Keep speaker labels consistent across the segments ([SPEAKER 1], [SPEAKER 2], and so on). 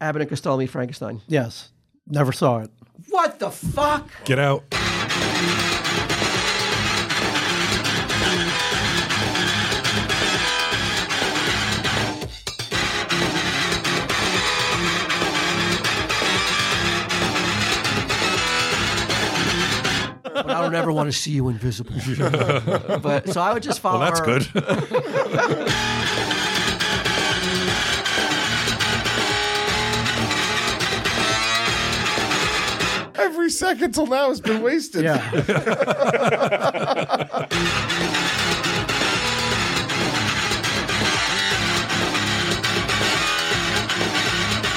[SPEAKER 1] Abbott and Costello meet Frankenstein.
[SPEAKER 2] Yes. Never saw it.
[SPEAKER 1] What the fuck?
[SPEAKER 3] Get out.
[SPEAKER 1] But I don't ever want to see you invisible. but so I would just follow.
[SPEAKER 3] Well, that's
[SPEAKER 1] her.
[SPEAKER 3] good.
[SPEAKER 4] Every second till now has been wasted.
[SPEAKER 2] Yeah.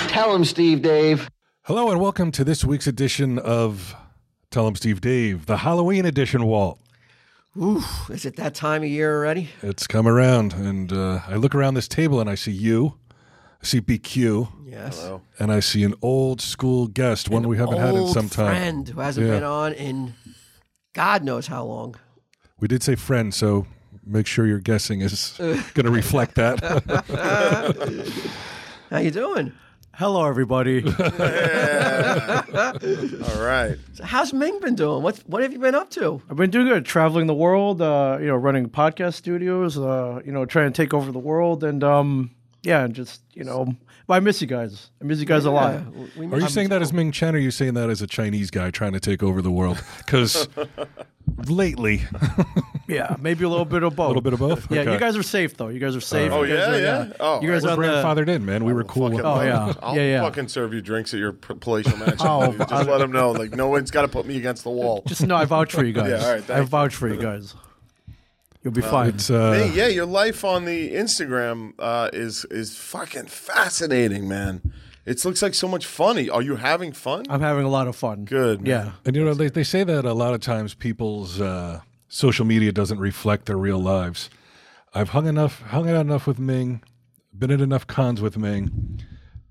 [SPEAKER 5] Tell him, Steve Dave.
[SPEAKER 3] Hello and welcome to this week's edition of Tell 'em Steve Dave, the Halloween edition, Walt.
[SPEAKER 1] Is it that time of year already?
[SPEAKER 3] It's come around, and uh, I look around this table and I see you, I see BQ,
[SPEAKER 1] Yes.
[SPEAKER 3] and I see an old school guest, one we haven't had in
[SPEAKER 1] Old
[SPEAKER 3] some time.
[SPEAKER 1] friend who hasn't
[SPEAKER 3] Yeah.
[SPEAKER 1] been on in God knows how long.
[SPEAKER 3] We did say friend, so make sure your guessing is going to reflect that.
[SPEAKER 1] How you doing?
[SPEAKER 2] Hello, everybody.
[SPEAKER 4] All right.
[SPEAKER 1] So how's Ming been doing? What what have you been up to?
[SPEAKER 2] I've been doing good, traveling the world, uh, you know, running podcast studios, uh, you know, trying to take over the world. And um, yeah, and just, you know, but I miss you guys. I miss you guys a lot.
[SPEAKER 1] Yeah, we-
[SPEAKER 3] Are you saying that as Ming Chen, or are you saying that as a Chinese guy trying to take over the world? Because lately, a
[SPEAKER 2] Yeah, maybe a little bit of both.
[SPEAKER 3] little bit of both.
[SPEAKER 2] Yeah,
[SPEAKER 3] Okay.
[SPEAKER 2] you guys are safe, though. You guys are safe.
[SPEAKER 4] Oh,
[SPEAKER 2] You guys
[SPEAKER 4] yeah,
[SPEAKER 2] are, uh,
[SPEAKER 4] yeah? Oh,
[SPEAKER 2] you guys
[SPEAKER 4] I
[SPEAKER 2] are
[SPEAKER 3] We're
[SPEAKER 2] on the-
[SPEAKER 3] grandfathered in, man. We were cool.
[SPEAKER 4] Fucking
[SPEAKER 3] with-
[SPEAKER 4] love
[SPEAKER 2] Oh, yeah.
[SPEAKER 4] it. I'll
[SPEAKER 2] Yeah, yeah.
[SPEAKER 4] fucking serve you drinks at your p- palatial mansion.
[SPEAKER 2] Oh,
[SPEAKER 4] dude. just let them know. Like, no one's got to put me against the wall.
[SPEAKER 2] Just no, I vouch for you guys.
[SPEAKER 4] Yeah, all right,
[SPEAKER 2] I
[SPEAKER 4] thank
[SPEAKER 2] vouch for you guys. You'll be fine.
[SPEAKER 3] It's, uh,
[SPEAKER 4] Hey, yeah, your life on the Instagram uh, is is fucking fascinating, man. It looks like so much funny. Are you having fun?
[SPEAKER 2] I'm having a lot of fun.
[SPEAKER 4] Good. man.
[SPEAKER 2] Yeah.
[SPEAKER 3] And you know, they, they say that a lot of times people's uh, social media doesn't reflect their real lives. I've hung enough, hung out enough with Ming, been at enough cons with Ming.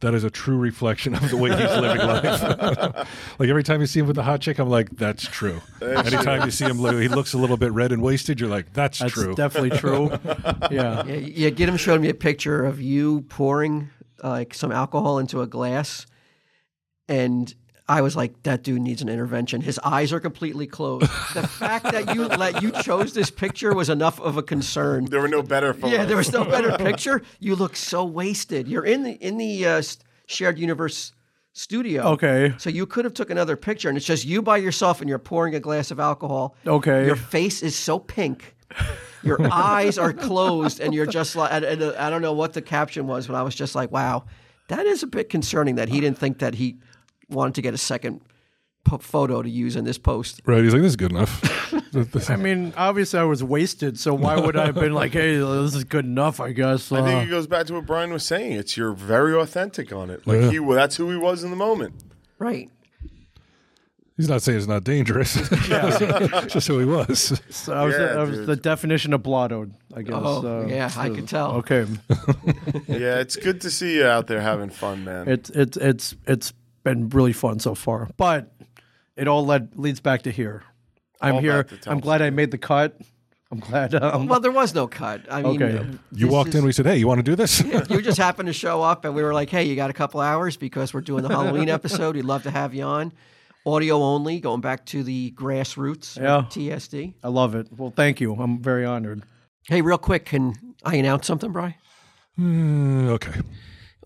[SPEAKER 3] That is a true reflection of the way he's living life. like every time you see him with the hot chick, I'm like, that's true. Anytime you see him, lo- he looks a little bit red and wasted. You're like, that's,
[SPEAKER 2] That's
[SPEAKER 3] true.
[SPEAKER 2] definitely true. yeah.
[SPEAKER 1] Yeah, yeah, Gidim showed me a picture of you pouring uh, like some alcohol into a glass, and I was like, "That dude needs an intervention. His eyes are completely closed." the fact that you let you chose this picture was enough of a concern.
[SPEAKER 4] There were no better photos.
[SPEAKER 1] Yeah, there was no better picture. You look so wasted. You're in the in the uh, s- shared universe studio.
[SPEAKER 2] Okay.
[SPEAKER 1] So you could have took another picture, and it's just you by yourself, and you're pouring a glass of alcohol.
[SPEAKER 2] Okay.
[SPEAKER 1] Your face is so pink. Your eyes are closed, and you're just like, and, and, uh, I don't know what the caption was, but I was just like, wow, that is a bit concerning that he didn't think that he wanted to get a second po- photo to use in this post.
[SPEAKER 3] right? He's like, this is good enough.
[SPEAKER 2] I mean, obviously, I was wasted, so why would I have been like, "Hey, this is good enough," I guess.
[SPEAKER 4] I
[SPEAKER 2] uh,
[SPEAKER 4] think it goes back to what Brian was saying. It's you're very authentic on it. Like
[SPEAKER 3] Yeah.
[SPEAKER 4] he, that's who he was in the moment.
[SPEAKER 1] Right.
[SPEAKER 3] he's not saying it's not dangerous. Just who he was.
[SPEAKER 2] so I was,
[SPEAKER 4] Yeah,
[SPEAKER 2] I was
[SPEAKER 4] dude.
[SPEAKER 2] the definition of blottoed, I guess.
[SPEAKER 1] Oh,
[SPEAKER 2] uh,
[SPEAKER 1] yeah, I could tell.
[SPEAKER 2] Okay,
[SPEAKER 4] Yeah, it's good to see you out there having fun, man.
[SPEAKER 2] it's it's it's it's been really fun so far, but it all led leads back to here. I'm
[SPEAKER 4] All
[SPEAKER 2] here.
[SPEAKER 4] back to
[SPEAKER 2] I'm
[SPEAKER 4] Thompson.
[SPEAKER 2] glad I made the cut. I'm glad. Um,
[SPEAKER 1] Uh, Well, there was no cut. I mean,
[SPEAKER 2] Okay.
[SPEAKER 1] uh,
[SPEAKER 3] You
[SPEAKER 1] this
[SPEAKER 3] walked
[SPEAKER 1] is-
[SPEAKER 3] in. We said, hey, you want to do this?
[SPEAKER 1] you just happened to show up and we were like, hey, you got a couple hours because we're doing the Halloween episode. We'd love to have you on. Audio only, going back to the grassroots of
[SPEAKER 2] Yeah.
[SPEAKER 1] TSD.
[SPEAKER 2] I love it. Well, thank you. I'm very honored.
[SPEAKER 1] Hey, real quick, can I announce something, Bry?
[SPEAKER 3] Mm, okay.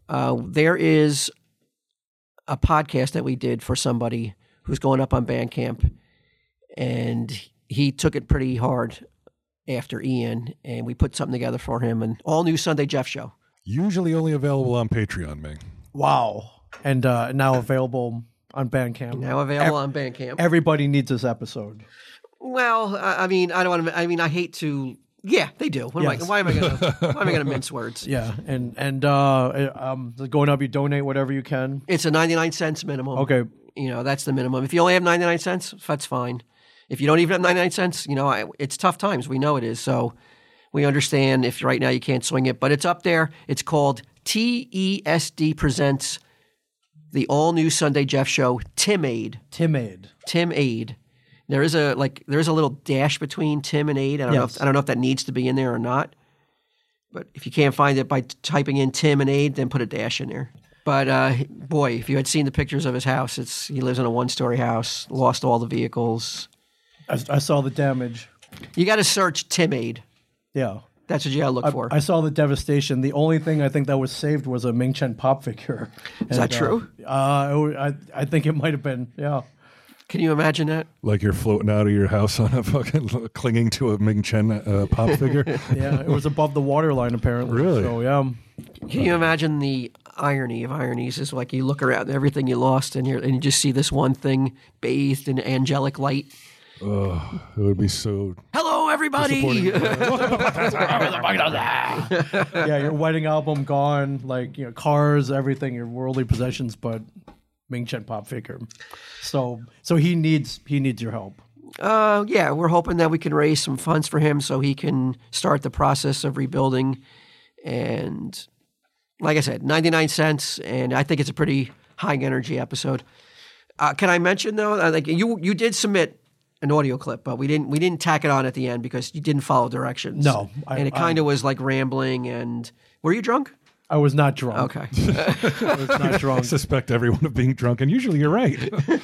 [SPEAKER 1] Uh, there is a podcast that we did for somebody who's going up on Bandcamp, and he took it pretty hard after Ian, and we put something together for him, an all new Sunday Jeff show.
[SPEAKER 3] Usually only available on Patreon, Ming.
[SPEAKER 2] Wow. And uh, now available on Bandcamp.
[SPEAKER 1] Now available on Bandcamp.
[SPEAKER 2] Everybody needs this episode.
[SPEAKER 1] Well, I, I mean, I don't want to. I mean, I hate to. Yeah, they do. What am I,
[SPEAKER 2] Yes.
[SPEAKER 1] why am I going to? Why am I going to mince words?
[SPEAKER 2] Yeah, and and uh, um, going up, you donate whatever you can.
[SPEAKER 1] It's a ninety-nine cents minimum.
[SPEAKER 2] Okay,
[SPEAKER 1] you know that's the minimum. If you only have ninety-nine cents, that's fine. If you don't even have ninety-nine cents, you know I, it's tough times. We know it is. So we understand if right now you can't swing it, but it's up there. It's called TESD presents the all-new Sunday Jeff Show. Tim Aid.
[SPEAKER 2] Tim Aid.
[SPEAKER 1] Tim Aid. There is a like there is a little dash between Tim and Aid. I don't know
[SPEAKER 2] Yes.
[SPEAKER 1] if I don't know if that needs to be in there or not. But if you can't find it by t- typing in Tim and Aid, then put a dash in there. But uh, boy, if you had seen the pictures of his house, it's he lives in a one-story house, lost all the vehicles.
[SPEAKER 2] I, I saw the damage.
[SPEAKER 1] You got to search Tim Aid.
[SPEAKER 2] Yeah.
[SPEAKER 1] That's what you got to look for.
[SPEAKER 2] I saw the devastation. The only thing I think that was saved was a Ming Chen pop figure.
[SPEAKER 1] Is that true?
[SPEAKER 2] Uh, I, I think it might have been. Yeah.
[SPEAKER 1] Can you imagine that?
[SPEAKER 3] Like you're floating out of your house on a fucking clinging to a Ming Chen uh, pop figure.
[SPEAKER 2] Yeah. It was above the waterline apparently.
[SPEAKER 3] Really?
[SPEAKER 2] So yeah.
[SPEAKER 1] Can you imagine the irony of ironies? Is like you look around everything you lost, and you and you just see this one thing bathed in angelic light.
[SPEAKER 3] It would be so.
[SPEAKER 1] Hello, everybody.
[SPEAKER 2] Yeah. Your wedding album gone. Like you know, cars, everything, your worldly possessions, but Ming Chen pop figure. So so he needs he needs your help.
[SPEAKER 1] Uh, yeah, we're hoping that we can raise some funds for him so he can start the process of rebuilding. And like I said, 99 cents, and I think it's a pretty high energy episode. Uh, can I mention though? I think you you did submit an audio clip, but we didn't we didn't tack it on at the end because you didn't follow directions.
[SPEAKER 2] No, I-
[SPEAKER 1] and it kind of was like rambling. And were you drunk?
[SPEAKER 2] I was not drunk.
[SPEAKER 1] Okay.
[SPEAKER 2] I was not
[SPEAKER 3] I
[SPEAKER 2] drunk.
[SPEAKER 3] suspect everyone of being drunk, and usually you're right.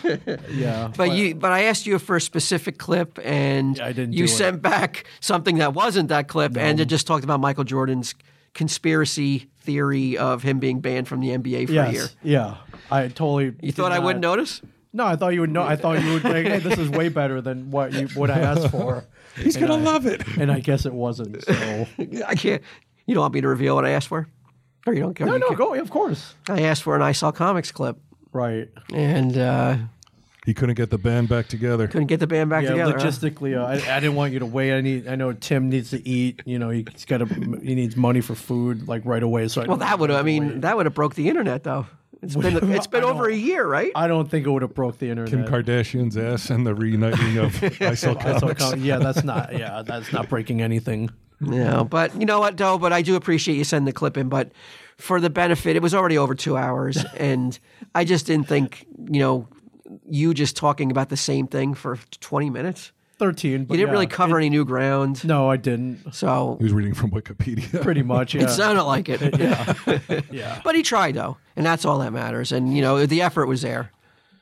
[SPEAKER 2] yeah.
[SPEAKER 1] But you, but I asked you for a specific clip, and
[SPEAKER 2] I didn't
[SPEAKER 1] you
[SPEAKER 2] do it.
[SPEAKER 1] sent back something that wasn't that clip, and it just talked about Michael Jordan's conspiracy theory of him being banned from the NBA for a year.
[SPEAKER 2] Yes. Yeah. I totally.
[SPEAKER 1] You thought I wouldn't notice?
[SPEAKER 2] No, I thought you would know. I thought you would like, hey, this is way better than what you what I asked for.
[SPEAKER 3] He's
[SPEAKER 2] And
[SPEAKER 3] gonna
[SPEAKER 2] I-
[SPEAKER 3] love it.
[SPEAKER 2] And I guess it wasn't. So
[SPEAKER 1] I can't. You don't want me to reveal what I asked for, or you don't care?
[SPEAKER 2] no,
[SPEAKER 1] you
[SPEAKER 2] no,
[SPEAKER 1] care?
[SPEAKER 2] go of course.
[SPEAKER 1] I asked for an I Saw Comics clip,
[SPEAKER 2] Right.
[SPEAKER 1] and uh,
[SPEAKER 3] He couldn't get the band back together.
[SPEAKER 1] couldn't get the band back
[SPEAKER 2] Yeah.
[SPEAKER 1] together. huh?
[SPEAKER 2] logistically, uh, I, I didn't want you to wait. I need. I know Tim needs to eat. You know, he's got to. He needs money for food like right away. So I
[SPEAKER 1] Well, that would. I mean, that would have broke the internet though. It's been it's been
[SPEAKER 2] I
[SPEAKER 1] over a
[SPEAKER 2] don't-
[SPEAKER 1] year, right?
[SPEAKER 2] I don't think it would have broke the internet.
[SPEAKER 3] Kim Kardashian's ass and the reuniting of I Saw
[SPEAKER 2] I saw
[SPEAKER 3] Comics.
[SPEAKER 2] com- yeah, that's not. Yeah, that's not breaking anything.
[SPEAKER 1] No, Um, but you know what, though? But I do appreciate you sending the clip in. But for the benefit, it was already over two hours, and I just didn't think, you know, you just talking about the same thing for 20 minutes.
[SPEAKER 2] Thirteen. But
[SPEAKER 1] You didn't
[SPEAKER 2] yeah.
[SPEAKER 1] really cover any new ground.
[SPEAKER 2] No, I didn't.
[SPEAKER 1] So
[SPEAKER 3] He was reading from Wikipedia.
[SPEAKER 2] Pretty much. Yeah.
[SPEAKER 1] it sounded like it.
[SPEAKER 2] yeah.
[SPEAKER 1] But he tried, though, and that's all that matters. And, you know, the effort was there,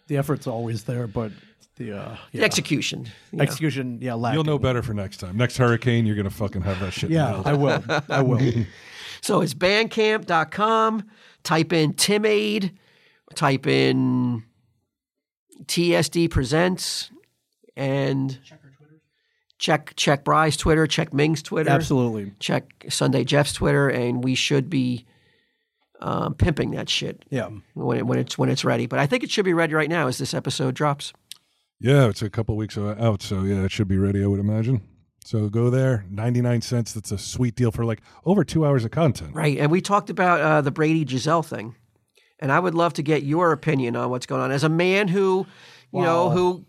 [SPEAKER 2] The effort's always there, but the uh,
[SPEAKER 1] the execution. you know.
[SPEAKER 2] execution, yeah, lacking.
[SPEAKER 3] You'll know better for next time. Next hurricane, you're gonna fucking have that shit.
[SPEAKER 2] Yeah,
[SPEAKER 3] nailed.
[SPEAKER 2] I will. I will.
[SPEAKER 1] So it's bandcamp.com. Type in Tim Aid, type in TSD Presents, and check check Bry's Twitter, check Ming's Twitter,
[SPEAKER 2] Absolutely.
[SPEAKER 1] check Sunday Jeff's Twitter, and we should be um, pimping that shit
[SPEAKER 2] Yeah.
[SPEAKER 1] when it, when it's when it's ready. But I think it should be ready right now as this episode drops.
[SPEAKER 3] Yeah, it's a couple weeks out, so yeah, it should be ready. I would imagine. So go there, ninety nine cents. That's a sweet deal for like over two hours of content.
[SPEAKER 1] Right, and we talked about uh, the Brady Giselle thing, and I would love to get your opinion on what's going on as a man who, you know,
[SPEAKER 2] Wow.
[SPEAKER 1] who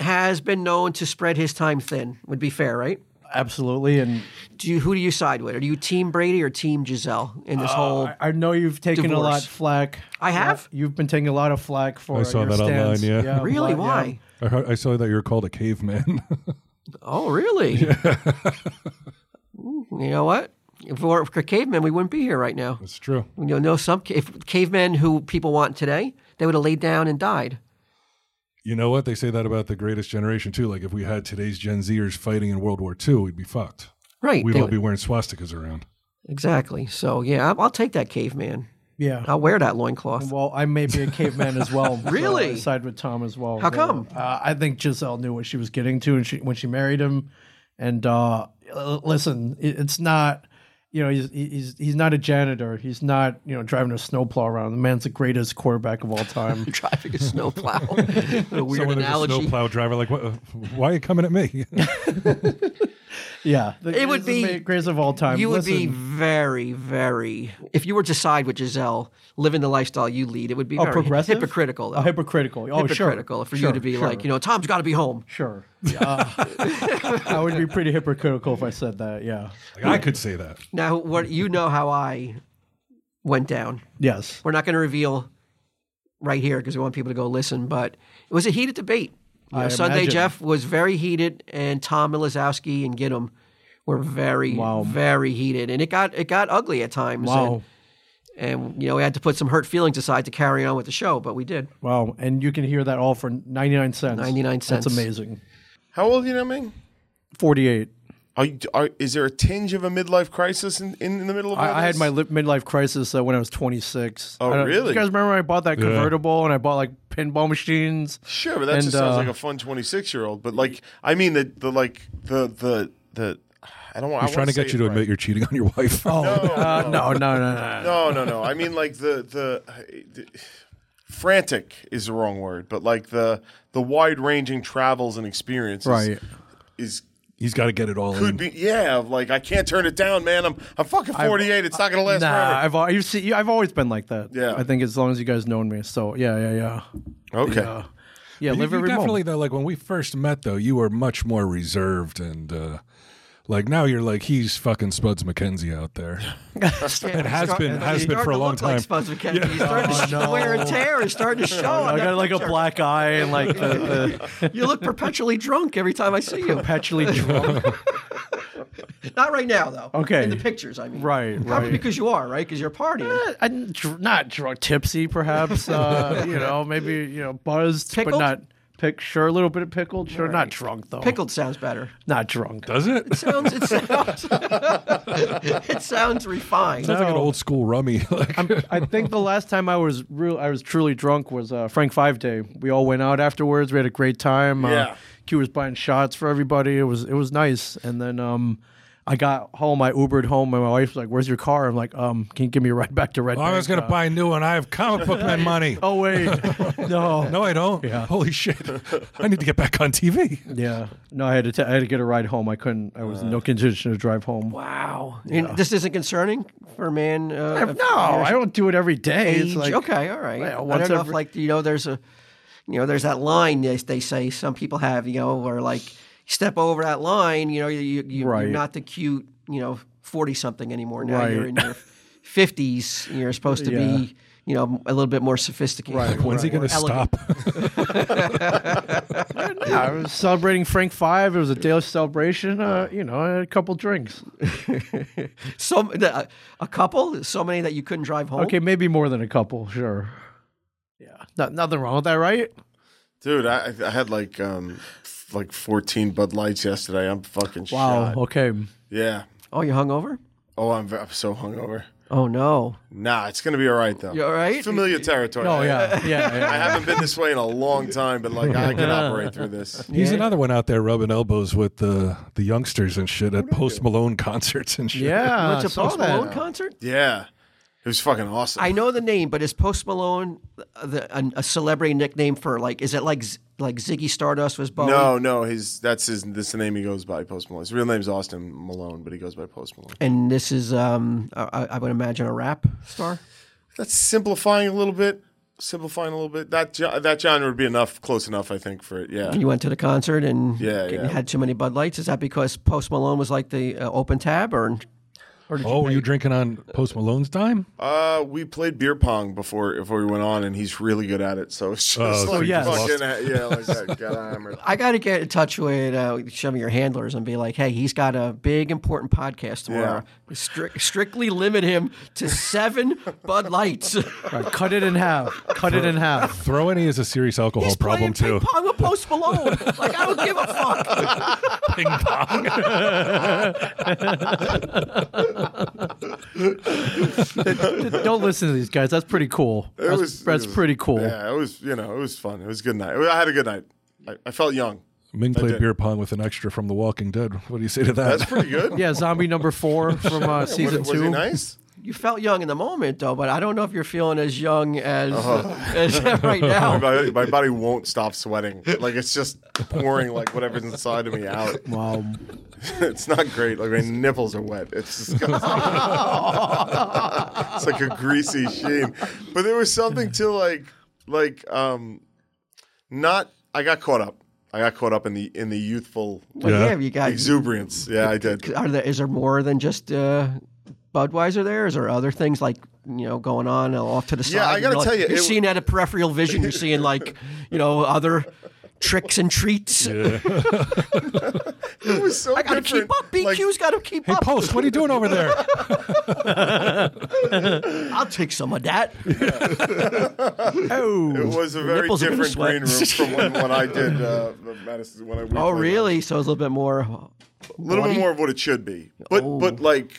[SPEAKER 1] has been known to spread his time thin. Would be fair, right?
[SPEAKER 2] Absolutely. And
[SPEAKER 1] Do you, who do you side with? Are you Team Brady or Team Giselle in this whole?
[SPEAKER 2] Uh, I, I know you've taken a lot
[SPEAKER 1] Divorce.
[SPEAKER 2] flack.
[SPEAKER 1] I have?
[SPEAKER 2] Yeah, you've been taking a lot of flack for
[SPEAKER 3] I saw
[SPEAKER 2] your
[SPEAKER 3] that
[SPEAKER 2] stance.
[SPEAKER 3] online, yeah.
[SPEAKER 1] really?
[SPEAKER 2] but-
[SPEAKER 1] Why?
[SPEAKER 2] yeah.
[SPEAKER 3] I, heard, I saw that you were called a caveman.
[SPEAKER 1] Oh, really? Ooh, you know what? If we weren't for cavemen, we wouldn't be here right now.
[SPEAKER 3] That's true.
[SPEAKER 1] You know, no, some ca- if cavemen who people want today, they would have laid down and died.
[SPEAKER 3] You know what they say that about the greatest generation too. Like if we had today's Gen Zers fighting in World War II, we'd be fucked.
[SPEAKER 1] Right?
[SPEAKER 3] We'd
[SPEAKER 1] they
[SPEAKER 3] all
[SPEAKER 1] would-
[SPEAKER 3] be wearing swastikas around.
[SPEAKER 1] exactly. So yeah, I'll, I'll take that caveman.
[SPEAKER 2] Yeah.
[SPEAKER 1] I'll wear that loincloth.
[SPEAKER 2] Well, I may be a caveman as well. so
[SPEAKER 1] Really?
[SPEAKER 2] I side with Tom as well.
[SPEAKER 1] How come?
[SPEAKER 2] Uh, I think Giselle knew what she was getting to, and she when she married him. And uh, l- listen, it, it's not. You know, he's he's he's not a janitor. He's not you know driving a snowplow around. The man's the greatest quarterback of all time.
[SPEAKER 1] Driving a snowplow. What a weird
[SPEAKER 3] Someone is a
[SPEAKER 1] analogy.
[SPEAKER 3] snowplow driver. Like, what, why are you coming at me?
[SPEAKER 2] yeah, the
[SPEAKER 1] It would
[SPEAKER 2] greatest
[SPEAKER 1] be-
[SPEAKER 2] ma- greatest of all time.
[SPEAKER 1] You would be
[SPEAKER 2] Listen,
[SPEAKER 1] very, very. If you were to side with Giselle, living the lifestyle you lead, it would be
[SPEAKER 2] oh,
[SPEAKER 1] very
[SPEAKER 2] progressive,
[SPEAKER 1] hypocritical. Though.
[SPEAKER 2] Oh, hypocritical. Oh, sure.
[SPEAKER 1] hypocritical for you
[SPEAKER 2] Sure,
[SPEAKER 1] to be
[SPEAKER 2] sure.
[SPEAKER 1] like, you know, Tom's got to be home.
[SPEAKER 2] Sure. Uh, I would be pretty hypocritical if I said that. Yeah.
[SPEAKER 3] Like, I could say that.
[SPEAKER 1] Now, what you know how I went down.
[SPEAKER 2] Yes.
[SPEAKER 1] We're not going to reveal right here because we want people to go listen. But it was a heated debate. You
[SPEAKER 2] I
[SPEAKER 1] know, Sunday
[SPEAKER 2] imagine.
[SPEAKER 1] Jeff was very heated, and Tom Milazowski and Ginnam were very, very heated, and it got it got ugly at times.
[SPEAKER 2] Wow.
[SPEAKER 1] And, And you know, we had to put some hurt feelings aside to carry on with the show, but we did.
[SPEAKER 2] Wow. And you can hear that all for 99 cents.
[SPEAKER 1] 99 cents.
[SPEAKER 2] That's amazing.
[SPEAKER 4] How old are you now, Ming?
[SPEAKER 2] 48.
[SPEAKER 4] Are, you, are is there a tinge of a midlife crisis in, in, in the middle of all
[SPEAKER 2] I, I had
[SPEAKER 4] this?
[SPEAKER 2] my li- midlife crisis uh, when I was 26.
[SPEAKER 4] Oh,
[SPEAKER 2] I don't-
[SPEAKER 4] really?
[SPEAKER 2] You guys remember when I bought that convertible and I bought like pinball machines?
[SPEAKER 4] Sure, but that
[SPEAKER 2] And,
[SPEAKER 4] just sounds
[SPEAKER 2] uh,
[SPEAKER 4] like a fun twenty-six-year-old. But like, I mean, the the like the the the. I don't want.
[SPEAKER 3] He's trying to get you to admit you're cheating on your wife.
[SPEAKER 4] No,
[SPEAKER 2] Uh,
[SPEAKER 4] no,
[SPEAKER 2] no, no, no, no, no.
[SPEAKER 4] no, no, no. I mean, like the the. the Frantic is the wrong word, but like the the wide ranging travels and experiences
[SPEAKER 2] Right.
[SPEAKER 4] is
[SPEAKER 3] He's got to get it all in.
[SPEAKER 4] could be yeah. Like I can't turn it down, man. I'm I'm fucking forty eight. It's not gonna last
[SPEAKER 2] uh, Nah,
[SPEAKER 4] forever.
[SPEAKER 2] I've al- you've seen, you- I've always been like that.
[SPEAKER 4] Yeah.
[SPEAKER 2] I think as long as you guys known me, so yeah, yeah, yeah, uh,
[SPEAKER 4] Okay,
[SPEAKER 2] yeah, yeah.
[SPEAKER 3] You-
[SPEAKER 2] Live
[SPEAKER 3] you
[SPEAKER 2] every
[SPEAKER 3] definitely
[SPEAKER 2] moment.
[SPEAKER 3] though, like when we first met though, you were much more reserved and uh like now you're like he's fucking Spuds McKenzie out there.
[SPEAKER 1] It
[SPEAKER 3] has been- has been for a long time.
[SPEAKER 1] Like Spuds McKenzie. He's starting to
[SPEAKER 2] Oh, no.
[SPEAKER 1] wear and tear. He's starting to show. on
[SPEAKER 2] I
[SPEAKER 1] that
[SPEAKER 2] got like a
[SPEAKER 1] picture.
[SPEAKER 2] black eye and like the, the
[SPEAKER 1] You look perpetually drunk every time I see you.
[SPEAKER 2] perpetually drunk.
[SPEAKER 1] Not right now, though.
[SPEAKER 2] Okay.
[SPEAKER 1] In the pictures, I mean.
[SPEAKER 2] Right,
[SPEAKER 1] Probably
[SPEAKER 2] right.
[SPEAKER 1] because you are, right? Because you're partying.
[SPEAKER 2] I'm dr- not drunk, tipsy perhaps. Uh, you know, maybe you know, buzzed,
[SPEAKER 1] Pickled?
[SPEAKER 2] but not. Pick, sure, a little bit of pickled. Sure, not drunk though.
[SPEAKER 1] Pickled sounds better.
[SPEAKER 2] not drunk.
[SPEAKER 3] Does it? Sounds
[SPEAKER 1] Sounds it sounds it sounds refined.
[SPEAKER 3] like an old school rummy. Like
[SPEAKER 2] I think the last time I was real, I was truly drunk was uh, Frank Five Day. We all went out afterwards. We had a great time.
[SPEAKER 4] Yeah.
[SPEAKER 2] Uh, Q was buying shots for everybody. It was it was nice. And then um, I got home. I Ubered home, and my wife's like, "Where's your car?" I'm like, "Um, can you give me a ride back to Red?"
[SPEAKER 3] "Oh, I was
[SPEAKER 2] Bank?" Uh,
[SPEAKER 3] gonna buy a new one. I have comic book man money.
[SPEAKER 2] Oh wait, no.
[SPEAKER 3] No, I don't. Holy shit! I need to get back on TV.
[SPEAKER 2] Yeah, no. I had to. T- I had to get a ride home. I couldn't. I was in no condition to drive home.
[SPEAKER 1] Wow. And This isn't concerning for a man. Uh, of
[SPEAKER 2] No, I don't do it every day.
[SPEAKER 1] your
[SPEAKER 2] It's
[SPEAKER 1] age?
[SPEAKER 2] like
[SPEAKER 1] okay, all right.
[SPEAKER 2] Yeah,
[SPEAKER 1] I
[SPEAKER 2] once
[SPEAKER 1] don't know if,
[SPEAKER 2] every-
[SPEAKER 1] like, you know, there's a, you know, there's that line they, they say some people have, you know, where like step over that line, you know, you, you, you-
[SPEAKER 2] Right.
[SPEAKER 1] you're not the cute, you know, 40 something anymore. Now you're
[SPEAKER 2] Right.
[SPEAKER 1] in your 50s. You're supposed to
[SPEAKER 2] Yeah.
[SPEAKER 1] be, you know, a little bit more sophisticated.
[SPEAKER 2] Right.
[SPEAKER 3] When's he gonna
[SPEAKER 1] Elegant.
[SPEAKER 3] stop?
[SPEAKER 2] Yeah, I was celebrating Frank Five. It was a daily celebration. Uh, you know, I had a couple drinks.
[SPEAKER 1] So, the- a couple, so many that you couldn't drive home.
[SPEAKER 2] Okay, maybe more than a couple, sure. Yeah, no, nothing wrong with that, right?
[SPEAKER 4] dude. I, I had like um f- like fourteen Bud Lights yesterday. I'm fucking
[SPEAKER 2] Wow.
[SPEAKER 4] shot.
[SPEAKER 2] Okay.
[SPEAKER 4] Yeah.
[SPEAKER 1] Oh, you're hungover?
[SPEAKER 4] Oh, I'm, ve- I'm so hungover.
[SPEAKER 1] Oh no!
[SPEAKER 4] Nah, it's gonna be all right though.
[SPEAKER 1] You all right?
[SPEAKER 4] Familiar territory.
[SPEAKER 2] Oh
[SPEAKER 4] I-
[SPEAKER 2] yeah, yeah.
[SPEAKER 4] I
[SPEAKER 2] yeah.
[SPEAKER 4] haven't been this way in a long time, but like I can operate through this.
[SPEAKER 3] He's another one out there rubbing elbows with the the youngsters and shit at Post Malone concerts and shit.
[SPEAKER 2] Yeah,
[SPEAKER 1] What's a
[SPEAKER 2] saw
[SPEAKER 1] Post
[SPEAKER 2] that.
[SPEAKER 1] Malone concert?
[SPEAKER 4] Yeah, it was fucking awesome.
[SPEAKER 1] I know the name, but is Post Malone the, a, a celebrity nickname for like? Is it like Z- like Ziggy Stardust was Bowie?
[SPEAKER 4] no, no, his that's his. This is the name he goes by, Post Malone. His real name's Austin Malone, but he goes by Post Malone.
[SPEAKER 1] And this is, um, I, I would imagine, a rap star.
[SPEAKER 4] That's simplifying a little bit. Simplifying a little bit. That ge- that genre would be enough, close enough, I think, for it. Yeah.
[SPEAKER 1] And you went to the concert and
[SPEAKER 4] Yeah, yeah.
[SPEAKER 1] had too many Bud Lights. Is that because Post Malone was like the uh, open tab, or
[SPEAKER 3] Oh, were you drinking on Post Malone's dime?
[SPEAKER 4] Uh, we played beer pong before before we went on, and he's really good at it. So it's just
[SPEAKER 3] Oh, so
[SPEAKER 4] like
[SPEAKER 2] you just
[SPEAKER 4] fucking, yeah, like that. Got hammered.
[SPEAKER 1] I got to get in touch with uh, some of your handlers and be like, "Hey, he's got a big important podcast tomorrow. Stri- strictly limit him to seven Bud Lights."
[SPEAKER 2] All right, cut it in half. Cut it in half.
[SPEAKER 3] Throw any is a serious alcohol
[SPEAKER 1] He's
[SPEAKER 3] problem too.
[SPEAKER 1] playing ping pong with Post Malone. like I don't give a fuck.
[SPEAKER 3] Ping pong.
[SPEAKER 2] Don't listen to these guys. That's pretty cool.
[SPEAKER 4] It
[SPEAKER 2] That's,
[SPEAKER 4] was-
[SPEAKER 2] that's
[SPEAKER 4] it was-
[SPEAKER 2] pretty cool.
[SPEAKER 4] Yeah, it was. You know, it was fun. It was a good night. I had a good night. I, I felt young.
[SPEAKER 3] Ming
[SPEAKER 4] did.
[SPEAKER 3] played beer pong with an extra from The Walking Dead. What do you say to that?
[SPEAKER 4] That's pretty good.
[SPEAKER 2] Yeah, zombie number four from uh,
[SPEAKER 4] Was,
[SPEAKER 2] season
[SPEAKER 4] was
[SPEAKER 2] two.
[SPEAKER 4] he nice?
[SPEAKER 1] You felt young in the moment though, but I don't know if you're feeling as young as,
[SPEAKER 4] Uh-huh.
[SPEAKER 1] as right
[SPEAKER 4] My
[SPEAKER 1] now.
[SPEAKER 4] body, my body won't stop sweating. Like it's just pouring like whatever's inside of me out.
[SPEAKER 2] Wow.
[SPEAKER 4] It's not great. Like my nipples are wet. It's disgusting. it's like a greasy sheen. But there was something to like, like um, not. I got caught up. I got caught up in the in the youthful
[SPEAKER 1] But yeah, you got.
[SPEAKER 4] exuberance. Yeah, I did.
[SPEAKER 1] Are there, is there more than just uh, Budweiser? There is there other things like you know going on uh, off to the side.
[SPEAKER 4] Yeah, I gotta
[SPEAKER 1] You're like-
[SPEAKER 4] tell you,
[SPEAKER 1] you're
[SPEAKER 4] it-
[SPEAKER 1] seeing out of peripheral vision. You're seeing like you know other tricks and treats.
[SPEAKER 4] It was so
[SPEAKER 1] I gotta
[SPEAKER 4] different.
[SPEAKER 1] keep up.
[SPEAKER 4] Like,
[SPEAKER 1] BQ's gotta keep
[SPEAKER 3] Hey,
[SPEAKER 1] up.
[SPEAKER 3] Post, what are you doing over there?
[SPEAKER 1] I'll take some of that.
[SPEAKER 4] it
[SPEAKER 1] oh,
[SPEAKER 4] was a very
[SPEAKER 1] nipples are gonna
[SPEAKER 4] different green room
[SPEAKER 1] sweat.
[SPEAKER 4] from when, when I did uh, the Madison. When I
[SPEAKER 1] oh, really? So it's a little bit more.
[SPEAKER 4] A little bit
[SPEAKER 1] Body?
[SPEAKER 4] more of what it should be, but
[SPEAKER 1] Oh.
[SPEAKER 4] but like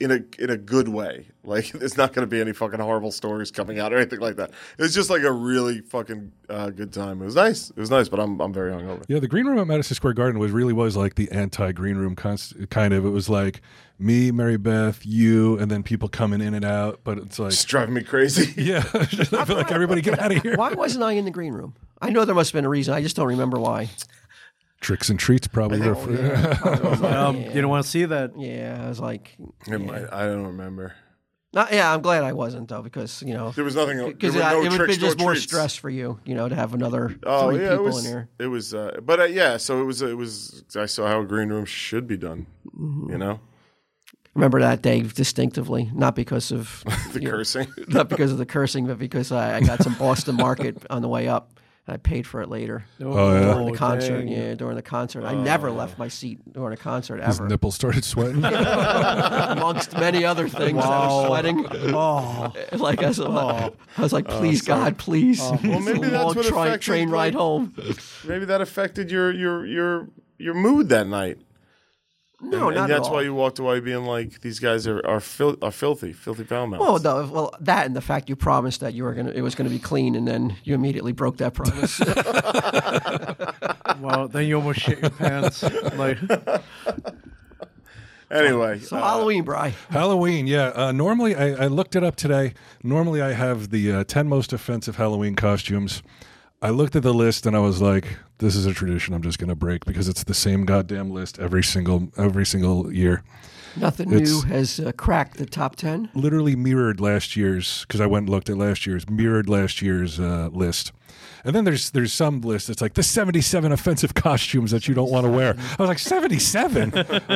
[SPEAKER 4] in a in a good way. Like there's not going to be any fucking horrible stories coming out or anything like that. It was just like a really fucking uh, good time. It was nice. It was nice, but I'm I'm very hungover.
[SPEAKER 3] Yeah, the green room at Madison Square Garden was really was like the anti green room const- kind of. It was like me, Mary Beth, you, and then people coming in and out. But it's like,
[SPEAKER 4] It's driving me crazy.
[SPEAKER 3] yeah, I feel like everybody get out of here.
[SPEAKER 1] Why wasn't I in the green room? I know there must have been a reason. I just don't remember why.
[SPEAKER 3] Tricks and treats probably. refer-
[SPEAKER 2] Um, You don't want to see that.
[SPEAKER 1] Yeah, I was like,
[SPEAKER 4] It might- I don't remember.
[SPEAKER 1] not, yeah, I'm glad I wasn't though because you know
[SPEAKER 4] There was nothing. There
[SPEAKER 1] because
[SPEAKER 4] were no
[SPEAKER 1] it would be
[SPEAKER 4] tricks, no
[SPEAKER 1] just more
[SPEAKER 4] treats.
[SPEAKER 1] stress for you, you know, to have another three
[SPEAKER 4] Oh yeah, it
[SPEAKER 1] people
[SPEAKER 4] was.
[SPEAKER 1] in here.
[SPEAKER 4] It was. Uh, but uh, yeah, so it was. It was. I saw how a green room should be done.
[SPEAKER 1] Mm-hmm.
[SPEAKER 4] You know,
[SPEAKER 1] Remember that day distinctively, not because of
[SPEAKER 4] the
[SPEAKER 1] you know,
[SPEAKER 4] cursing.
[SPEAKER 1] not because of the cursing, but because I, I got some Boston Market on the way up. And I paid for it later
[SPEAKER 3] Oh, yeah.
[SPEAKER 1] during the concert.
[SPEAKER 2] dang. Oh,
[SPEAKER 1] Yeah, during the concert, I never left my seat during a concert
[SPEAKER 3] His
[SPEAKER 1] ever,
[SPEAKER 3] nipples started sweating.
[SPEAKER 1] amongst many other things. I was
[SPEAKER 2] Wow.
[SPEAKER 1] sweating.
[SPEAKER 2] Oh,
[SPEAKER 1] like I was, like, I was like,
[SPEAKER 4] Oh,
[SPEAKER 1] please God, please.
[SPEAKER 4] Well,
[SPEAKER 1] It's
[SPEAKER 4] maybe
[SPEAKER 1] a
[SPEAKER 4] that's
[SPEAKER 1] long
[SPEAKER 4] what
[SPEAKER 1] tri-
[SPEAKER 4] affected,
[SPEAKER 1] train
[SPEAKER 4] like-
[SPEAKER 1] ride home.
[SPEAKER 4] Maybe that affected your your your your mood that night.
[SPEAKER 1] No,
[SPEAKER 4] and
[SPEAKER 1] not
[SPEAKER 4] that's
[SPEAKER 1] at all.
[SPEAKER 4] why you walked away being like, these guys are are, fil- are filthy, filthy foul mouths.
[SPEAKER 1] Well, no, well, that and the fact you promised that you were gonna, it was gonna be clean, and then you immediately broke that promise. uh
[SPEAKER 2] well, then you almost shit your pants. Like,
[SPEAKER 4] anyway,
[SPEAKER 1] so
[SPEAKER 4] uh,
[SPEAKER 1] Halloween, Bri.
[SPEAKER 3] Halloween, yeah. Uh, normally, I, I looked it up today. Normally, I have the uh, 10 most offensive Halloween costumes. I looked at the list and I was like, this is a tradition I'm just going to break because it's the same goddamn list every single every single year.
[SPEAKER 1] Nothing new
[SPEAKER 3] It's-
[SPEAKER 1] has uh, cracked the top ten.
[SPEAKER 3] Literally mirrored last year's because I went and looked at last year's mirrored last year's uh, list. And then there's there's some list that's like the 77 offensive costumes that you don't want to wear. I was like 77.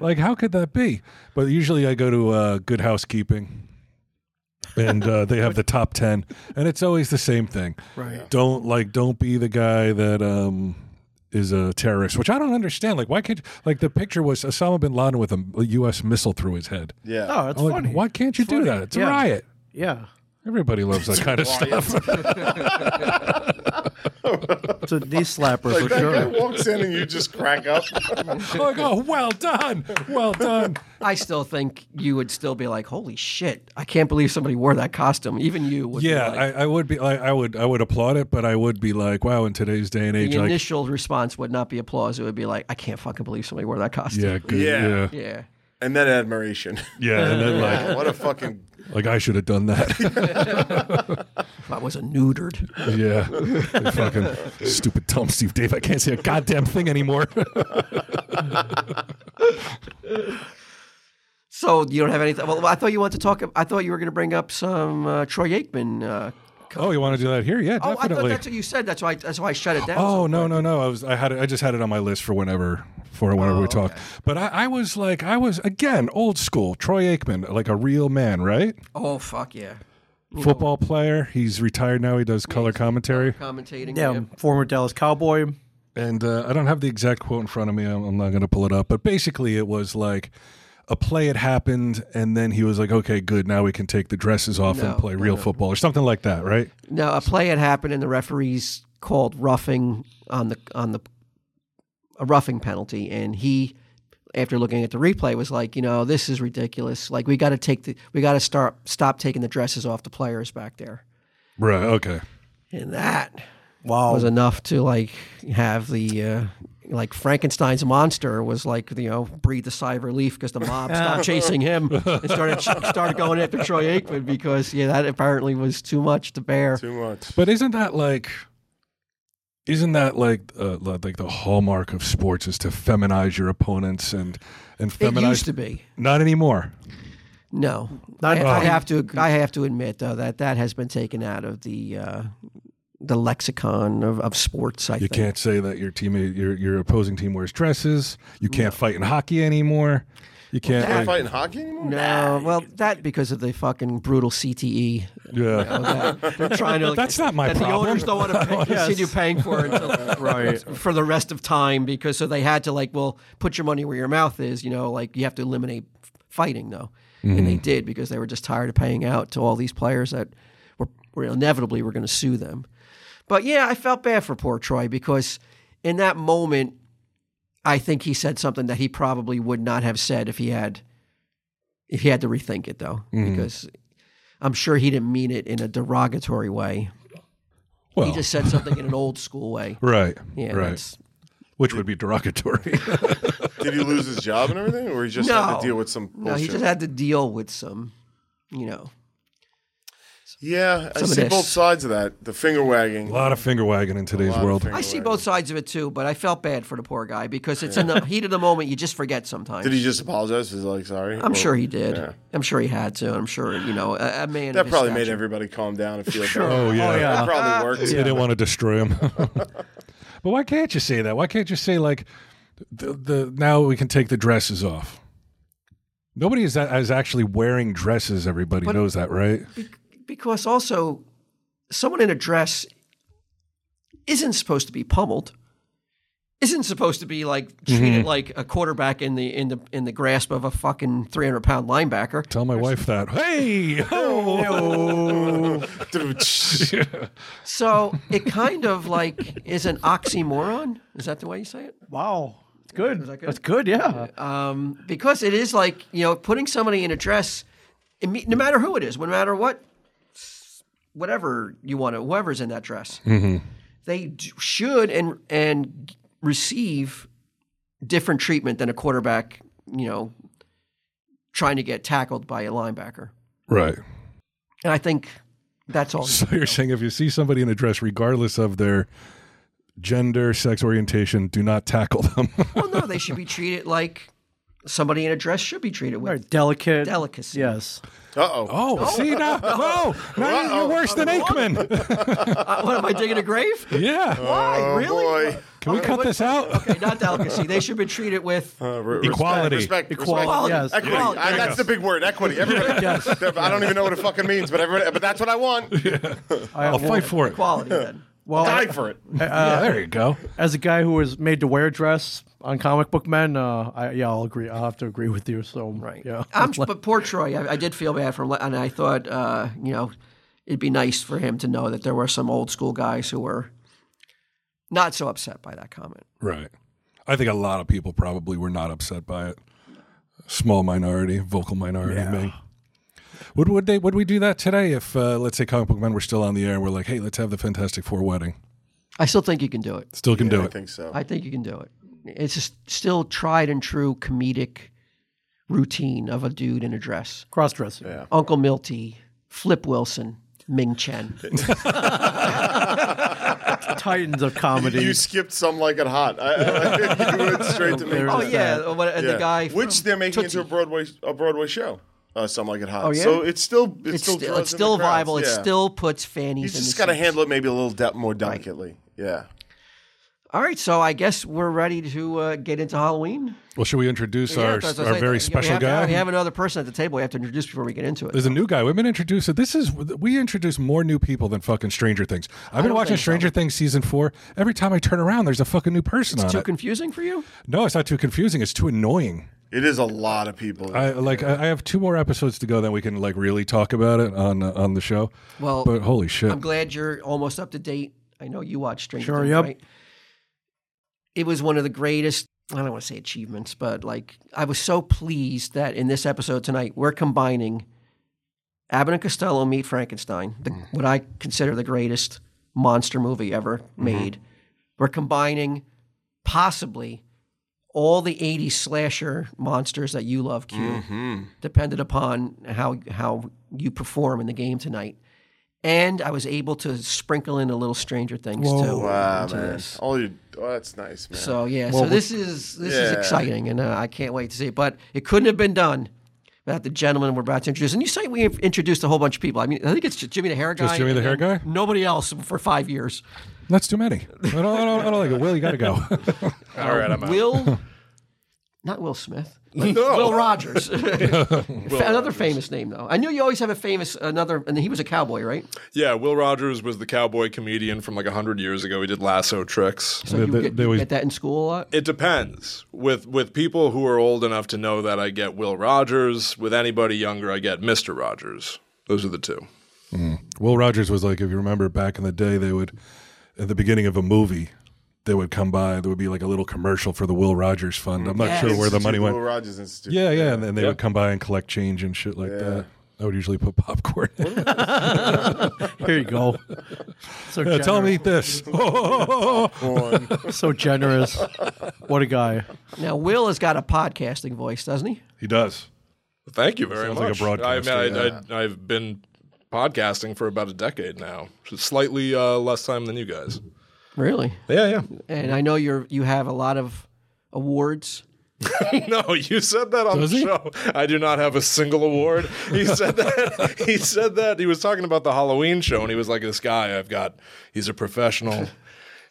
[SPEAKER 3] like how could that be? But usually I go to uh, Good Housekeeping, and uh, they have the top 10, and it's always the same thing. Right? Don't like don't be the guy that um is a terrorist, which I don't understand. Like why could like the picture was Osama bin Laden with a, a U.S. missile through his head.
[SPEAKER 4] yeah,
[SPEAKER 2] oh, it's
[SPEAKER 3] I'm like,
[SPEAKER 2] funny.
[SPEAKER 3] why can't you do that? It's a
[SPEAKER 2] Yeah.
[SPEAKER 3] riot.
[SPEAKER 2] Yeah,
[SPEAKER 3] Everybody loves that kind of stuff.
[SPEAKER 2] it's a knee slapper
[SPEAKER 4] like that
[SPEAKER 2] for
[SPEAKER 4] guy
[SPEAKER 2] sure.
[SPEAKER 4] walks in and you just crack up.
[SPEAKER 3] like, oh, well done, well done.
[SPEAKER 1] I still think you would still be like, "Holy shit! I can't believe somebody wore that costume." Even you would.
[SPEAKER 3] Yeah,
[SPEAKER 1] be like,
[SPEAKER 3] I, I would be like, I would, I would applaud it, but I would be like, wow, in today's day and age,
[SPEAKER 1] the
[SPEAKER 3] like,
[SPEAKER 1] initial response would not be applause. It would be like, "I can't fucking believe somebody wore that costume."
[SPEAKER 3] yeah, good,
[SPEAKER 4] Yeah.
[SPEAKER 3] yeah, yeah,
[SPEAKER 1] Yeah.
[SPEAKER 4] and then admiration.
[SPEAKER 3] and then like,
[SPEAKER 4] what a fucking
[SPEAKER 3] like I should have done that.
[SPEAKER 1] I wasn't neutered.
[SPEAKER 3] yeah, Like, fucking stupid Tom Steve Dave. I can't say a goddamn thing anymore.
[SPEAKER 1] So you don't have anything. Well, I thought you wanted to talk. I thought you were going to bring up some uh, Troy Aikman. Uh, co-
[SPEAKER 3] oh, you want to do that here? Yeah,
[SPEAKER 1] oh, I thought
[SPEAKER 3] definitely.
[SPEAKER 1] that's what you said. That's why. That's why I shut it down.
[SPEAKER 3] Oh no no no! I was I had it, I just had it on my list for whenever for whenever
[SPEAKER 1] Oh,
[SPEAKER 3] we talk. But I, I was like I was again old school Troy Aikman like a real man right
[SPEAKER 1] Oh fuck yeah!
[SPEAKER 3] football player. He's retired now. He does color commentary.
[SPEAKER 1] Commentating.
[SPEAKER 2] Yeah,
[SPEAKER 1] yeah.
[SPEAKER 2] former Dallas Cowboy.
[SPEAKER 3] And uh, I don't have the exact quote in front of me. I'm, I'm not going to pull it up. But basically, it was like a play had happened, and then he was like, okay, good. Now we can take the dresses off and play real football or something like that, right?
[SPEAKER 1] No, a play had happened, and the referees called roughing on the on the a roughing penalty, and he, after looking at the replay, was like, you know, this is ridiculous. Like we got to take the we got to start stop taking the dresses off the players back there,
[SPEAKER 3] Right. Uh, Okay.
[SPEAKER 1] and that
[SPEAKER 2] Wow.
[SPEAKER 1] was enough to like have the uh, like Frankenstein's monster was like you know breathe a sigh of relief because the mob stopped chasing him and started started going after Troy Aikman because yeah that apparently was too much to bear.
[SPEAKER 4] too much.
[SPEAKER 3] But isn't that like, isn't that like uh, like the hallmark of sports is to feminize your opponents and and
[SPEAKER 1] It
[SPEAKER 3] feminize?
[SPEAKER 1] used to be.
[SPEAKER 3] Not anymore.
[SPEAKER 1] No,
[SPEAKER 2] Not
[SPEAKER 1] I, I
[SPEAKER 2] anymore.
[SPEAKER 1] have to. I have to admit though that that has been taken out of the uh, the lexicon of, of sports. I
[SPEAKER 3] You
[SPEAKER 1] think.
[SPEAKER 3] can't say that your teammate, your your opposing team wears dresses. You can't fight in hockey anymore. You can't.
[SPEAKER 4] Not
[SPEAKER 3] like-
[SPEAKER 4] fighting hockey anymore?
[SPEAKER 1] No, Uh, well, that because of the fucking brutal CTE.
[SPEAKER 3] yeah.
[SPEAKER 1] of that. They're trying to.
[SPEAKER 3] That's not my
[SPEAKER 1] that
[SPEAKER 3] problem.
[SPEAKER 1] The owners don't want to pay, continue paying for it until, for the rest of time because so they had to like, well, put your money where your mouth is. You know, like you have to eliminate f- fighting though, and
[SPEAKER 3] Mm-hmm.
[SPEAKER 1] they did because they were just tired of paying out to all these players that were, were inevitably were going to sue them. But yeah, I felt bad for poor Troy because in that moment, I think he said something that he probably would not have said if he had if he had to rethink it though
[SPEAKER 3] Mm-hmm.
[SPEAKER 1] because I'm sure he didn't mean it in a derogatory way.
[SPEAKER 3] Well,
[SPEAKER 1] He just said something in an old school way.
[SPEAKER 3] right.
[SPEAKER 1] Yeah,
[SPEAKER 3] right.
[SPEAKER 1] that's-
[SPEAKER 3] Which would be derogatory.
[SPEAKER 4] Did he lose his job and everything, or he just had
[SPEAKER 1] No.
[SPEAKER 4] to deal with some bullshit?
[SPEAKER 1] No, he just had to deal with some, you know.
[SPEAKER 4] yeah, I
[SPEAKER 1] Some of
[SPEAKER 4] see
[SPEAKER 1] this.
[SPEAKER 4] both sides of that. The finger wagging.
[SPEAKER 3] a lot of finger wagging in today's
[SPEAKER 4] lot of
[SPEAKER 3] world.
[SPEAKER 4] finger-
[SPEAKER 1] I see both sides of it too, but I felt bad for the poor guy because it's in the heat of the moment you just forget sometimes.
[SPEAKER 4] Did he just apologize? He's like, sorry.
[SPEAKER 1] I'm
[SPEAKER 4] Or-
[SPEAKER 1] sure he did.
[SPEAKER 4] Yeah.
[SPEAKER 1] I'm sure he had to. I'm sure you know a, a man. of
[SPEAKER 4] That
[SPEAKER 1] his
[SPEAKER 4] probably made
[SPEAKER 1] stature.
[SPEAKER 4] everybody calm down and feel
[SPEAKER 1] Sure.
[SPEAKER 4] better.
[SPEAKER 3] Oh yeah.
[SPEAKER 2] Oh
[SPEAKER 4] That
[SPEAKER 2] yeah.
[SPEAKER 4] probably worked.
[SPEAKER 3] They didn't want to destroy him. but why can't you say that? Why can't you say like the, the now we can take the dresses off? Nobody is, is actually wearing dresses. Everybody knows that, right?
[SPEAKER 1] because also someone in a dress isn't supposed to be pummeled isn't supposed to be like
[SPEAKER 4] Mm-hmm.
[SPEAKER 1] treated like a quarterback in the in the in the grasp of a fucking 300 pound linebacker
[SPEAKER 3] Tell my wife that. Hey, oh.
[SPEAKER 1] so it kind of like is an oxymoron is that the way you say it
[SPEAKER 2] Wow. It's good.
[SPEAKER 1] that good?
[SPEAKER 2] That's good. Yeah.
[SPEAKER 1] um, because it is like you know putting somebody in a dress imme- no matter who it is no matter what whatever you want to whoever's in that dress
[SPEAKER 3] Mm-hmm.
[SPEAKER 1] they d- should and and receive different treatment than a quarterback you know trying to get tackled by a linebacker
[SPEAKER 3] right.
[SPEAKER 1] and i think that's all
[SPEAKER 3] So you're saying if you see somebody in a dress, regardless of their gender, sex orientation, do not tackle them.
[SPEAKER 1] well no they should be treated like somebody in a dress should be treated with
[SPEAKER 2] Very delicate.
[SPEAKER 1] delicacy
[SPEAKER 2] Yes.
[SPEAKER 4] Uh oh.
[SPEAKER 3] oh, see now, no, now you're worse than Aikman.
[SPEAKER 1] Uh, what am i digging a grave
[SPEAKER 3] yeah,
[SPEAKER 1] why
[SPEAKER 4] Oh,
[SPEAKER 1] really
[SPEAKER 4] boy.
[SPEAKER 3] can we
[SPEAKER 1] Okay,
[SPEAKER 3] cut
[SPEAKER 1] what-
[SPEAKER 3] this out?
[SPEAKER 1] Okay, not delicacy. They should be treated with
[SPEAKER 4] Uh, re-
[SPEAKER 3] Equality.
[SPEAKER 4] Respect. respect,
[SPEAKER 2] Equality,
[SPEAKER 4] respect.
[SPEAKER 2] yes.
[SPEAKER 4] Equity.
[SPEAKER 1] Equality.
[SPEAKER 4] I- that's the big word. Equity. Everybody. I don't even know what it fucking means, but everybody, but that's what I want.
[SPEAKER 3] I'll fight for it.
[SPEAKER 1] quality. Then
[SPEAKER 2] Well,
[SPEAKER 4] Die for it.
[SPEAKER 3] Yeah, there you go.
[SPEAKER 2] Uh, as a guy who was made to wear a dress on comic book men, uh, I, yeah, I'll agree. I'll have to agree with you. So
[SPEAKER 1] right?
[SPEAKER 2] Yeah.
[SPEAKER 1] I'm, but poor Troy. I, I did feel bad for him, and I thought, uh, you know, it'd be nice for him to know that there were some old school guys who were not so upset by that comment.
[SPEAKER 3] Right. I think a lot of people probably were not upset by it. Small minority, vocal minority, me. Would would they would we do that today if uh, let's say comic book men were still on the air and we're like, hey, let's have the Fantastic Four wedding.
[SPEAKER 1] I still think you can do it.
[SPEAKER 3] Still can do
[SPEAKER 4] I
[SPEAKER 3] it.
[SPEAKER 4] think so.
[SPEAKER 1] I think you can do it. It's just still tried and true comedic routine of a dude in a dress.
[SPEAKER 2] Cross dressing.
[SPEAKER 1] Uncle Milty, Flip Wilson, Ming Chen.
[SPEAKER 2] Titans of comedy.
[SPEAKER 4] You skipped some like it hot. I, I, you went straight to me.
[SPEAKER 1] Oh yeah, what, and the guy.
[SPEAKER 4] which
[SPEAKER 1] from
[SPEAKER 4] they're making into a
[SPEAKER 1] Tootsie.
[SPEAKER 4] Broadway a Broadway show. Uh, some like it hot.
[SPEAKER 1] Oh, yeah?
[SPEAKER 4] So it's still it's,
[SPEAKER 1] It's
[SPEAKER 4] still,
[SPEAKER 1] still,
[SPEAKER 4] draws
[SPEAKER 1] it's
[SPEAKER 4] in
[SPEAKER 1] still
[SPEAKER 4] the crowds.
[SPEAKER 1] viable. It
[SPEAKER 4] Yeah.
[SPEAKER 1] still puts fannies.
[SPEAKER 4] You
[SPEAKER 1] in
[SPEAKER 4] just
[SPEAKER 1] the
[SPEAKER 4] got to
[SPEAKER 1] seats.
[SPEAKER 4] handle it maybe a little de- more delicately. Yeah.
[SPEAKER 1] All right, so I guess we're ready to uh, get into Halloween.
[SPEAKER 3] Well, should we introduce
[SPEAKER 1] Yeah,
[SPEAKER 3] our
[SPEAKER 1] that's what I
[SPEAKER 3] our
[SPEAKER 1] said.
[SPEAKER 3] very
[SPEAKER 1] We
[SPEAKER 3] special
[SPEAKER 1] have-
[SPEAKER 3] guy?
[SPEAKER 1] We have another person at the table we have to introduce before we get into it.
[SPEAKER 3] There's a new guy. We've been introduced. So this is we introduce more new people than fucking Stranger Things. I've been
[SPEAKER 1] don't
[SPEAKER 3] watching
[SPEAKER 1] think so.
[SPEAKER 3] Stranger Things season four. Every time I turn around, there's a fucking new person on
[SPEAKER 1] Too
[SPEAKER 3] it.
[SPEAKER 1] confusing for you?
[SPEAKER 3] no, it's not too confusing. It's too annoying.
[SPEAKER 4] It is a lot of people.
[SPEAKER 3] I like. I I have two more episodes to go. Then we can like really talk about it on uh, on the show.
[SPEAKER 1] Well,
[SPEAKER 3] but holy shit!
[SPEAKER 1] I'm glad you're almost up to date. I know you watch Stranger
[SPEAKER 2] Sure,
[SPEAKER 1] Things,
[SPEAKER 2] yep.
[SPEAKER 1] right? It was one of the greatest. I don't want to say achievements, but like I was so pleased that in this episode tonight we're combining Abbott and Costello meet Frankenstein, the,
[SPEAKER 3] Mm.
[SPEAKER 1] what I consider the greatest monster movie ever
[SPEAKER 3] Mm-hmm.
[SPEAKER 1] made. We're combining possibly all the 80s slasher monsters that you love, Q,
[SPEAKER 4] Mm-hmm.
[SPEAKER 1] depended upon how how you perform in the game tonight. And I was able to sprinkle in a little Stranger Things too.
[SPEAKER 4] wow,
[SPEAKER 1] into
[SPEAKER 4] Ah, man.
[SPEAKER 1] this.
[SPEAKER 4] All you, oh, that's nice, man.
[SPEAKER 1] So yeah, so this is this is
[SPEAKER 4] Yeah.
[SPEAKER 1] exciting, and uh, I can't wait to see it. But it couldn't have been done without the gentleman we're about to introduce. And you say we have introduced a whole bunch of people. I mean, I think it's just Jimmy the Hair Guy.
[SPEAKER 3] Just Jimmy the
[SPEAKER 1] and
[SPEAKER 3] Hair
[SPEAKER 1] then
[SPEAKER 3] Guy?
[SPEAKER 1] Nobody else for five years.
[SPEAKER 3] That's too many. I don't, I don't, I don't like it. Will, you got to go.
[SPEAKER 1] All right, I'm Will Not Will Smith.
[SPEAKER 4] No.
[SPEAKER 1] Will Rogers. another famous name, though. I knew you always have a famous another, and he was a cowboy, right?
[SPEAKER 6] Yeah, Will Rogers was the cowboy comedian from like 100 years ago. He did lasso tricks.
[SPEAKER 1] So
[SPEAKER 3] They-
[SPEAKER 1] you
[SPEAKER 3] they-
[SPEAKER 1] get,
[SPEAKER 3] they
[SPEAKER 1] you
[SPEAKER 3] always-
[SPEAKER 1] get that in school a lot.
[SPEAKER 6] It depends. With with people who are old enough to know that I get Will Rogers, with anybody younger I get Mr. Rogers. Those are the two.
[SPEAKER 3] Mm. Will Rogers was like, if you remember back in the day, they would, at the beginning of a movie, they would come by. There would be like a little commercial for the Will Rogers Fund. I'm not
[SPEAKER 2] Mm.
[SPEAKER 3] sure where the money
[SPEAKER 4] Institute,
[SPEAKER 3] went.
[SPEAKER 4] Will Rogers Institute.
[SPEAKER 3] Yeah, yeah, and then they would come by and collect change and shit like that. I would usually put popcorn. in.
[SPEAKER 2] Here you go. So
[SPEAKER 3] Yeah,
[SPEAKER 2] generous.
[SPEAKER 3] tell me this.
[SPEAKER 4] One.
[SPEAKER 2] So generous. What a guy.
[SPEAKER 1] Now, Will has got a podcasting voice, doesn't he?
[SPEAKER 3] he does.
[SPEAKER 6] Thank you very
[SPEAKER 3] Sounds like a
[SPEAKER 6] much.
[SPEAKER 3] broadcaster,
[SPEAKER 6] I mean, I, I, I've been podcasting for about a decade now, which is slightly uh, less time than you guys.
[SPEAKER 1] Really?
[SPEAKER 6] Yeah, yeah.
[SPEAKER 1] And I know you're you have a lot of awards.
[SPEAKER 6] No, you said that on
[SPEAKER 3] Does
[SPEAKER 6] the
[SPEAKER 3] he?
[SPEAKER 6] show. I do not have a single award. He said that. he said that. He was talking about the Halloween show, and he was like, "This guy, I've got. He's a professional.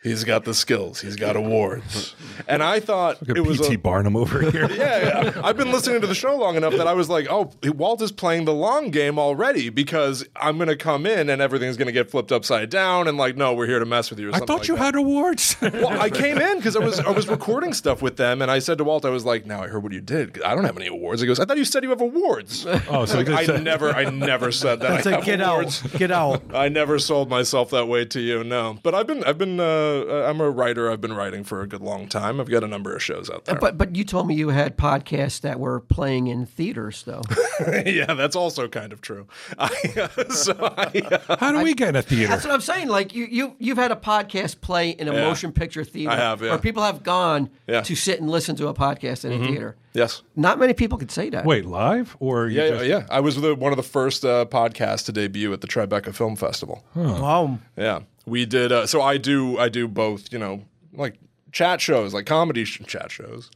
[SPEAKER 6] He's got the skills. He's got awards." And I thought
[SPEAKER 3] Look
[SPEAKER 6] it
[SPEAKER 3] at
[SPEAKER 6] was
[SPEAKER 3] PT
[SPEAKER 6] a,
[SPEAKER 3] Barnum over here.
[SPEAKER 6] yeah, yeah. I've been listening to the show long enough that I was like, oh, Walt is playing the long game already because I'm going to come in and everything's going to get flipped upside down. And like, no, we're here to mess with you. Or
[SPEAKER 3] I
[SPEAKER 6] something
[SPEAKER 3] thought
[SPEAKER 6] like
[SPEAKER 3] you
[SPEAKER 6] that.
[SPEAKER 3] had awards.
[SPEAKER 6] Well, I came in because I was I was recording stuff with them, and I said to Walt, I was like, "Now I heard what you did. I don't have any awards." He goes, "I thought you said you have awards."
[SPEAKER 3] oh, so
[SPEAKER 6] Like,
[SPEAKER 3] they
[SPEAKER 6] I
[SPEAKER 3] said-
[SPEAKER 6] never, I never said that.
[SPEAKER 2] It's
[SPEAKER 6] I
[SPEAKER 2] like
[SPEAKER 6] have
[SPEAKER 2] get
[SPEAKER 6] awards.
[SPEAKER 2] out. Get out.
[SPEAKER 6] I never sold myself that way to you, no. But I've been, I've been, uh, I'm a writer. I've been writing for a good long time. I've got a number of shows
[SPEAKER 2] Uh,
[SPEAKER 6] out there.
[SPEAKER 1] But but you told me you had podcasts that were playing in theaters, though.
[SPEAKER 6] yeah, that's also kind of true. I, uh, so I, uh,
[SPEAKER 3] How do we get in a theater?
[SPEAKER 1] That's what I'm saying. Like you, you, you've had a podcast play in a motion picture theater.
[SPEAKER 6] I have, yeah.
[SPEAKER 1] Where people have gone
[SPEAKER 6] Yeah. Mm-hmm.
[SPEAKER 1] to sit and listen to a podcast in a theater.
[SPEAKER 6] yes.
[SPEAKER 1] Not many people could say that.
[SPEAKER 3] Wait, live or you
[SPEAKER 6] Yeah,
[SPEAKER 3] just-
[SPEAKER 6] yeah. I was the, one of the first uh, podcasts to debut at the Tribeca Film Festival.
[SPEAKER 2] Wow.
[SPEAKER 6] Yeah, we did. Uh, so I do, I do both. You know, like chat shows, like comedy sh- chat shows.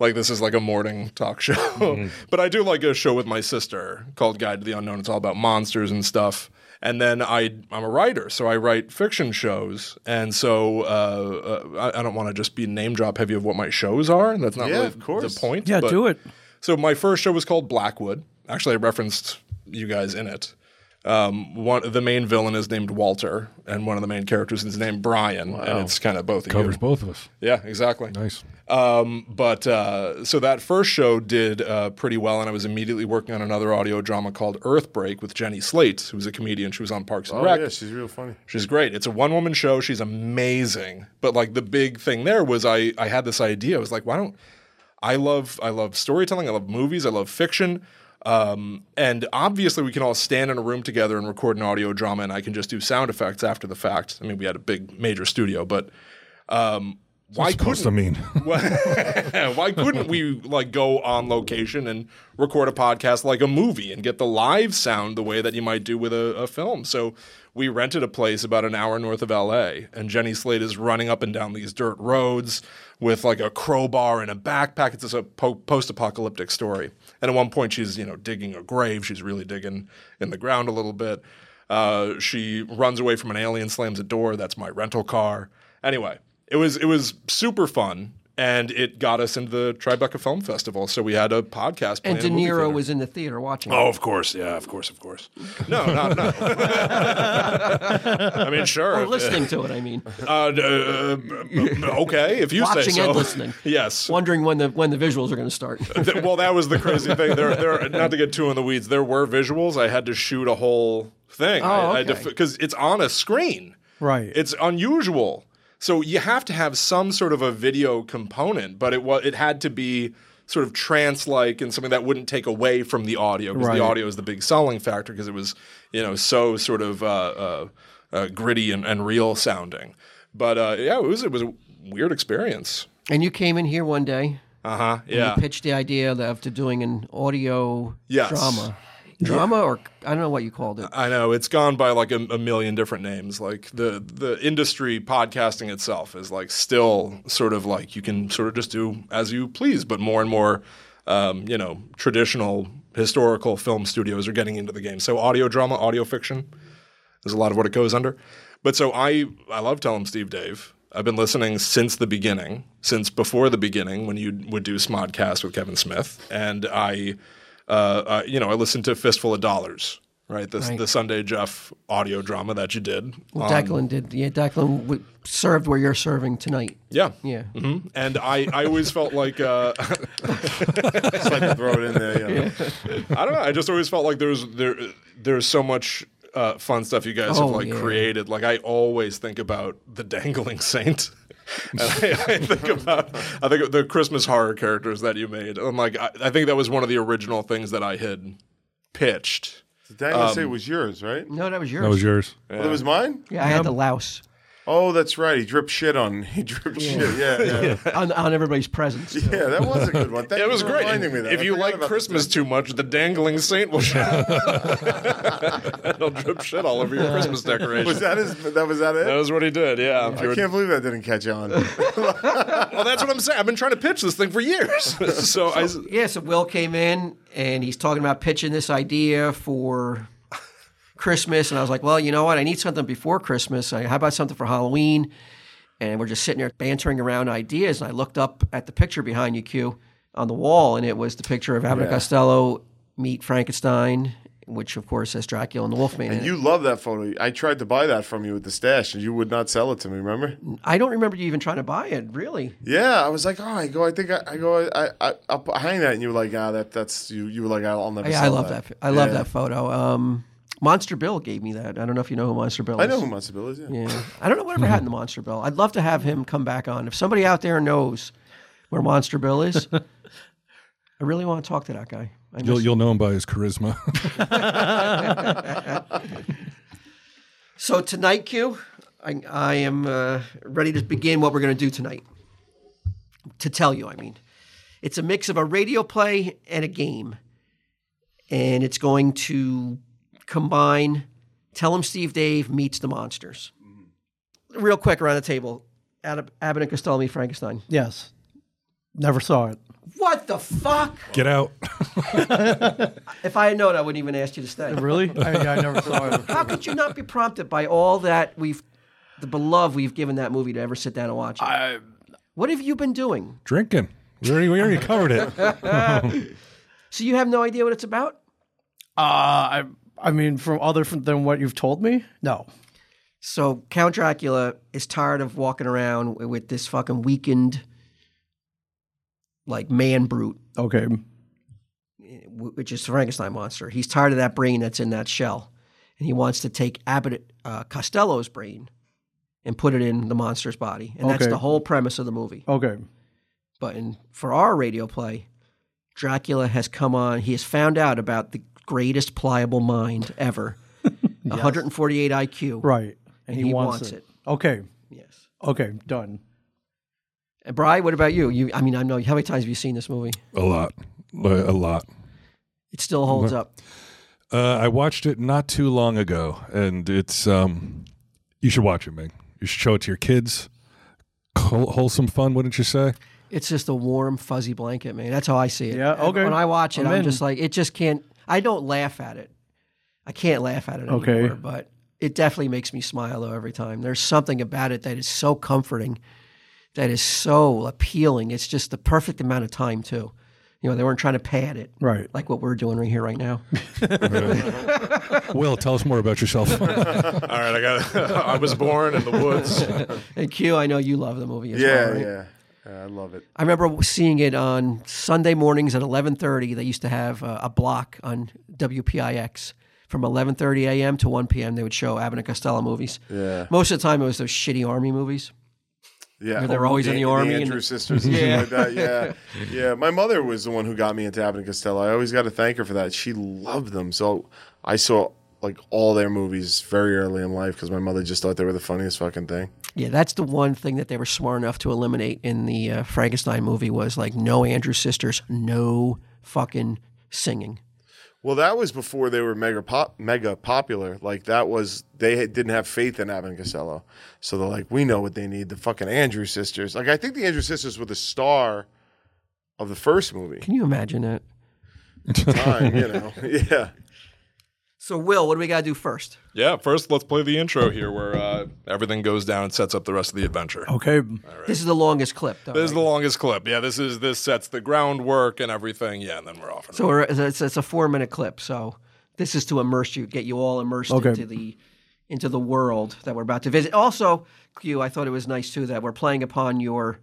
[SPEAKER 6] Like this is like a morning talk show,
[SPEAKER 4] Mm-hmm.
[SPEAKER 6] but I do like a show with my sister called Guide to the Unknown. It's all about monsters and stuff. And then I, I'm a writer, so I write fiction shows. And so uh, uh, I, I don't want to just be name drop heavy of what my shows are. That's not
[SPEAKER 4] Yeah,
[SPEAKER 6] really
[SPEAKER 4] of course.
[SPEAKER 6] the point.
[SPEAKER 2] Yeah,
[SPEAKER 6] but-
[SPEAKER 2] do it.
[SPEAKER 6] so my first show was called Blackwood. Actually, I referenced you guys in it. Um, one, the main villain is named Walter, and one of the main characters is named Brian, and it's kind of both of
[SPEAKER 3] Covers
[SPEAKER 6] you.
[SPEAKER 3] both of us.
[SPEAKER 6] Yeah, exactly.
[SPEAKER 3] Nice.
[SPEAKER 6] Um, but uh, so that first show did uh, pretty well, and I was immediately working on another audio drama called Earthbreak with Jenny Slate, who's a comedian. She was on Parks and
[SPEAKER 4] Oh,
[SPEAKER 6] Rec.
[SPEAKER 4] yeah, she's real funny.
[SPEAKER 6] She's great. It's a one woman show. She's amazing. But like the big thing there was I I had this idea. I was like, why don't I love I love storytelling. I love movies. I love fiction. Um, and obviously, we can all stand in a room together and record an audio drama, and I can just do sound effects after the fact. I mean, we had a big major studio, but um, why
[SPEAKER 3] Supposed
[SPEAKER 6] couldn't
[SPEAKER 3] to mean.
[SPEAKER 6] why why couldn't we like go on location and record a podcast like a movie and get the live sound the way that you might do with a, a film? So we rented a place about an hour north of LA, and Jenny Slate is running up and down these dirt roads with like a crowbar and a backpack. It's just a po- post-apocalyptic story. And at one point, she's you know digging a grave. She's really digging in the ground a little bit. Uh, she runs away from an alien, slams a door. That's my rental car. Anyway, it was it was super fun, and it got us into the Tribeca Film Festival. So we had a podcast.
[SPEAKER 1] And
[SPEAKER 6] play
[SPEAKER 1] De
[SPEAKER 6] in a movie
[SPEAKER 1] Niro
[SPEAKER 6] theater.
[SPEAKER 1] was in the theater watching.
[SPEAKER 6] Oh,
[SPEAKER 1] it.
[SPEAKER 6] of course, yeah, of course, of course. No, no, no. I mean, sure.
[SPEAKER 1] Or listening to it. I mean,
[SPEAKER 6] Uh, d- uh, b- b- okay, if you say
[SPEAKER 1] watching
[SPEAKER 6] so.
[SPEAKER 1] and listening.
[SPEAKER 6] Yes.
[SPEAKER 1] Wondering when the when the visuals are going to start.
[SPEAKER 6] Th- well, that was the crazy thing. There, there. Not to get too in the weeds, there were visuals. I had to shoot a whole thing.
[SPEAKER 1] Oh,
[SPEAKER 6] I,
[SPEAKER 1] okay.
[SPEAKER 6] because it's on a screen.
[SPEAKER 2] Right.
[SPEAKER 6] It's unusual. So you have to have some sort of a video component, but it was it had to be sort of trance-like and something that wouldn't take away from the audio because
[SPEAKER 2] Right.
[SPEAKER 6] the audio is the big selling factor because it was you know so sort of uh, uh, uh, gritty and, and real sounding. But uh, yeah, it was it was a weird experience.
[SPEAKER 1] and you came in here one day.
[SPEAKER 6] Uh huh. Yeah.
[SPEAKER 1] You pitched the idea of to doing an audio
[SPEAKER 6] Yes. Uh,
[SPEAKER 1] drama, drama, or I don't know what you called it.
[SPEAKER 6] I know it's gone by like a, a million different names. Like the the industry podcasting itself is like still sort of like you can sort of just do as you please, but more and more, um, you know, traditional historical film studios are getting into the game. So audio drama, audio fiction is a lot of what it goes under. But so I I love Tell 'em Steve Dave. I've been listening since the beginning, since before the beginning when you would do Smodcast with Kevin Smith, and I, uh, uh, you know, I listened to Fistful of Dollars, right? The, the Sunday Jeff audio drama that you did. on-
[SPEAKER 1] Declan did. Yeah, Declan w- served where you're serving tonight.
[SPEAKER 6] yeah,
[SPEAKER 1] Yeah.
[SPEAKER 6] Mhm. And I, I always felt like uh,
[SPEAKER 4] Just like to throw it in there. You know.
[SPEAKER 6] I don't know. I just always felt like there's there there's so much uh, fun stuff you guys
[SPEAKER 1] Oh,
[SPEAKER 6] have like
[SPEAKER 1] yeah.
[SPEAKER 6] created. Like I always think about the dangling saint. and I, I think about I think of the Christmas horror characters that you made. I'm like I, I think that was one of the original things that I had pitched. um,
[SPEAKER 4] The Daniel say was yours, right?
[SPEAKER 1] No, that was yours.
[SPEAKER 3] Um, That was yours.
[SPEAKER 4] Well, it was mine.
[SPEAKER 1] Yeah, I had
[SPEAKER 6] Um,
[SPEAKER 1] the louse
[SPEAKER 4] Oh, that's right. He dripped shit on. He dripped shit. Yeah, yeah, yeah.
[SPEAKER 1] on, on everybody's presence.
[SPEAKER 4] That was a good one. Thank
[SPEAKER 6] It was
[SPEAKER 4] you for
[SPEAKER 6] great.
[SPEAKER 4] reminding me of that.
[SPEAKER 6] If
[SPEAKER 4] I
[SPEAKER 6] you
[SPEAKER 4] forgot
[SPEAKER 6] like
[SPEAKER 4] about that.
[SPEAKER 6] Christmas too much, the dangling saint will show. up. It'll drip shit all over your Christmas decoration.
[SPEAKER 4] was that his, that was that it?
[SPEAKER 6] That was what he did. Yeah. If you
[SPEAKER 4] I
[SPEAKER 6] were-
[SPEAKER 4] can't believe that didn't catch on.
[SPEAKER 6] well, that's what I'm saying. I've been trying to pitch this thing for years. so I. s-
[SPEAKER 1] Yeah, so Will came in and he's talking about pitching this idea for Christmas. And I was like, well, you know what? I need something before Christmas. I, how about something for Halloween? And we're just sitting there bantering around ideas. And I looked up at the picture behind you, Q, on the wall, and it was the picture of Abbott and Costello meet Frankenstein, which of course has Dracula and the Wolfman. in it.
[SPEAKER 4] you love that photo. I tried to buy that from you at the stash, and you would not sell it to me. Remember?
[SPEAKER 1] I don't remember you even trying to buy it, really.
[SPEAKER 4] Yeah, I was like, oh, I go, I think I, I go, I, I, I'll put- hang that, and you were like, ah, that, that's you. You were like, I'll I'll never.
[SPEAKER 1] Yeah,
[SPEAKER 4] sell
[SPEAKER 1] I love that.
[SPEAKER 4] that.
[SPEAKER 1] I love
[SPEAKER 4] Yeah.
[SPEAKER 1] that photo. Um, Monster Bill gave me that. I don't know if you know who Monster Bill is.
[SPEAKER 4] I know who Monster Bill is. Yeah.
[SPEAKER 1] Yeah. I don't know whatever happened to Monster Bill. I'd love to have him come back on. If somebody out there knows where Monster Bill is, I really want to talk to that guy. I
[SPEAKER 3] You'll
[SPEAKER 1] miss-
[SPEAKER 3] you'll know him by his charisma.
[SPEAKER 1] so tonight, Q, I, I am uh, ready to begin what we're going to do tonight. To tell you, I mean, it's a mix of a radio play and a game, and it's going to combine Tell 'em Steve Dave meets the Monsters. Real quick around the table, Ab- Abbott and Costello meet Frankenstein.
[SPEAKER 2] Yes. Never saw it.
[SPEAKER 1] What the fuck?
[SPEAKER 3] Get out.
[SPEAKER 1] If I had known, I wouldn't even ask you to stay.
[SPEAKER 2] Really? I, I never saw it.
[SPEAKER 1] How could you not be prompted by all that we've, the beloved we've given that movie to ever sit down and watch it? what have you been doing?
[SPEAKER 3] Drinking. We already, we already covered it.
[SPEAKER 1] So you have no idea what it's about?
[SPEAKER 2] Uh, I, I mean, from other from, than what you've told me, no.
[SPEAKER 1] So Count Dracula is tired of walking around wi- with this fucking weakened, like man brute,
[SPEAKER 2] Okay.
[SPEAKER 1] wh- which is the Frankenstein monster. He's tired of that brain that's in that shell, and he wants to take Abbott uh, Costello's brain and put it in the monster's body, and that's
[SPEAKER 2] Okay.
[SPEAKER 1] the whole premise of the movie.
[SPEAKER 2] Okay.
[SPEAKER 1] But in, for our radio play, Dracula has come on. He has found out about the greatest pliable mind ever 148 IQ.
[SPEAKER 2] Right. And,
[SPEAKER 1] he wants it.
[SPEAKER 2] Okay.
[SPEAKER 1] Yes.
[SPEAKER 2] Okay. Done.
[SPEAKER 1] And Bry, what about you? You, I mean, I know how many times have you seen this movie?
[SPEAKER 3] A lot. A lot.
[SPEAKER 1] It still holds up.
[SPEAKER 3] Uh, I watched it not too long ago, and it's um, you should watch it, Ming. You should show it to your kids. Whol- Wholesome fun, wouldn't you say?
[SPEAKER 1] It's just a warm, fuzzy blanket, man. That's how I see it.
[SPEAKER 2] Yeah,
[SPEAKER 1] And
[SPEAKER 2] okay.
[SPEAKER 1] When I watch it, I'm,
[SPEAKER 2] I'm in.
[SPEAKER 1] just like, it just can't. I don't laugh at it. I can't laugh at it
[SPEAKER 2] Okay.
[SPEAKER 1] anymore. But it definitely makes me smile though every time. There's something about it that is so comforting, that is so appealing. It's just the perfect amount of time too. You know, they weren't trying to pad it,
[SPEAKER 2] Right.
[SPEAKER 1] Like what we're doing right here, right now.
[SPEAKER 3] Will, tell us more about yourself.
[SPEAKER 6] All right, I got. I was born in the woods.
[SPEAKER 1] and Q, I know you love the movie as
[SPEAKER 4] Yeah,
[SPEAKER 1] well. right?
[SPEAKER 4] yeah. Yeah, I love it.
[SPEAKER 1] I remember seeing it on Sunday mornings at 11:30. They used to have uh, a block on WPIX from 11:30 a.m. to 1 p.m. They would show Abbott and Costello movies.
[SPEAKER 4] Yeah.
[SPEAKER 1] Most of the time, it was those shitty army movies.
[SPEAKER 4] Yeah,
[SPEAKER 1] they're always in the army and-
[SPEAKER 4] Andrew sisters, and yeah, like that. yeah, yeah. My mother was the one who got me into Abbott and Costello. I always got to thank her for that. She loved them, so I saw like all their movies very early in life because my mother just thought they were the funniest fucking thing.
[SPEAKER 1] Yeah, that's the one thing that they were smart enough to eliminate in the uh, Frankenstein movie was like no Andrew sisters, no fucking singing.
[SPEAKER 4] Well, that was before they were mega pop, mega popular. Like that was they had, didn't have faith in Abbott and Costello, so they're like, we know what they need. The fucking Andrew sisters. Like I think the Andrew sisters were the star of the first movie.
[SPEAKER 1] Can you imagine that?
[SPEAKER 4] Time, you know, yeah.
[SPEAKER 1] So, Will, what do we got to do first?
[SPEAKER 7] Yeah, first let's play the intro here where uh, everything goes down and sets up the rest of the adventure.
[SPEAKER 2] Okay.
[SPEAKER 1] This is the longest clip. though,
[SPEAKER 7] This is
[SPEAKER 1] right?
[SPEAKER 7] the longest clip. Yeah, this is this sets the groundwork and everything. Yeah, and then we're off. and
[SPEAKER 1] So we're, it's, it's a four minute clip. So this is to immerse you, get you all immersed
[SPEAKER 2] Okay.
[SPEAKER 1] into the into the world that we're about to visit. Also, Q, I thought it was nice too that we're playing upon your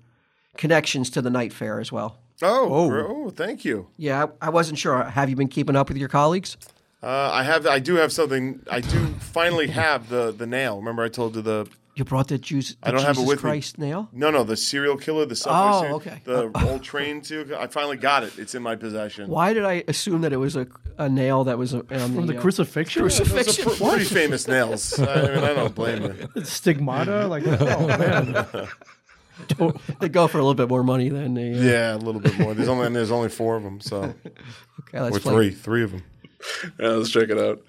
[SPEAKER 1] connections to the night fair as well.
[SPEAKER 4] Oh, oh. oh thank you.
[SPEAKER 1] Yeah, I, I wasn't sure. Have you been keeping up with your colleagues?
[SPEAKER 4] Uh, I have. I do have something. I do finally have the the nail. Remember, I told you the
[SPEAKER 1] You brought the Jews. The
[SPEAKER 4] I don't have it
[SPEAKER 1] Jesus
[SPEAKER 4] with me.
[SPEAKER 1] Christ nail.
[SPEAKER 4] no, no, the serial killer, the subway,
[SPEAKER 1] Oh,
[SPEAKER 4] serial-
[SPEAKER 1] okay.
[SPEAKER 4] the old train too. I finally got it. It's in my possession.
[SPEAKER 1] Why did I assume that it was a, a nail that was on
[SPEAKER 2] From
[SPEAKER 1] the,
[SPEAKER 2] the
[SPEAKER 1] uh,
[SPEAKER 2] crucifixion?
[SPEAKER 4] Those are pr- pretty famous nails. I mean, I don't blame you.
[SPEAKER 2] Stigmata? Like, oh, man.
[SPEAKER 1] They go for a little bit more money than the. Uh,
[SPEAKER 4] Yeah, a little bit more. There's only there's only four of them, so
[SPEAKER 1] okay, let's
[SPEAKER 4] or
[SPEAKER 1] play.
[SPEAKER 4] three, three of them.
[SPEAKER 7] Yeah, let's check it out.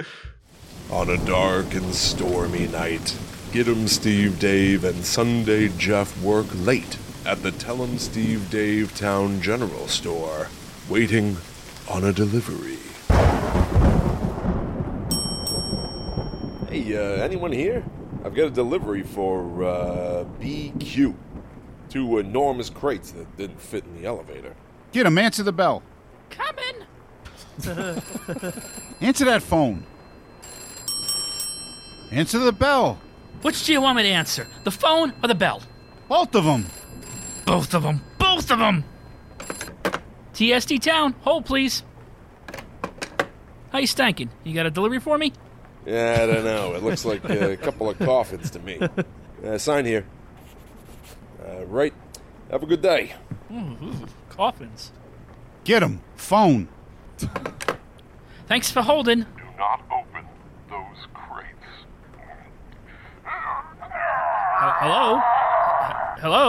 [SPEAKER 7] On a dark and stormy night, Gidim Steve Dave and Sunday Jeff work late at the Tellum Steve Dave Town General Store, waiting on a delivery. Hey, uh, anyone here? I've got a delivery for uh, BQ. Two enormous crates that didn't fit in the elevator.
[SPEAKER 8] Get him, answer the bell.
[SPEAKER 9] Coming.
[SPEAKER 8] Answer that phone. Answer the bell.
[SPEAKER 9] Which do you want me to answer? The phone or the bell?
[SPEAKER 8] Both of them.
[SPEAKER 9] Both of them. Both of them. TSD Town, hold please. How you stankin'? You got a delivery for me?
[SPEAKER 6] Yeah, I don't know. It looks like uh, a couple of coffins to me. Uh, sign here. Uh, right. Have a good day.
[SPEAKER 9] Coffins.
[SPEAKER 8] Get him. Phone.
[SPEAKER 9] Thanks for holding.
[SPEAKER 10] not open those crates.
[SPEAKER 9] Uh, hello? H- Hello?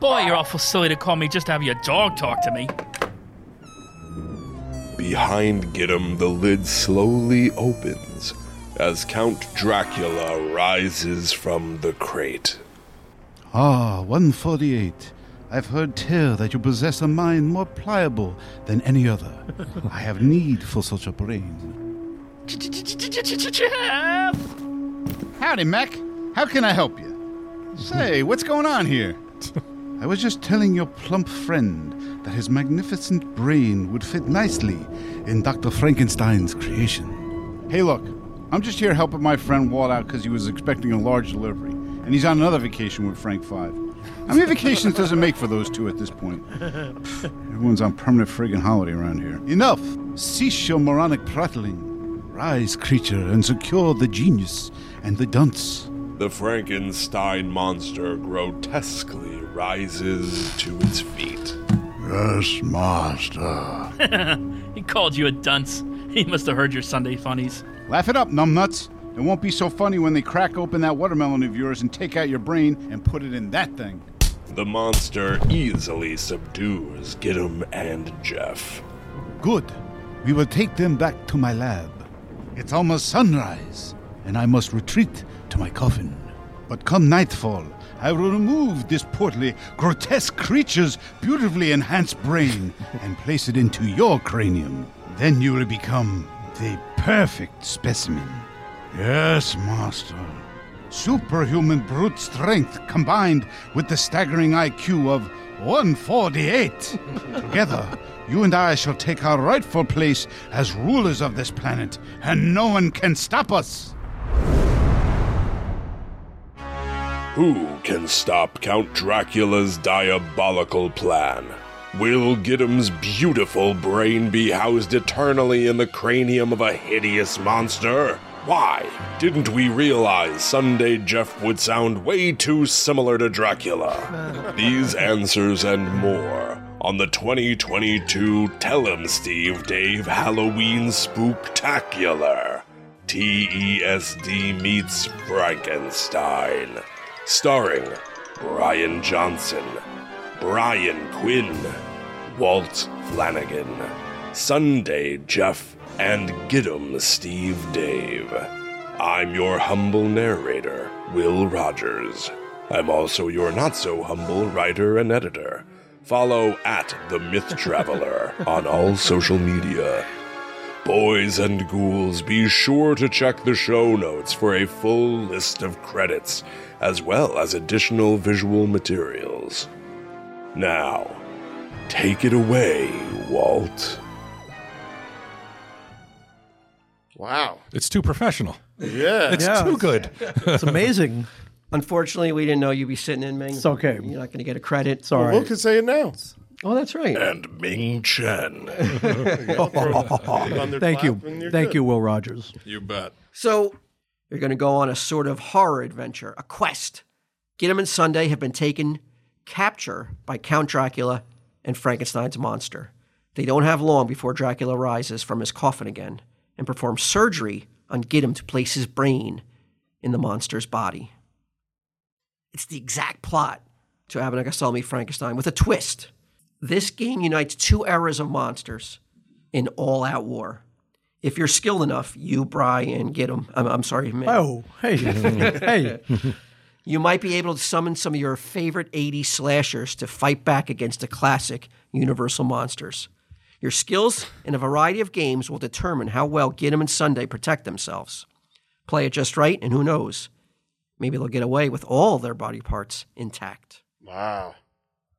[SPEAKER 9] Boy, you're awful silly to call me just to have your dog talk to me.
[SPEAKER 6] Behind Gidim, the lid slowly opens as Count Dracula rises from the crate.
[SPEAKER 8] Ah, 148. I've heard tell that you possess a mind more pliable than any other. I have need for such a brain.
[SPEAKER 9] Jeff!
[SPEAKER 8] Howdy, Mac. How can I help you? Say, what's going on here? I was just telling your plump friend that his magnificent brain would fit nicely in Dr. Frankenstein's creation. Hey, look, I'm just here helping my friend Walt out because he was expecting a large delivery, and he's on another vacation with Frank Five. How many vacations does it make for those two at this point? Pfft, Everyone's on permanent friggin' holiday around here. Enough! Cease your moronic prattling. Rise, creature, and secure the genius and the dunce.
[SPEAKER 6] The Frankenstein monster grotesquely rises to its feet.
[SPEAKER 8] Yes, master.
[SPEAKER 9] He called you a dunce. He must have heard your Sunday funnies.
[SPEAKER 8] Laugh it up, numbnuts. It won't be so funny when they crack open that watermelon of yours and take out your brain and put it in that thing.
[SPEAKER 6] The monster easily subdues Gidim and Jeff.
[SPEAKER 8] Good. We will take them back to my lab. It's almost sunrise, and I must retreat to my coffin. But come nightfall, I will remove this portly, grotesque creature's beautifully enhanced brain and place it into your cranium. Then you will become the perfect specimen. Yes, master. superhuman brute strength combined with the staggering IQ of 148. Together, you and I shall take our rightful place as rulers of this planet, and no one can stop us.
[SPEAKER 6] Who can stop Count Dracula's diabolical plan? Will Giddim's beautiful brain be housed eternally in the cranium of a hideous monster? Why didn't we realize Sunday Jeff would sound way too similar to Dracula? These answers and more on the 2022 Tell 'em Steve Dave Halloween Spooktacular. TESD E meets Frankenstein. Starring Brian Johnson, Brian Quinn, Walt Flanagan, Sunday Jeff, and Gidim Steve Dave. I'm your humble narrator, Will Rogers. I'm also your not so humble writer and editor. Follow at The Myth Traveler on all social media.
[SPEAKER 11] Boys and ghouls, be sure to check the show notes for a full list of credits, as well as additional visual materials. Now, take it away, Walt.
[SPEAKER 4] Wow.
[SPEAKER 3] It's too professional.
[SPEAKER 4] Yeah.
[SPEAKER 3] It's too good.
[SPEAKER 2] It's amazing.
[SPEAKER 1] Unfortunately, we didn't know you'd be sitting in, Ming.
[SPEAKER 2] It's okay.
[SPEAKER 1] You're not going to get a credit.
[SPEAKER 2] It's all
[SPEAKER 4] Well,
[SPEAKER 2] right.
[SPEAKER 4] could say it now.
[SPEAKER 1] Oh, that's right.
[SPEAKER 11] And Ming Chen.
[SPEAKER 4] On their
[SPEAKER 2] Thank
[SPEAKER 4] clap,
[SPEAKER 2] you.
[SPEAKER 4] and you're
[SPEAKER 2] Thank
[SPEAKER 4] good.
[SPEAKER 2] you, Will Rogers.
[SPEAKER 11] You bet.
[SPEAKER 1] So you're going to go on a sort of horror adventure, a quest. Gideon and Sunday have been taken capture by Count Dracula and Frankenstein's monster. They don't have long before Dracula rises from his coffin again and performs surgery on Gideon to place his brain in the monster's body. It's the exact plot to Abbott Meet Frankenstein with a twist. This game unites two eras of monsters in all-out war. If you're skilled enough, you, Bry, and get them. I'm, I'm sorry, man.
[SPEAKER 2] Oh, hey. hey.
[SPEAKER 1] You might be able to summon some of your favorite 80s slashers to fight back against the classic Universal monsters. Your skills in a variety of games will determine how well Gideon and Sunday protect themselves. Play it just right, and who knows? Maybe they'll get away with all their body parts intact.
[SPEAKER 4] Wow.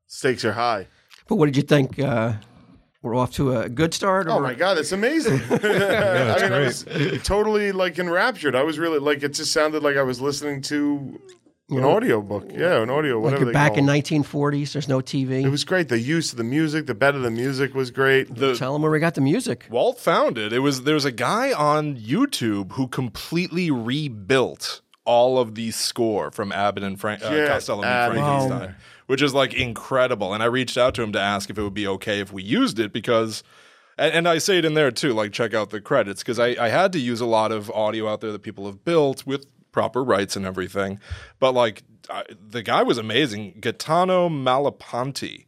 [SPEAKER 4] Stakes are high.
[SPEAKER 1] But what did you think? Uh, we're off to a good start?
[SPEAKER 4] Oh
[SPEAKER 1] or-
[SPEAKER 4] my god, that's amazing! I mean, I was totally like enraptured. I was really like it. Just sounded like I was listening to an audio book. Yeah, an audio.
[SPEAKER 1] Like
[SPEAKER 4] Whatever they
[SPEAKER 1] you're back
[SPEAKER 4] call
[SPEAKER 1] in
[SPEAKER 4] it.
[SPEAKER 1] 1940s, there's no TV.
[SPEAKER 4] It was great. The use of the music, the bed of the music was great.
[SPEAKER 1] Tell them where we got the music.
[SPEAKER 6] Walt found it. It was there was a guy on YouTube who completely rebuilt all of the score from Abbott and Frank uh,
[SPEAKER 4] Get
[SPEAKER 6] Costello
[SPEAKER 4] outta
[SPEAKER 6] and Frankenstein, which is like incredible. And I reached out to him to ask if it would be okay if we used it because. And, and I say it in there too, like check out the credits because I, I had to use a lot of audio out there that people have built with proper rights and everything. But like I, the guy was amazing, Gaetano Malapanti.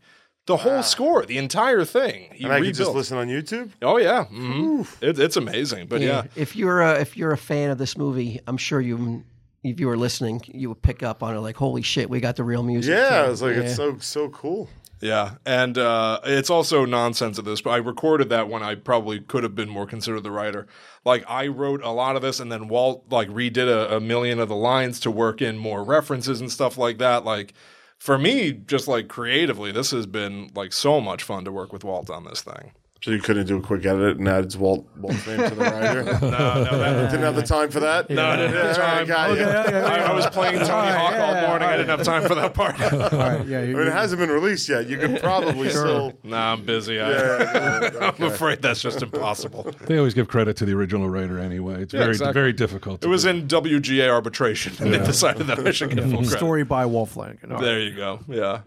[SPEAKER 6] The whole score, the entire thing. He
[SPEAKER 4] Ah. and I could just
[SPEAKER 6] rebuilt.
[SPEAKER 4] listen on YouTube.
[SPEAKER 6] Oh yeah, hmm it, it's amazing. But yeah,
[SPEAKER 1] If you're a, if you're a fan of this movie, I'm sure you if you were listening, you would pick up on it. Like, holy shit, we got the real music.
[SPEAKER 4] Yeah,
[SPEAKER 1] too.
[SPEAKER 4] I was like, it's so so cool.
[SPEAKER 6] yeah, and uh, it's also nonsense at this. But I recorded that when I probably could have been more considered the writer. Like I wrote a lot of this, and then Walt like redid a, a million of the lines to work in more references and stuff like that. Like for me, just like creatively, this has been like so much fun to work with Walt on this thing.
[SPEAKER 4] So you couldn't do a quick edit and add Walt Walt's name to the writer. no, no, didn't have the time for that. No,
[SPEAKER 6] I didn't have time. I, I was playing Tony Hawk all morning. I didn't have time for that part.
[SPEAKER 2] All right. Yeah.
[SPEAKER 4] I
[SPEAKER 2] you-
[SPEAKER 4] mean, it hasn't been released yet. You could probably still.
[SPEAKER 6] nah, I'm busy. I, I'm afraid that's just impossible.
[SPEAKER 3] They always give credit to the original writer anyway. It's
[SPEAKER 6] Yeah,
[SPEAKER 3] very
[SPEAKER 6] exactly.
[SPEAKER 3] very difficult.
[SPEAKER 6] It was in WGA arbitration, and they decided that I should get full credit.
[SPEAKER 2] Story by Wolf Flanagan. All right.
[SPEAKER 6] There you go. Yeah.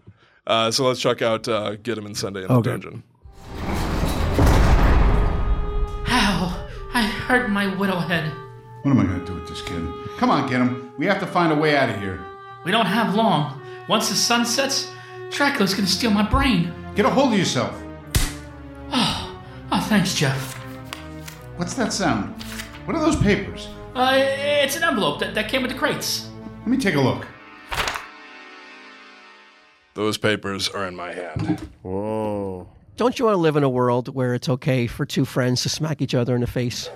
[SPEAKER 6] Uh, so let's check out uh, Get Him and Sunday in
[SPEAKER 2] Okay.
[SPEAKER 6] the Dungeon.
[SPEAKER 9] Ow! I hurt my widow head.
[SPEAKER 8] What am I going to do with this kid? Come on, get him. We have to find a way out of here.
[SPEAKER 9] We don't have long. Once the sun sets, Dracula's gonna steal my brain.
[SPEAKER 8] Get a hold of yourself.
[SPEAKER 9] Oh, thanks, Jeff.
[SPEAKER 8] What's that sound? What are those papers?
[SPEAKER 9] Uh, it's an envelope that, that came with the crates.
[SPEAKER 8] Let me take a look.
[SPEAKER 6] Those papers are in my hand.
[SPEAKER 4] Whoa.
[SPEAKER 1] Don't you want to live in a world where it's okay for two friends to smack each other in the face?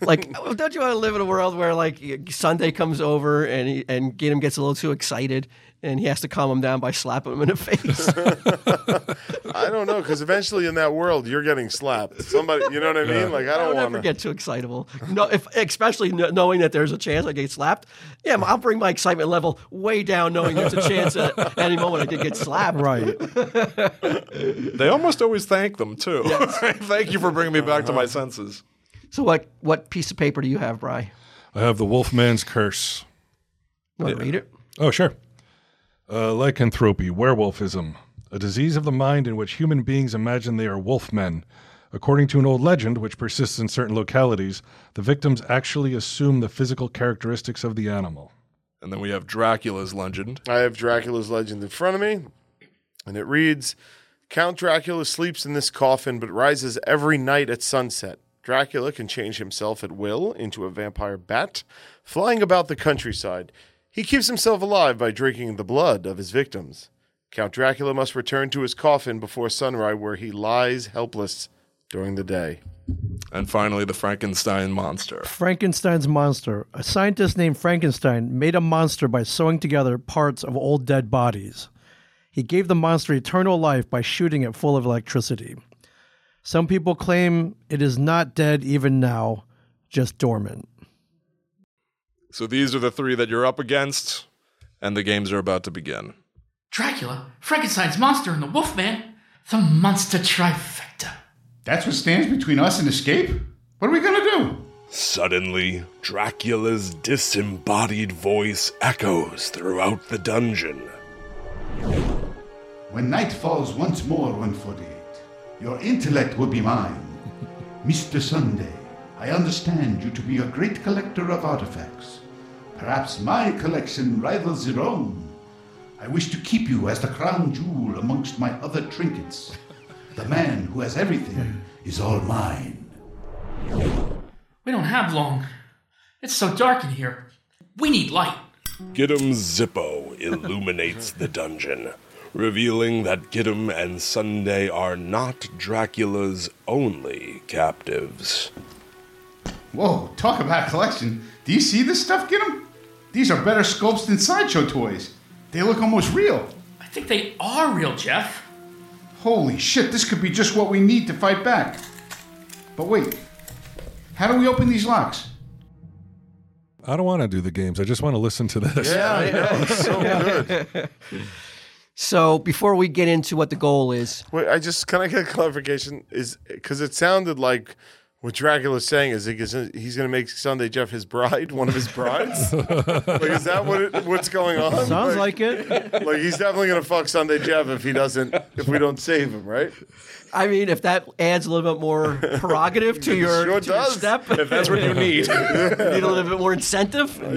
[SPEAKER 1] like, oh, don't you want to live in a world where like Sunday comes over and he, and Gideon gets a little too excited and he has to calm him down by slapping him in the face?
[SPEAKER 4] I don't know because eventually in that world you're getting slapped. Somebody, you know what I mean? Like I
[SPEAKER 1] I
[SPEAKER 4] don't
[SPEAKER 1] don't ever
[SPEAKER 4] want to.
[SPEAKER 1] get too excitable. No, if especially kn- knowing that there's a chance I get slapped. Yeah, I'll bring my excitement level way down, knowing there's a chance that at any moment I could get slapped.
[SPEAKER 2] Right.
[SPEAKER 6] They almost always thank them, too. thank you for bringing me back to my senses.
[SPEAKER 1] So what what piece of paper do you have, Bry?
[SPEAKER 3] I have the Wolfman's Curse.
[SPEAKER 1] You want to read it?
[SPEAKER 3] Oh, sure. Uh, lycanthropy, werewolfism, a disease of the mind in which human beings imagine they are wolfmen. According to an old legend, which persists in certain localities, the victims actually assume the physical characteristics of the animal.
[SPEAKER 6] And then we have Dracula's legend.
[SPEAKER 4] I have Dracula's legend in front of me, and it reads: Count Dracula sleeps in this coffin, but rises every night at sunset. Dracula can change himself at will into a vampire bat, flying about the countryside. He keeps himself alive by drinking the blood of his victims. Count Dracula must return to his coffin before sunrise, where he lies helpless during the day.
[SPEAKER 6] And finally, the Frankenstein monster.
[SPEAKER 2] Frankenstein's monster. A scientist named Frankenstein made a monster by sewing together parts of old dead bodies. He gave the monster eternal life by shooting it full of electricity. Some people claim it is not dead even now, just dormant.
[SPEAKER 6] So these are the three that you're up against, and the games are about to begin.
[SPEAKER 9] Dracula, Frankenstein's monster, and the Wolfman. The monster trifecta.
[SPEAKER 8] That's what stands between us and escape? What are we gonna do?
[SPEAKER 11] Suddenly, Dracula's disembodied voice echoes throughout the dungeon.
[SPEAKER 8] When night falls once more, 148, your intellect will be mine. Mr. Sunday, I understand you to be a great collector of artifacts. Perhaps my collection rivals your own. I wish to keep you as the crown jewel amongst my other trinkets. The man who has everything is all mine.
[SPEAKER 9] We don't have long. It's so dark in here. We need light.
[SPEAKER 11] Gidim Zippo illuminates the dungeon, revealing that Gidim and Sunday are not Dracula's only captives.
[SPEAKER 8] Whoa, talk about collection. Do you see this stuff, Get 'em? These are better sculpts than sideshow toys. They look almost real.
[SPEAKER 9] I think they are real, Jeff.
[SPEAKER 8] Holy shit, this could be just what we need to fight back. But wait, how do we open these locks?
[SPEAKER 3] I don't want to do the games. I just want to listen to this.
[SPEAKER 4] I know. It's so good.
[SPEAKER 1] So before we get into what the goal is,
[SPEAKER 4] Wait, I just can I get clarification? Is because it sounded like what Dracula's saying is like, is it- he's going to make Sunday Jeff his bride, one of his brides. like, is that what it, what's going on?
[SPEAKER 2] Sounds like it.
[SPEAKER 4] like, he's definitely going to fuck Sunday Jeff if he doesn't if we don't save him, right?
[SPEAKER 1] I mean, if that adds a little bit more prerogative to your,
[SPEAKER 4] Sure
[SPEAKER 1] to your
[SPEAKER 4] does.
[SPEAKER 1] step,
[SPEAKER 6] If that's what you need.
[SPEAKER 1] you need a little bit more incentive. But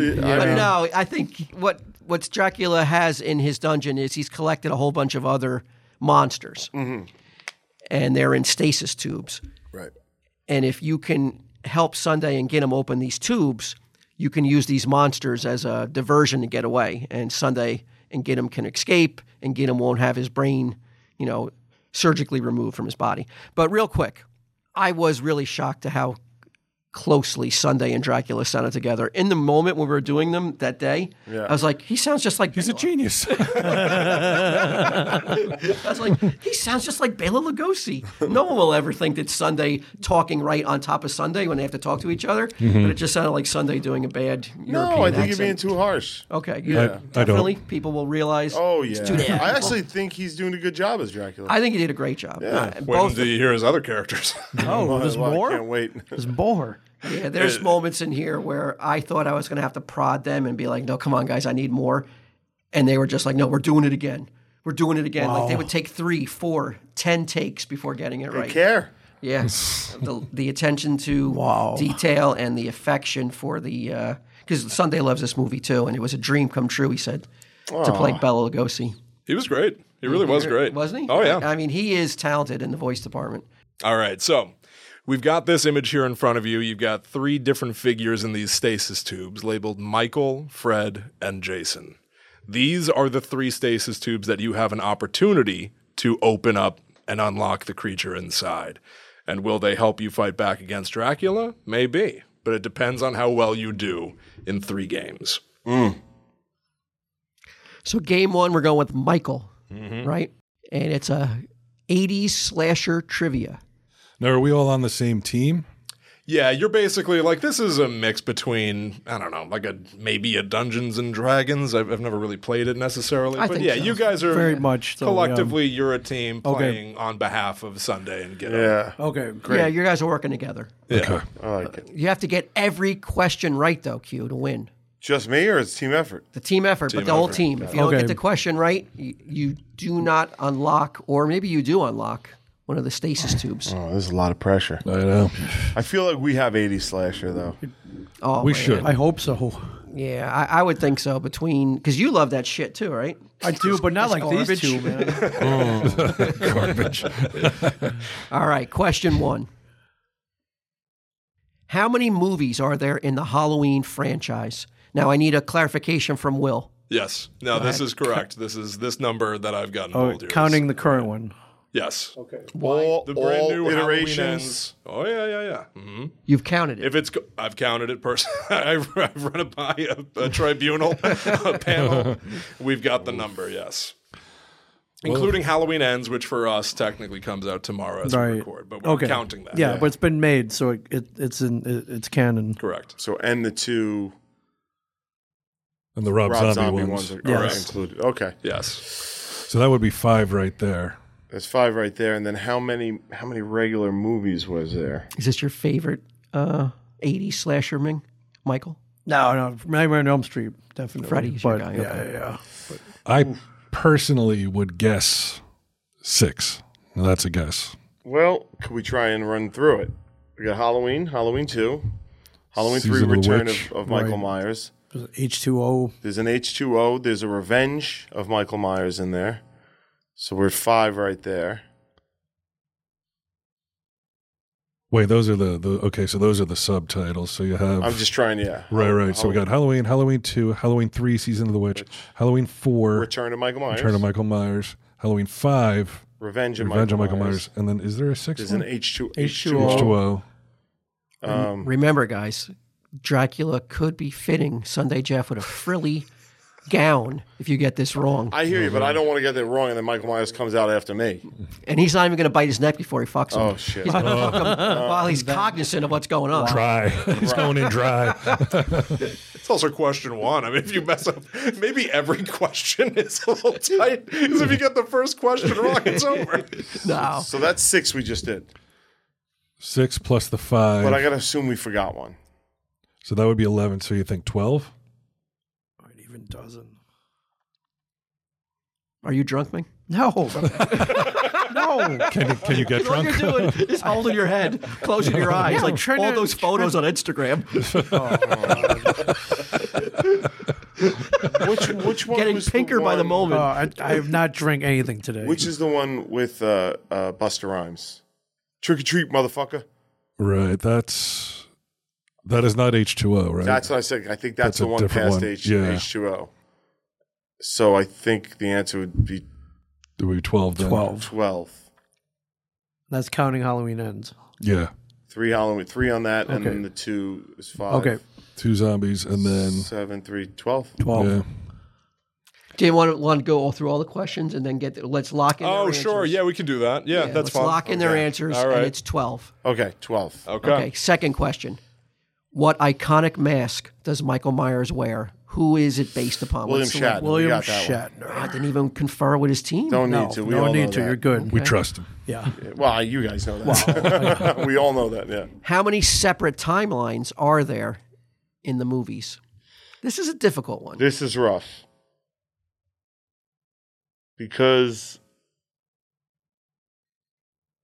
[SPEAKER 1] no, I think what what Dracula has in his dungeon is he's collected a whole bunch of other monsters, and they're in stasis tubes.
[SPEAKER 4] Right.
[SPEAKER 1] And if you can help Sunday and get him open these tubes, you can use these monsters as a diversion to get away. And Sunday and get him can escape, and get him won't have his brain, you know, surgically removed from his body. But real quick, I was really shocked to how closely Sunday and Dracula sounded together. In the moment when we were doing them that day, I was like, he sounds just like
[SPEAKER 3] He's a genius.
[SPEAKER 1] I was like, he sounds just like Bela Lugosi. No one will ever think that Sunday talking right on top of Sunday when they have to talk to each other,
[SPEAKER 3] Mm-hmm.
[SPEAKER 1] but it just sounded like Sunday doing a bad European
[SPEAKER 4] No, I think
[SPEAKER 1] accent.
[SPEAKER 4] you're being too harsh.
[SPEAKER 1] Okay,
[SPEAKER 3] I- I
[SPEAKER 1] yeah,
[SPEAKER 3] don't.
[SPEAKER 1] definitely people will realize.
[SPEAKER 4] Oh
[SPEAKER 1] it's
[SPEAKER 4] yeah,
[SPEAKER 1] two different
[SPEAKER 4] I
[SPEAKER 1] people.
[SPEAKER 4] actually think he's doing a good job as Dracula.
[SPEAKER 1] I think he did a great job.
[SPEAKER 4] Yeah.
[SPEAKER 1] Uh,
[SPEAKER 6] Wait
[SPEAKER 1] both,
[SPEAKER 6] until you hear his other characters.
[SPEAKER 2] Oh, there's
[SPEAKER 4] Well,
[SPEAKER 2] more?
[SPEAKER 4] I can't wait.
[SPEAKER 2] There's more.
[SPEAKER 1] yeah,
[SPEAKER 4] Uh,
[SPEAKER 1] there's moments in here where I thought I was going to have to prod them and be like, "No, come on, guys, I need more," and they were just like, "No, we're doing it again. We're doing it again." Like they would take three, four, ten takes before getting it
[SPEAKER 4] I
[SPEAKER 1] right.
[SPEAKER 4] care.
[SPEAKER 1] Yeah, the, the attention to detail and the affection for the because Sunday loves this movie too, and it was a dream come true. He said to play Bela Lugosi,
[SPEAKER 6] he was great. He really was great.
[SPEAKER 1] wasn't he?
[SPEAKER 6] Oh, yeah.
[SPEAKER 1] I mean, he is talented in the voice department.
[SPEAKER 6] All right, so we've got this image here in front of you. You've got three different figures in these stasis tubes labeled Michael, Fred, and Jason. These are the three stasis tubes that you have an opportunity to open up and unlock the creature inside. And will they help you fight back against Dracula? Maybe, but it depends on how well you do in three games.
[SPEAKER 4] Mm.
[SPEAKER 1] So game one, we're going with Michael, right? And it's a '80s slasher trivia.
[SPEAKER 3] now, are we all on the same team?
[SPEAKER 6] Yeah, you're basically like this is a mix between I don't know, like a maybe a Dungeons and Dragons. I've, I've never really played it necessarily,
[SPEAKER 1] I
[SPEAKER 6] but
[SPEAKER 1] think
[SPEAKER 6] yeah,
[SPEAKER 1] so.
[SPEAKER 6] you guys are
[SPEAKER 2] Very much so, yeah.
[SPEAKER 6] collectively you're a team playing on behalf of Sunday and get
[SPEAKER 4] Yeah,
[SPEAKER 2] Okay,
[SPEAKER 1] Yeah, you guys are working together.
[SPEAKER 3] Okay.
[SPEAKER 4] I like it.
[SPEAKER 1] You have to get every question right though, Q, to win.
[SPEAKER 4] Just me or it's team effort?
[SPEAKER 1] The team effort, but the whole team. If you don't
[SPEAKER 2] Okay.
[SPEAKER 1] get the question right, you, you do not unlock, or maybe you do unlock one of the stasis tubes.
[SPEAKER 4] Oh, there's a lot of pressure.
[SPEAKER 3] I know.
[SPEAKER 4] I feel like we have 80 slasher though.
[SPEAKER 1] Oh,
[SPEAKER 3] We
[SPEAKER 1] man.
[SPEAKER 3] should.
[SPEAKER 2] I hope so.
[SPEAKER 1] Yeah, I, I would think so. Between because you love that shit too, right?
[SPEAKER 2] I do, but not like these two, man.
[SPEAKER 3] Garbage.
[SPEAKER 1] All right, question one. How many movies are there in the Halloween franchise? Now I need a clarification from Will.
[SPEAKER 6] Yes, no, this is correct. This is this number that I've gotten
[SPEAKER 2] Oh,
[SPEAKER 6] bold here.
[SPEAKER 2] counting the current one.
[SPEAKER 6] Yes.
[SPEAKER 4] Okay.
[SPEAKER 6] All, the brand
[SPEAKER 4] all
[SPEAKER 6] new Halloween
[SPEAKER 4] iterations.
[SPEAKER 6] ends. Oh yeah, yeah, yeah. hmm
[SPEAKER 1] You've counted it.
[SPEAKER 6] If it's, go- I've counted it personally. I've, I've run it by a, a tribunal, a panel. We've got the number. Yes. Including Halloween ends, which for us technically comes out tomorrow as
[SPEAKER 2] Right.
[SPEAKER 6] we record, but we're
[SPEAKER 2] okay.
[SPEAKER 6] counting that.
[SPEAKER 2] Yeah, but it's been made, so it, it it's in it, it's canon.
[SPEAKER 6] Correct.
[SPEAKER 4] So and the two
[SPEAKER 3] And the Rob,
[SPEAKER 4] Rob
[SPEAKER 3] Zombie,
[SPEAKER 4] Zombie, ones,
[SPEAKER 3] ones.
[SPEAKER 4] are, are
[SPEAKER 2] Yes.
[SPEAKER 4] included. Okay,
[SPEAKER 6] Yes.
[SPEAKER 3] So that would be five right there.
[SPEAKER 4] there's five right there. And then how many how many regular movies was there?
[SPEAKER 1] Is this your favorite uh, 80s slasher, Ming? Michael?
[SPEAKER 2] No, no, Nightmare on Elm Street, definitely.
[SPEAKER 1] Freddy's your
[SPEAKER 2] but
[SPEAKER 1] guy,
[SPEAKER 2] yeah,
[SPEAKER 1] okay.
[SPEAKER 2] yeah, yeah.
[SPEAKER 3] I personally would guess six. Now, that's a guess.
[SPEAKER 4] Well, could we try and run through it? We got Halloween, Halloween two, Halloween
[SPEAKER 3] Season of
[SPEAKER 4] three,
[SPEAKER 3] the
[SPEAKER 4] Return
[SPEAKER 3] Witch.
[SPEAKER 4] of, of Michael
[SPEAKER 2] Right.
[SPEAKER 4] Myers.
[SPEAKER 2] H two O.
[SPEAKER 4] There's an H two O. There's a Revenge of Michael Myers in there. So we're at five right there.
[SPEAKER 3] Wait, those are the, the okay. So those are the subtitles. So you have
[SPEAKER 4] I'm just trying, yeah.
[SPEAKER 3] right, right. So we got Halloween, Halloween two, Halloween three, season of the witch, Halloween four,
[SPEAKER 4] Return of Michael Myers.
[SPEAKER 3] Return of Michael Myers, Halloween five,
[SPEAKER 4] Revenge of Michael,
[SPEAKER 3] Revenge of Michael
[SPEAKER 4] Myers.
[SPEAKER 3] Myers, and then is there a sixth?
[SPEAKER 4] There's an H two
[SPEAKER 2] H2O.
[SPEAKER 3] H two O.
[SPEAKER 4] Um,
[SPEAKER 1] Remember, guys, Dracula could be fitting Sunday Jeff with a frilly gown if you get this wrong.
[SPEAKER 4] I hear you, but I don't want to get that wrong, and then Michael Myers comes out after me.
[SPEAKER 1] And he's not even going to bite his neck before he fucks him.
[SPEAKER 4] Oh, shit.
[SPEAKER 1] He's going to fuck him while he's cognizant of what's going on.
[SPEAKER 3] Dry. He's going in dry.
[SPEAKER 6] It's also question one. I mean, if you mess up, maybe every question is a little tight. Because if you get the first question wrong, it's over.
[SPEAKER 1] No.
[SPEAKER 4] So that's six we just did,
[SPEAKER 3] Six plus the five.
[SPEAKER 4] but I gotta assume we forgot one.
[SPEAKER 3] so that would be eleven. So you think twelve?
[SPEAKER 2] It even doesn't.
[SPEAKER 1] Are you drunk, Ming?
[SPEAKER 2] No, no.
[SPEAKER 3] Can, can you get
[SPEAKER 1] All you're
[SPEAKER 3] drunk?
[SPEAKER 1] doing is holding your head, closing your eyes,
[SPEAKER 2] Yeah, I'm
[SPEAKER 1] like
[SPEAKER 2] trying
[SPEAKER 1] all
[SPEAKER 2] to-
[SPEAKER 1] those photos on Instagram,
[SPEAKER 2] Oh.
[SPEAKER 4] Which which one?
[SPEAKER 1] getting
[SPEAKER 4] was the
[SPEAKER 1] pinker by the
[SPEAKER 4] one-
[SPEAKER 2] Uh,
[SPEAKER 1] moment.
[SPEAKER 2] I, I have not drank anything today.
[SPEAKER 4] Which is the one with uh, uh, Buster Rhymes? Trick or treat, motherfucker.
[SPEAKER 3] Right. That's that is not H two O. Right.
[SPEAKER 4] That's what I said. I think that's,
[SPEAKER 3] That's
[SPEAKER 4] the
[SPEAKER 3] a
[SPEAKER 4] one
[SPEAKER 3] different
[SPEAKER 4] past
[SPEAKER 3] one.
[SPEAKER 4] H
[SPEAKER 3] Yeah.
[SPEAKER 4] H two O. So I think the answer would be
[SPEAKER 3] it would be twelve. Then.
[SPEAKER 2] twelve?
[SPEAKER 4] twelve.
[SPEAKER 2] That's counting Halloween ends.
[SPEAKER 3] Yeah.
[SPEAKER 4] Three Halloween, three on that, and
[SPEAKER 2] Okay.
[SPEAKER 4] then the two is five.
[SPEAKER 2] Okay,
[SPEAKER 3] Two zombies and then
[SPEAKER 4] seven, three, twelve.
[SPEAKER 2] twelve.
[SPEAKER 3] yeah.
[SPEAKER 1] Do you want to, want to go all through all the questions and then get the, let's lock in? their
[SPEAKER 6] Oh, sure.
[SPEAKER 1] answers.
[SPEAKER 6] Yeah, we can do that. Yeah,
[SPEAKER 1] Yeah,
[SPEAKER 6] that's
[SPEAKER 1] let's
[SPEAKER 6] fine.
[SPEAKER 1] lock in their answers,
[SPEAKER 6] All right.
[SPEAKER 1] and it's twelve.
[SPEAKER 4] Okay, twelve.
[SPEAKER 6] Okay.
[SPEAKER 1] Okay. Second question: What iconic mask does Michael Myers wear? Who is it based upon?
[SPEAKER 4] William
[SPEAKER 1] What's the one?
[SPEAKER 4] Shatner. We
[SPEAKER 2] William
[SPEAKER 4] got that one.
[SPEAKER 2] Shatner.
[SPEAKER 1] I didn't even confer with his team.
[SPEAKER 4] Don't
[SPEAKER 2] No,
[SPEAKER 4] need to. We
[SPEAKER 2] no
[SPEAKER 4] all
[SPEAKER 2] need
[SPEAKER 4] know
[SPEAKER 2] to.
[SPEAKER 4] that.
[SPEAKER 2] You're good.
[SPEAKER 3] We trust him.
[SPEAKER 2] Yeah.
[SPEAKER 4] Well, you guys know that. we all know that. Yeah.
[SPEAKER 1] How many separate timelines are there in the movies? This is a difficult one.
[SPEAKER 4] This is rough because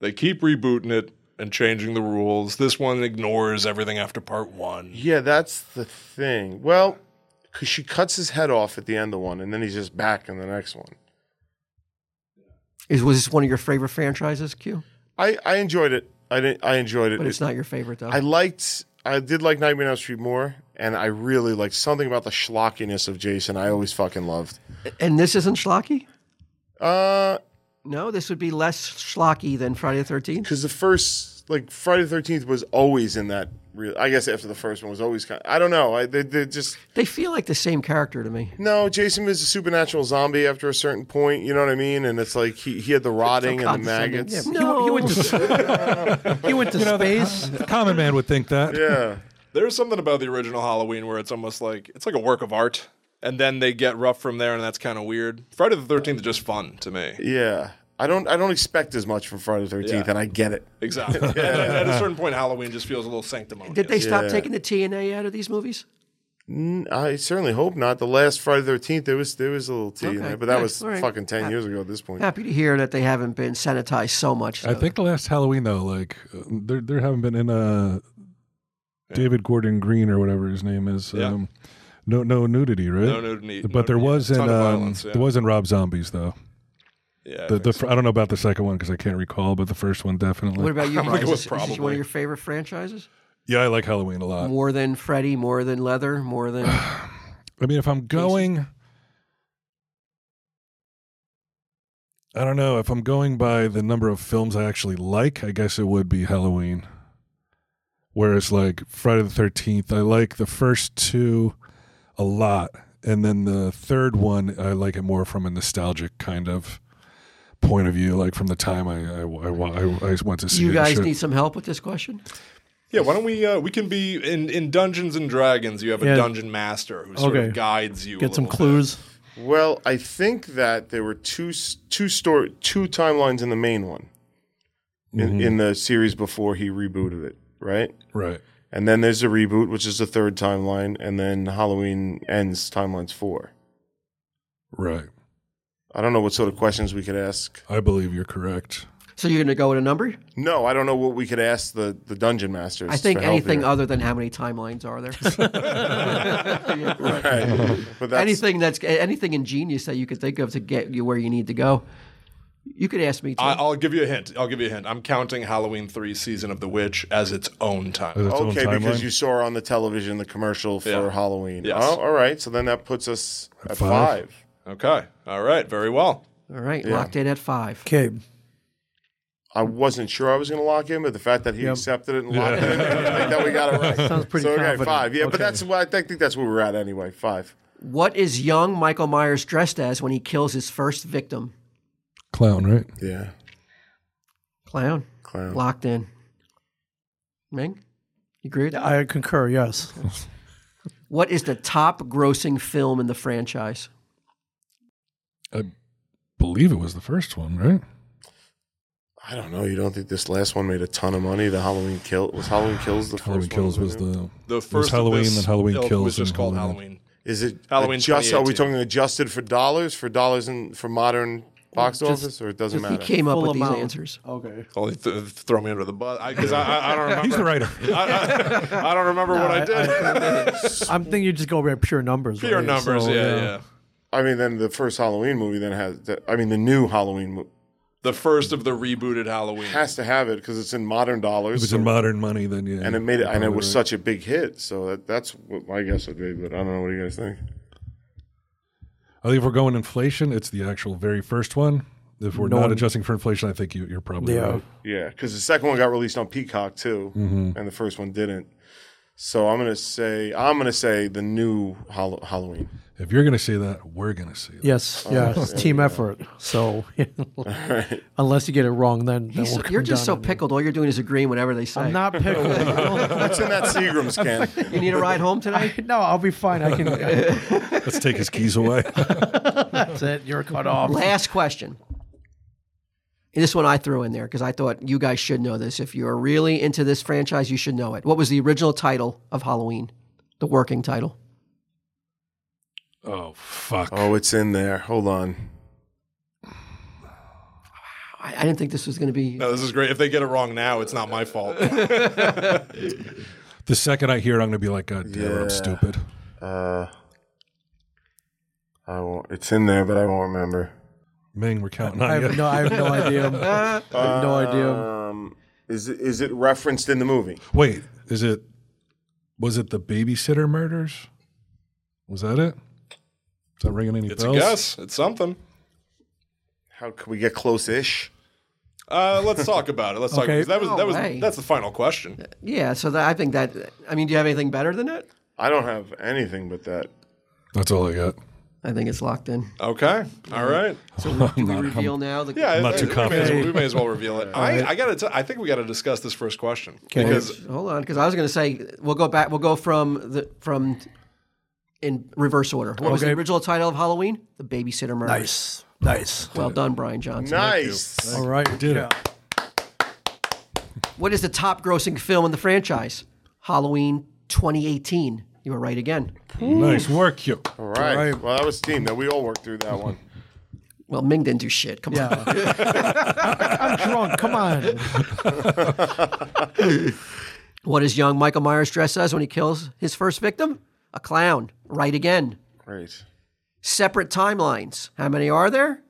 [SPEAKER 6] They keep rebooting it and changing the rules. This one ignores everything after part one.
[SPEAKER 4] yeah, that's the thing. Well, because she cuts his head off at the end of one, and then he's just back in the next one.
[SPEAKER 1] Is was this one of your favorite franchises, Q?
[SPEAKER 4] I I enjoyed it. I didn't. I enjoyed it.
[SPEAKER 1] But it's
[SPEAKER 4] It-
[SPEAKER 1] not your favorite though.
[SPEAKER 4] I liked. I did like Nightmare on Elm Street more, and I really liked something about the schlockiness of Jason. I always fucking loved.
[SPEAKER 1] and this isn't schlocky.
[SPEAKER 4] Uh,
[SPEAKER 1] No, this would be less schlocky than Friday the Thirteenth.
[SPEAKER 4] because the first like Friday the Thirteenth was always in that. Real, I guess after the first one was always kind. I don't know. I they, they just
[SPEAKER 1] They feel like the same character to me.
[SPEAKER 4] No, Jason is a supernatural zombie after a certain point. You know what I mean? And it's like he, he had the rotting and the
[SPEAKER 1] Condescending.
[SPEAKER 4] maggots.
[SPEAKER 1] Yeah,
[SPEAKER 4] Yeah.
[SPEAKER 1] no,
[SPEAKER 2] He went to, he went to space.
[SPEAKER 3] The common man would think that.
[SPEAKER 6] There's something about the original Halloween where it's almost like it's like a work of art. And then they get rough from there, and that's kind of weird. Friday the 13th is just fun to me.
[SPEAKER 4] yeah. I don't I don't expect as much from Friday the Thirteenth,
[SPEAKER 6] Yeah.
[SPEAKER 4] and I get it.
[SPEAKER 6] Exactly. And at a certain point, Halloween just feels a little sanctimonious.
[SPEAKER 1] Did they stop
[SPEAKER 4] Yeah.
[SPEAKER 1] taking the TNA out of these movies?
[SPEAKER 4] N- I certainly hope not. The last Friday the Thirteenth, there was there was a little tea in
[SPEAKER 1] Okay.
[SPEAKER 4] there, but that
[SPEAKER 1] Yeah,
[SPEAKER 4] was
[SPEAKER 1] all right.
[SPEAKER 4] fucking ten years ago at this point.
[SPEAKER 1] Happy to hear that they haven't been sanitized so much.
[SPEAKER 3] I
[SPEAKER 1] though.
[SPEAKER 3] think the last Halloween though, like uh, there there haven't been in uh David Gordon Green or whatever his name is.
[SPEAKER 6] Yeah.
[SPEAKER 3] Um, no no nudity, right?
[SPEAKER 6] No nudity-
[SPEAKER 3] But
[SPEAKER 6] no
[SPEAKER 3] there
[SPEAKER 6] nudity.
[SPEAKER 3] was in
[SPEAKER 6] Ton of
[SPEAKER 3] um,
[SPEAKER 6] violence, yeah.
[SPEAKER 3] there was in Rob Zombies though.
[SPEAKER 6] Yeah. I
[SPEAKER 3] The,
[SPEAKER 6] think
[SPEAKER 3] the
[SPEAKER 6] so.
[SPEAKER 3] fir- I don't know about the second one because I can't recall, but the first one definitely.
[SPEAKER 1] What about you,
[SPEAKER 6] I'm gonna
[SPEAKER 1] Brian?
[SPEAKER 6] go
[SPEAKER 1] Is,
[SPEAKER 6] with
[SPEAKER 1] this- is this one
[SPEAKER 6] probably. Uh,
[SPEAKER 1] of your favorite franchises?
[SPEAKER 3] yeah, I like Halloween a lot.
[SPEAKER 1] More than Freddy, more than Leather, more than
[SPEAKER 3] I mean, if I'm going, I don't know. If I'm going by the number of films I actually like, I guess it would be Halloween. Whereas, like, Friday the 13th, I like the first two a lot. And then the third one, I like it more from a nostalgic kind of point of view, like from the time I, I, I, I, I went to see
[SPEAKER 1] you
[SPEAKER 3] it.
[SPEAKER 1] guys
[SPEAKER 3] Sure.
[SPEAKER 1] need some help with this question?
[SPEAKER 6] Yeah, why don't we? Uh, we can be in, in Dungeons and Dragons. You have a
[SPEAKER 2] Yeah.
[SPEAKER 6] dungeon master who sort
[SPEAKER 2] Okay.
[SPEAKER 6] of guides you. a
[SPEAKER 2] Get some
[SPEAKER 6] little bit.
[SPEAKER 2] clues.
[SPEAKER 4] Well, I think that there were two s- two story two timelines in the main one, in,
[SPEAKER 3] Mm-hmm.
[SPEAKER 4] in the series before he rebooted it, right?
[SPEAKER 3] Right.
[SPEAKER 4] And then there's a reboot, which is the third timeline, and then Halloween ends timelines four.
[SPEAKER 3] Right.
[SPEAKER 4] I don't know what sort of questions we could ask.
[SPEAKER 3] I believe you're correct.
[SPEAKER 1] So you're going to go with a number?
[SPEAKER 4] No, I don't know what we could ask the, the dungeon masters.
[SPEAKER 1] I think
[SPEAKER 4] for help
[SPEAKER 1] anything
[SPEAKER 4] here.
[SPEAKER 1] other than how many timelines are there. Yeah, right.
[SPEAKER 4] Right. But that's,
[SPEAKER 1] anything that's anything ingenious that you could think of to get you where you need to go. You could ask me too.
[SPEAKER 6] I, I'll give you a hint. I'll give you a hint. I'm counting Halloween three season of the witch as its own time.
[SPEAKER 3] As its own
[SPEAKER 4] okay because
[SPEAKER 3] timeline.
[SPEAKER 4] you saw on the television the commercial for
[SPEAKER 6] Yeah.
[SPEAKER 4] Halloween.
[SPEAKER 6] Yes.
[SPEAKER 4] Oh, all right. So then that puts us at,
[SPEAKER 3] five.
[SPEAKER 4] five.
[SPEAKER 6] Okay. All right. Very well.
[SPEAKER 1] All right, locked in at five.
[SPEAKER 2] Okay.
[SPEAKER 4] I wasn't sure I was going to lock in, but the fact that he accepted it and locked it in, I think that we got it right.
[SPEAKER 2] Sounds pretty
[SPEAKER 4] so okay,
[SPEAKER 2] confident.
[SPEAKER 4] five. Yeah,
[SPEAKER 2] Okay.
[SPEAKER 4] but that's why I think think that's where we're at anyway. Five.
[SPEAKER 1] What is young Michael Myers dressed as when he kills his first victim?
[SPEAKER 3] Clown, right?
[SPEAKER 4] Yeah.
[SPEAKER 1] Clown.
[SPEAKER 4] Clown.
[SPEAKER 1] Locked in. Ming, you agree with that?
[SPEAKER 2] I concur. Yes.
[SPEAKER 1] What is the top grossing film in the franchise?
[SPEAKER 3] I believe it was the first one, right?
[SPEAKER 4] I don't know. You don't think this last one made a ton of money? The Halloween kill was Halloween kills the
[SPEAKER 3] Halloween
[SPEAKER 4] first
[SPEAKER 3] Kills
[SPEAKER 4] one,
[SPEAKER 3] was the
[SPEAKER 6] The
[SPEAKER 3] it
[SPEAKER 6] first
[SPEAKER 3] was
[SPEAKER 6] of
[SPEAKER 3] Halloween,
[SPEAKER 6] this
[SPEAKER 3] then Halloween
[SPEAKER 6] ilk
[SPEAKER 3] Kills,
[SPEAKER 6] was just
[SPEAKER 3] and
[SPEAKER 6] called Halloween.
[SPEAKER 4] Is it
[SPEAKER 6] Halloween
[SPEAKER 4] Just are we
[SPEAKER 6] 2018.
[SPEAKER 4] talking adjusted for dollars for dollars in for modern box office, or it doesn't
[SPEAKER 1] He
[SPEAKER 4] matter?
[SPEAKER 1] came up
[SPEAKER 2] Full
[SPEAKER 1] with these
[SPEAKER 2] amount.
[SPEAKER 1] answers.
[SPEAKER 2] Okay.
[SPEAKER 6] Oh, th- th- throw me under the bus because I, I, I don't remember.
[SPEAKER 3] He's the writer.
[SPEAKER 6] I don't remember what I did.
[SPEAKER 2] I'm thinking you just go by pure numbers.
[SPEAKER 6] Pure
[SPEAKER 2] right?
[SPEAKER 6] numbers.
[SPEAKER 2] So,
[SPEAKER 6] yeah, yeah,
[SPEAKER 4] I mean, then the first Halloween movie then has. The, I mean, the new Halloween mo-
[SPEAKER 6] The first of the rebooted Halloween.
[SPEAKER 4] has to have it because it's in modern
[SPEAKER 3] It
[SPEAKER 4] dollars.
[SPEAKER 3] was
[SPEAKER 4] so-
[SPEAKER 3] in modern money then, yeah.
[SPEAKER 4] and it made it, and it was
[SPEAKER 3] Right.
[SPEAKER 4] such a big hit. So that, that's what my guess would be. But I don't know what do you guys think.
[SPEAKER 3] I think if we're going inflation, it's the actual very first one. If we're
[SPEAKER 2] No
[SPEAKER 3] not
[SPEAKER 2] one-
[SPEAKER 3] adjusting for inflation, I think you, you're probably
[SPEAKER 2] Yeah.
[SPEAKER 3] right.
[SPEAKER 4] Yeah, because the second one got released on Peacock too,
[SPEAKER 3] Mm-hmm.
[SPEAKER 4] and the first one didn't. So I'm gonna say I'm gonna say the new Hall- Halloween.
[SPEAKER 3] If you're going to see that, we're going to see it.
[SPEAKER 2] Yes. Oh, Yeah. It's team effort. So unless you get it wrong, then, then
[SPEAKER 1] He's-
[SPEAKER 2] we'll come
[SPEAKER 1] you're just so
[SPEAKER 2] down on you.
[SPEAKER 1] pickled. All you're doing is agreeing whatever they say.
[SPEAKER 2] I'm not pickled.
[SPEAKER 4] What's in that Seagram's can?
[SPEAKER 1] You need a ride home today?
[SPEAKER 2] no, I'll be fine. I can.
[SPEAKER 3] Let's take his keys away.
[SPEAKER 2] That's it. You're cut off.
[SPEAKER 1] Last question. And this one I threw in there because I thought you guys should know this. If you're really into this franchise, you should know it. What was the original title of Halloween? The working title.
[SPEAKER 3] oh, fuck.
[SPEAKER 4] Oh, it's in there. Hold on.
[SPEAKER 1] I, I didn't think this was going to be.
[SPEAKER 6] no, this is great. If they get it wrong now, it's not my fault.
[SPEAKER 3] The second I hear it, I'm going to be like, God damn it,
[SPEAKER 4] Yeah.
[SPEAKER 3] I'm stupid.
[SPEAKER 4] Uh, I won't. It's in there, but I won't remember.
[SPEAKER 3] Ming, we're counting
[SPEAKER 2] I
[SPEAKER 3] on you.
[SPEAKER 2] have no. I have no idea. I have no idea.
[SPEAKER 4] Um, is it, is it referenced in the movie?
[SPEAKER 3] Wait, is it, was it the babysitter murders? Was that it? Is that ringing any
[SPEAKER 6] it's a
[SPEAKER 3] bells?
[SPEAKER 6] guess. It's something.
[SPEAKER 4] How can we get close-ish?
[SPEAKER 6] Uh, let's talk about it. Let's talk.
[SPEAKER 2] Okay.
[SPEAKER 6] Because that was
[SPEAKER 1] No
[SPEAKER 6] that was
[SPEAKER 1] way.
[SPEAKER 6] that's the final question.
[SPEAKER 1] Yeah, so that, I think that. I mean, do you have anything better than that?
[SPEAKER 4] I don't have anything but that.
[SPEAKER 3] That's all I got.
[SPEAKER 1] I think it's locked in.
[SPEAKER 6] Okay. All right.
[SPEAKER 1] Do Mm-hmm. we reveal now? The,
[SPEAKER 6] Yeah,
[SPEAKER 3] not
[SPEAKER 6] I-
[SPEAKER 3] too
[SPEAKER 6] we may as
[SPEAKER 3] confident.
[SPEAKER 6] well- We may as well reveal it. I, I gotta. T- I think we gotta discuss this first question because
[SPEAKER 1] Hold on, because I was going to say we'll go back. We'll go from the from in reverse order. What was the
[SPEAKER 2] Okay.
[SPEAKER 1] original title of Halloween? The Babysitter Murders.
[SPEAKER 2] Nice. Nice.
[SPEAKER 1] Well done, Brian Johnson.
[SPEAKER 4] Nice.
[SPEAKER 2] All right.
[SPEAKER 3] Did
[SPEAKER 2] yeah.
[SPEAKER 3] it.
[SPEAKER 1] What is the top grossing film in the franchise? Halloween 2018. You were right again.
[SPEAKER 3] Nice work, you.
[SPEAKER 4] All right. Well, that was team. That we all worked through that one.
[SPEAKER 1] Well, Ming didn't do shit. Come on.
[SPEAKER 2] Yeah. I'm drunk. Come on.
[SPEAKER 1] What is young Michael Myers dressed as when he kills his first victim? A clown. Right again.
[SPEAKER 4] Great.
[SPEAKER 1] Separate timelines. How many are there?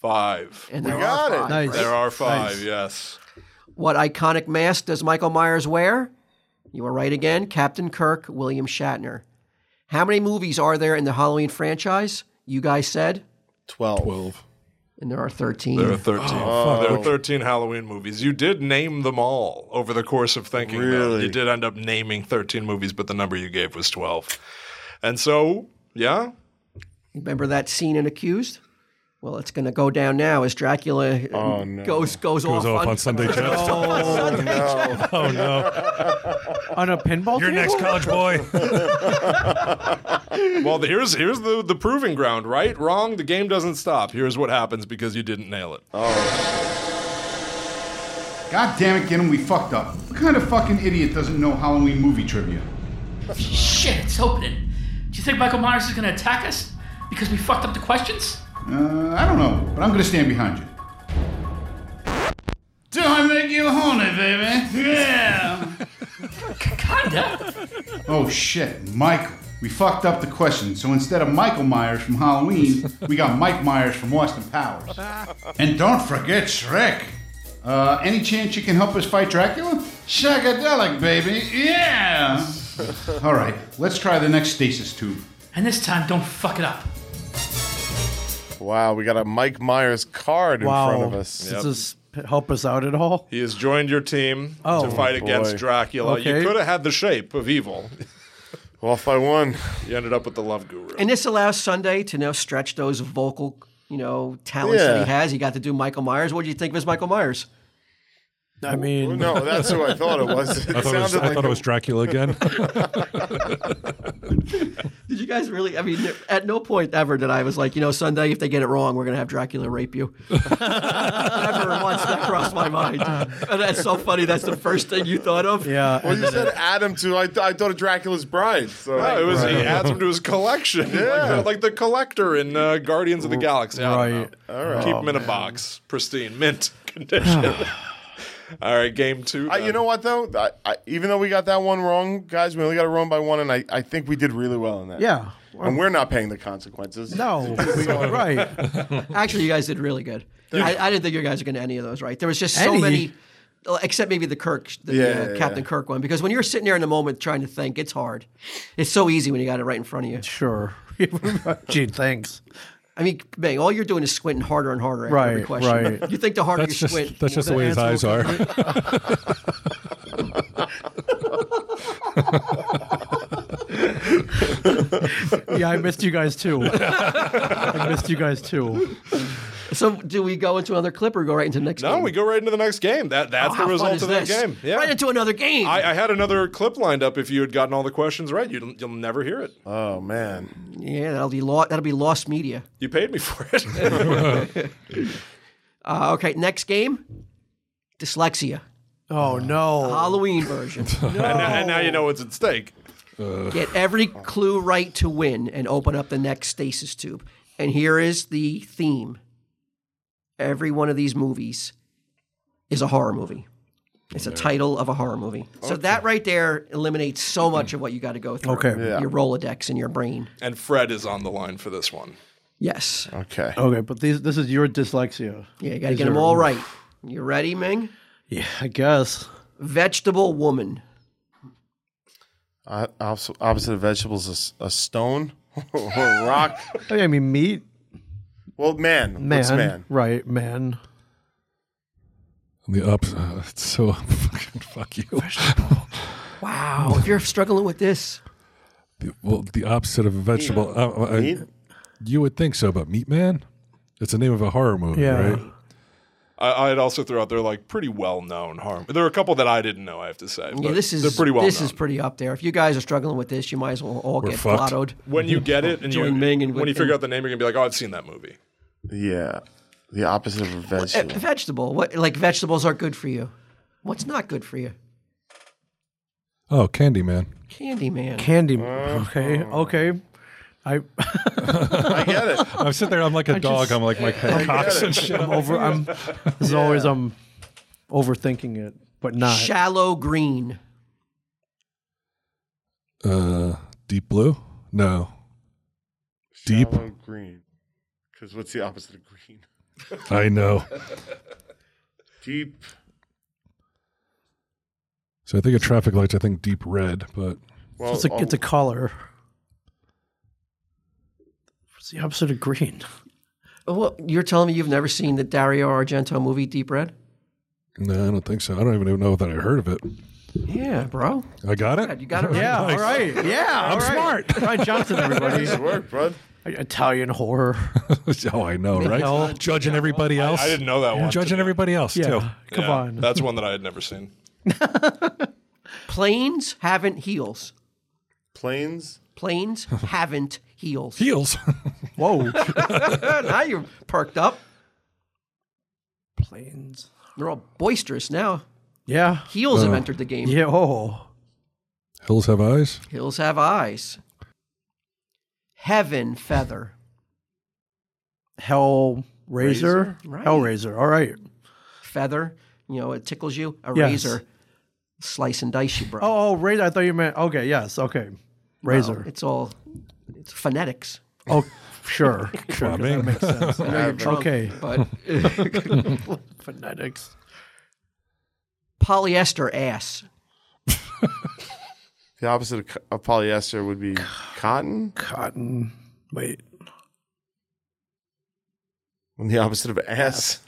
[SPEAKER 6] five.
[SPEAKER 1] And there
[SPEAKER 4] got
[SPEAKER 1] are
[SPEAKER 4] it.
[SPEAKER 1] five.
[SPEAKER 2] Nice.
[SPEAKER 6] There are five. Yes.
[SPEAKER 1] What iconic mask does Michael Myers wear? You were right again. Captain Kirk, William Shatner. How many movies are there in the Halloween franchise? You guys said
[SPEAKER 4] 12.
[SPEAKER 3] 12.
[SPEAKER 1] and there are 13.
[SPEAKER 6] There are 13.
[SPEAKER 1] Oh,
[SPEAKER 6] there are 13 Halloween movies. You did name them all over the course of thinking. that.
[SPEAKER 4] Really?
[SPEAKER 6] You did end up naming 13 movies, but the number you gave was 12. And so, yeah,
[SPEAKER 1] Remember that scene in Accused? Well, it's going to go down now as Dracula uh, goes goes,
[SPEAKER 3] Goes off on Sunday Jeff. Oh no!
[SPEAKER 2] on a pinball
[SPEAKER 3] Your next college boy.
[SPEAKER 6] well, the- here's here's the, the proving ground, right? Wrong, the game doesn't stop. Here's what happens because you didn't nail it.
[SPEAKER 1] Oh.
[SPEAKER 8] God damn it, get him, we fucked up. What kind of fucking idiot doesn't know Halloween movie trivia?
[SPEAKER 9] Shit, it's opening. Do you think Michael Myers is gonna attack us because we fucked up the questions?
[SPEAKER 8] Uh, I don't know, but I'm gonna stand behind you. Do I make you horny, baby? Yeah!
[SPEAKER 9] Kinda.
[SPEAKER 8] oh shit, Michael. We fucked up the question, so instead of Michael Myers from Halloween, we got Mike Myers from Austin Powers. And don't forget Shrek! Uh, any chance you can help us fight Dracula? Shagadelic, baby! Yeah! Alright, let's try the next stasis tube.
[SPEAKER 9] and this time, don't fuck it up.
[SPEAKER 4] Wow, we got a Mike Myers card in front of us.
[SPEAKER 2] Does this p- help us out at all?
[SPEAKER 6] He has joined your team
[SPEAKER 2] Oh.
[SPEAKER 6] to fight against
[SPEAKER 4] boy.
[SPEAKER 6] Dracula.
[SPEAKER 2] Okay.
[SPEAKER 6] You could have had the shape of evil.
[SPEAKER 4] Off by one.
[SPEAKER 6] You ended up with the love guru.
[SPEAKER 1] And this allows Sunday to now stretch those vocal, you know, talents that
[SPEAKER 4] Yeah.
[SPEAKER 1] he has. He got to do Michael Myers. What did you think of his Michael Myers?
[SPEAKER 2] I mean,
[SPEAKER 4] No, that's who I thought it was. It
[SPEAKER 3] I thought it was,
[SPEAKER 4] sounded
[SPEAKER 3] I
[SPEAKER 4] like
[SPEAKER 3] thought it
[SPEAKER 4] a-
[SPEAKER 3] was Dracula again.
[SPEAKER 1] Did you guys really? I mean, at no point ever did I was like, you know, Sunday, if they get it wrong, we're gonna have Dracula rape you. Never once that crossed my mind. And that's so funny. That's the first thing you thought of.
[SPEAKER 2] yeah.
[SPEAKER 4] Well, you said Adam too. I, th- I thought of Dracula's Bride. So
[SPEAKER 6] Yeah, it was he adds him to his collection, like, the, like the collector in uh, Guardians of the Galaxy. I don't
[SPEAKER 2] Right.
[SPEAKER 6] know.
[SPEAKER 4] Oh,
[SPEAKER 6] Keep him in a box, pristine, mint condition. All right, game two. uh,
[SPEAKER 4] I,
[SPEAKER 6] then.
[SPEAKER 4] you know what though? I, I, even though we got that one wrong, guys, we only got it wrong by one, and I, I think we did really well in that.
[SPEAKER 2] Yeah.
[SPEAKER 4] and we're not paying the consequences.
[SPEAKER 2] No, we are right.
[SPEAKER 1] Actually, you guys did really good. I, I didn't think you guys were going to any of those right. There was just so
[SPEAKER 2] Any?
[SPEAKER 1] many, uh, except maybe the Kirk, the
[SPEAKER 4] Yeah,
[SPEAKER 1] uh,
[SPEAKER 4] yeah,
[SPEAKER 1] Captain
[SPEAKER 4] yeah.
[SPEAKER 1] Kirk one, because when you're sitting there in the moment trying to think, it's hard. It's so easy when you got it right in front of you.
[SPEAKER 2] Sure. Gee, thanks.
[SPEAKER 1] I mean, bang, all you're doing is squinting harder and harder after every
[SPEAKER 2] Right,
[SPEAKER 1] question.
[SPEAKER 2] right.
[SPEAKER 1] You think the harder
[SPEAKER 3] That's
[SPEAKER 1] you
[SPEAKER 3] just
[SPEAKER 1] squint,
[SPEAKER 3] that's just the way his
[SPEAKER 1] answer will
[SPEAKER 3] eyes are.
[SPEAKER 2] Yeah, I missed you guys too. I missed you guys too.
[SPEAKER 1] So, do we go into another clip or go right into the next?
[SPEAKER 6] no,
[SPEAKER 1] game?
[SPEAKER 6] we go right into the next game. That that's
[SPEAKER 1] Oh,
[SPEAKER 6] the
[SPEAKER 1] how fun
[SPEAKER 6] result
[SPEAKER 1] is
[SPEAKER 6] of that
[SPEAKER 1] this?
[SPEAKER 6] game. Yeah.
[SPEAKER 1] Right into another game.
[SPEAKER 6] I, I had another clip lined up. If you had gotten all the questions right, you'd, you'll never hear it.
[SPEAKER 4] Oh man.
[SPEAKER 1] yeah, that'll be lo- that'll be lost media.
[SPEAKER 6] You paid me for it.
[SPEAKER 1] Uh, okay, next game, dyslexia,
[SPEAKER 2] Oh no.
[SPEAKER 1] Halloween version.
[SPEAKER 6] and, now, and now you know what's at stake.
[SPEAKER 1] Get every clue right to win and open up the next stasis tube. And here is the theme. Every one of these movies is a horror movie. It's a title of a horror movie.
[SPEAKER 6] Oh.
[SPEAKER 1] So that right there eliminates so much of what you got to go through.
[SPEAKER 2] Okay.
[SPEAKER 1] Your Rolodex in your brain.
[SPEAKER 6] And Fred is on the line for this one.
[SPEAKER 1] Yes.
[SPEAKER 4] Okay.
[SPEAKER 2] Okay, but these, this is your dyslexia.
[SPEAKER 1] Yeah, you got to get them all right. You ready, Ming?
[SPEAKER 2] Yeah, I guess.
[SPEAKER 1] Vegetable woman.
[SPEAKER 4] Uh, opposite, opposite of vegetables is a stone or a rock.
[SPEAKER 2] Oh, yeah, I mean, meat,
[SPEAKER 4] Well, man,
[SPEAKER 2] man,
[SPEAKER 4] What's man?
[SPEAKER 2] right, man.
[SPEAKER 3] the ups. Uh, it's so fucking fuck you.
[SPEAKER 1] Wow. If you're struggling with this,
[SPEAKER 3] The, well, the opposite of a vegetable. Uh, I-
[SPEAKER 4] Meat?
[SPEAKER 3] you would think so, but Meat Man. It's the name of a horror movie,
[SPEAKER 2] Yeah.
[SPEAKER 3] right?
[SPEAKER 6] I, I'd also throw out they're like pretty well known harm. There are a couple that I didn't know. I have to say,
[SPEAKER 1] yeah,
[SPEAKER 6] but
[SPEAKER 1] this is
[SPEAKER 6] they're pretty well
[SPEAKER 1] this
[SPEAKER 6] known.
[SPEAKER 1] is pretty up there. If you guys are struggling with this, you might as well all
[SPEAKER 3] We're
[SPEAKER 1] get
[SPEAKER 3] fucked.
[SPEAKER 1] blottoed.
[SPEAKER 6] when you get it and you
[SPEAKER 1] Join Ming and-
[SPEAKER 6] when you figure out the name, you're gonna be like, oh, I've seen that movie.
[SPEAKER 4] Yeah, the opposite of a
[SPEAKER 1] A
[SPEAKER 4] vegetable.
[SPEAKER 1] Eh, vegetable. What like vegetables are good for you? What's not good for you?
[SPEAKER 3] Oh, Candyman.
[SPEAKER 1] Candy man.
[SPEAKER 2] Candy.
[SPEAKER 4] Uh-huh.
[SPEAKER 2] Okay, okay. I,
[SPEAKER 4] I get it.
[SPEAKER 3] I'm sitting there. I'm like a dog. I'm like my head cocks and shit.
[SPEAKER 2] I'm over. I'm. As always, I'm overthinking it, but not.
[SPEAKER 1] Shallow green.
[SPEAKER 3] Uh, Deep Blue. No. Deep.
[SPEAKER 4] Shallow green. Because what's the opposite of green?
[SPEAKER 3] I know.
[SPEAKER 4] Deep.
[SPEAKER 3] So I think of traffic lights. I think Deep Red, but
[SPEAKER 4] Well, oh.
[SPEAKER 2] it's a it's a color. It's the opposite of green.
[SPEAKER 1] Well, you're telling me you've never seen the Dario Argento movie Deep Red?
[SPEAKER 6] oh.
[SPEAKER 3] No, I don't think so. I don't even know that I heard of it.
[SPEAKER 1] Yeah, bro.
[SPEAKER 3] I got it.
[SPEAKER 1] You got it.
[SPEAKER 2] Yeah, all right. Yeah,
[SPEAKER 3] I'm
[SPEAKER 2] all right.
[SPEAKER 3] smart.
[SPEAKER 2] Brian Johnson, everybody.
[SPEAKER 4] Nice work, bud.
[SPEAKER 2] Italian horror.
[SPEAKER 3] oh, I know, right?
[SPEAKER 2] No.
[SPEAKER 3] Judging everybody else.
[SPEAKER 6] I didn't know that one.
[SPEAKER 3] Judging everybody else
[SPEAKER 2] Yeah,
[SPEAKER 3] too.
[SPEAKER 2] come
[SPEAKER 6] Yeah,
[SPEAKER 2] on.
[SPEAKER 6] That's one that I had never seen.
[SPEAKER 1] Planes haven't heels.
[SPEAKER 4] Planes.
[SPEAKER 1] Planes haven't heels.
[SPEAKER 3] Heels.
[SPEAKER 2] Whoa.
[SPEAKER 1] now you're perked up.
[SPEAKER 2] Planes.
[SPEAKER 1] They're all boisterous now.
[SPEAKER 2] Yeah.
[SPEAKER 1] Heels have entered the game.
[SPEAKER 2] Yeah. Oh.
[SPEAKER 3] Hills have eyes.
[SPEAKER 1] Hills have eyes. Heaven feather.
[SPEAKER 2] Hellraiser.
[SPEAKER 1] Razor? Right.
[SPEAKER 2] Hellraiser. All right.
[SPEAKER 1] Feather, you know, it tickles you. A
[SPEAKER 2] Yes.
[SPEAKER 1] razor. Slice and dice you, bro.
[SPEAKER 2] Oh, oh, Razor. I thought you meant. Okay. Yes. Okay. Razor.
[SPEAKER 1] It's all it's phonetics.
[SPEAKER 2] oh, sure. Sure. 'cause that makes sense.
[SPEAKER 1] I know you're drunk,
[SPEAKER 2] Okay.
[SPEAKER 1] But
[SPEAKER 2] Phonetics.
[SPEAKER 1] polyester ass.
[SPEAKER 4] The opposite of, co- of polyester would be cotton,
[SPEAKER 2] Cotton. Wait.
[SPEAKER 4] and the opposite of ass,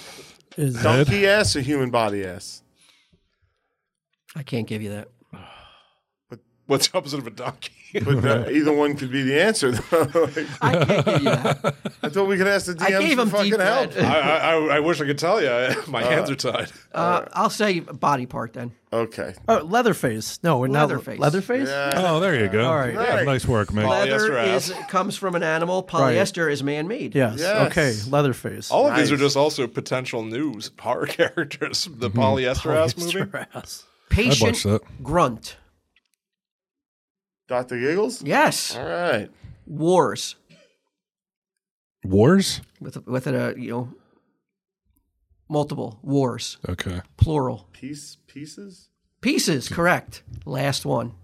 [SPEAKER 2] Is
[SPEAKER 4] donkey ass, or human body ass.
[SPEAKER 1] I can't give you that.
[SPEAKER 6] What's the opposite of a donkey?
[SPEAKER 4] But that, either one could be the answer. Though. Like,
[SPEAKER 1] I can't give you that.
[SPEAKER 4] I thought we could ask the DMs
[SPEAKER 1] I gave
[SPEAKER 4] for
[SPEAKER 1] him
[SPEAKER 4] fucking
[SPEAKER 1] deep
[SPEAKER 4] help.
[SPEAKER 1] red.
[SPEAKER 6] I, I, I- I wish I could tell you. My hands are tied.
[SPEAKER 1] Uh, I'll say body part then.
[SPEAKER 4] Okay.
[SPEAKER 2] oh, Leatherface. No, we're
[SPEAKER 1] Leatherface.
[SPEAKER 2] not Leatherface.
[SPEAKER 4] Yeah.
[SPEAKER 3] Oh, there you go.
[SPEAKER 2] All right.
[SPEAKER 3] Yeah, Nice work, mate.
[SPEAKER 6] Polyester
[SPEAKER 1] Leather
[SPEAKER 6] ass.
[SPEAKER 1] is comes from an animal. Polyester is man-made.
[SPEAKER 2] Yes.
[SPEAKER 4] Yes.
[SPEAKER 2] Okay. Leatherface.
[SPEAKER 6] All of these are
[SPEAKER 4] Nice.
[SPEAKER 6] just also potential news horror characters. The
[SPEAKER 3] Mm-hmm.
[SPEAKER 6] polyester ass movie.
[SPEAKER 2] Ass.
[SPEAKER 3] I'd
[SPEAKER 1] Patient
[SPEAKER 3] watch that.
[SPEAKER 1] grunt.
[SPEAKER 4] Dr. Giggles?
[SPEAKER 1] Yes.
[SPEAKER 4] All right.
[SPEAKER 1] Wars
[SPEAKER 3] Wars.
[SPEAKER 1] with with a you know multiple wars
[SPEAKER 3] Okay.
[SPEAKER 1] plural
[SPEAKER 4] Piece, pieces?
[SPEAKER 1] pieces. Correct. Last one.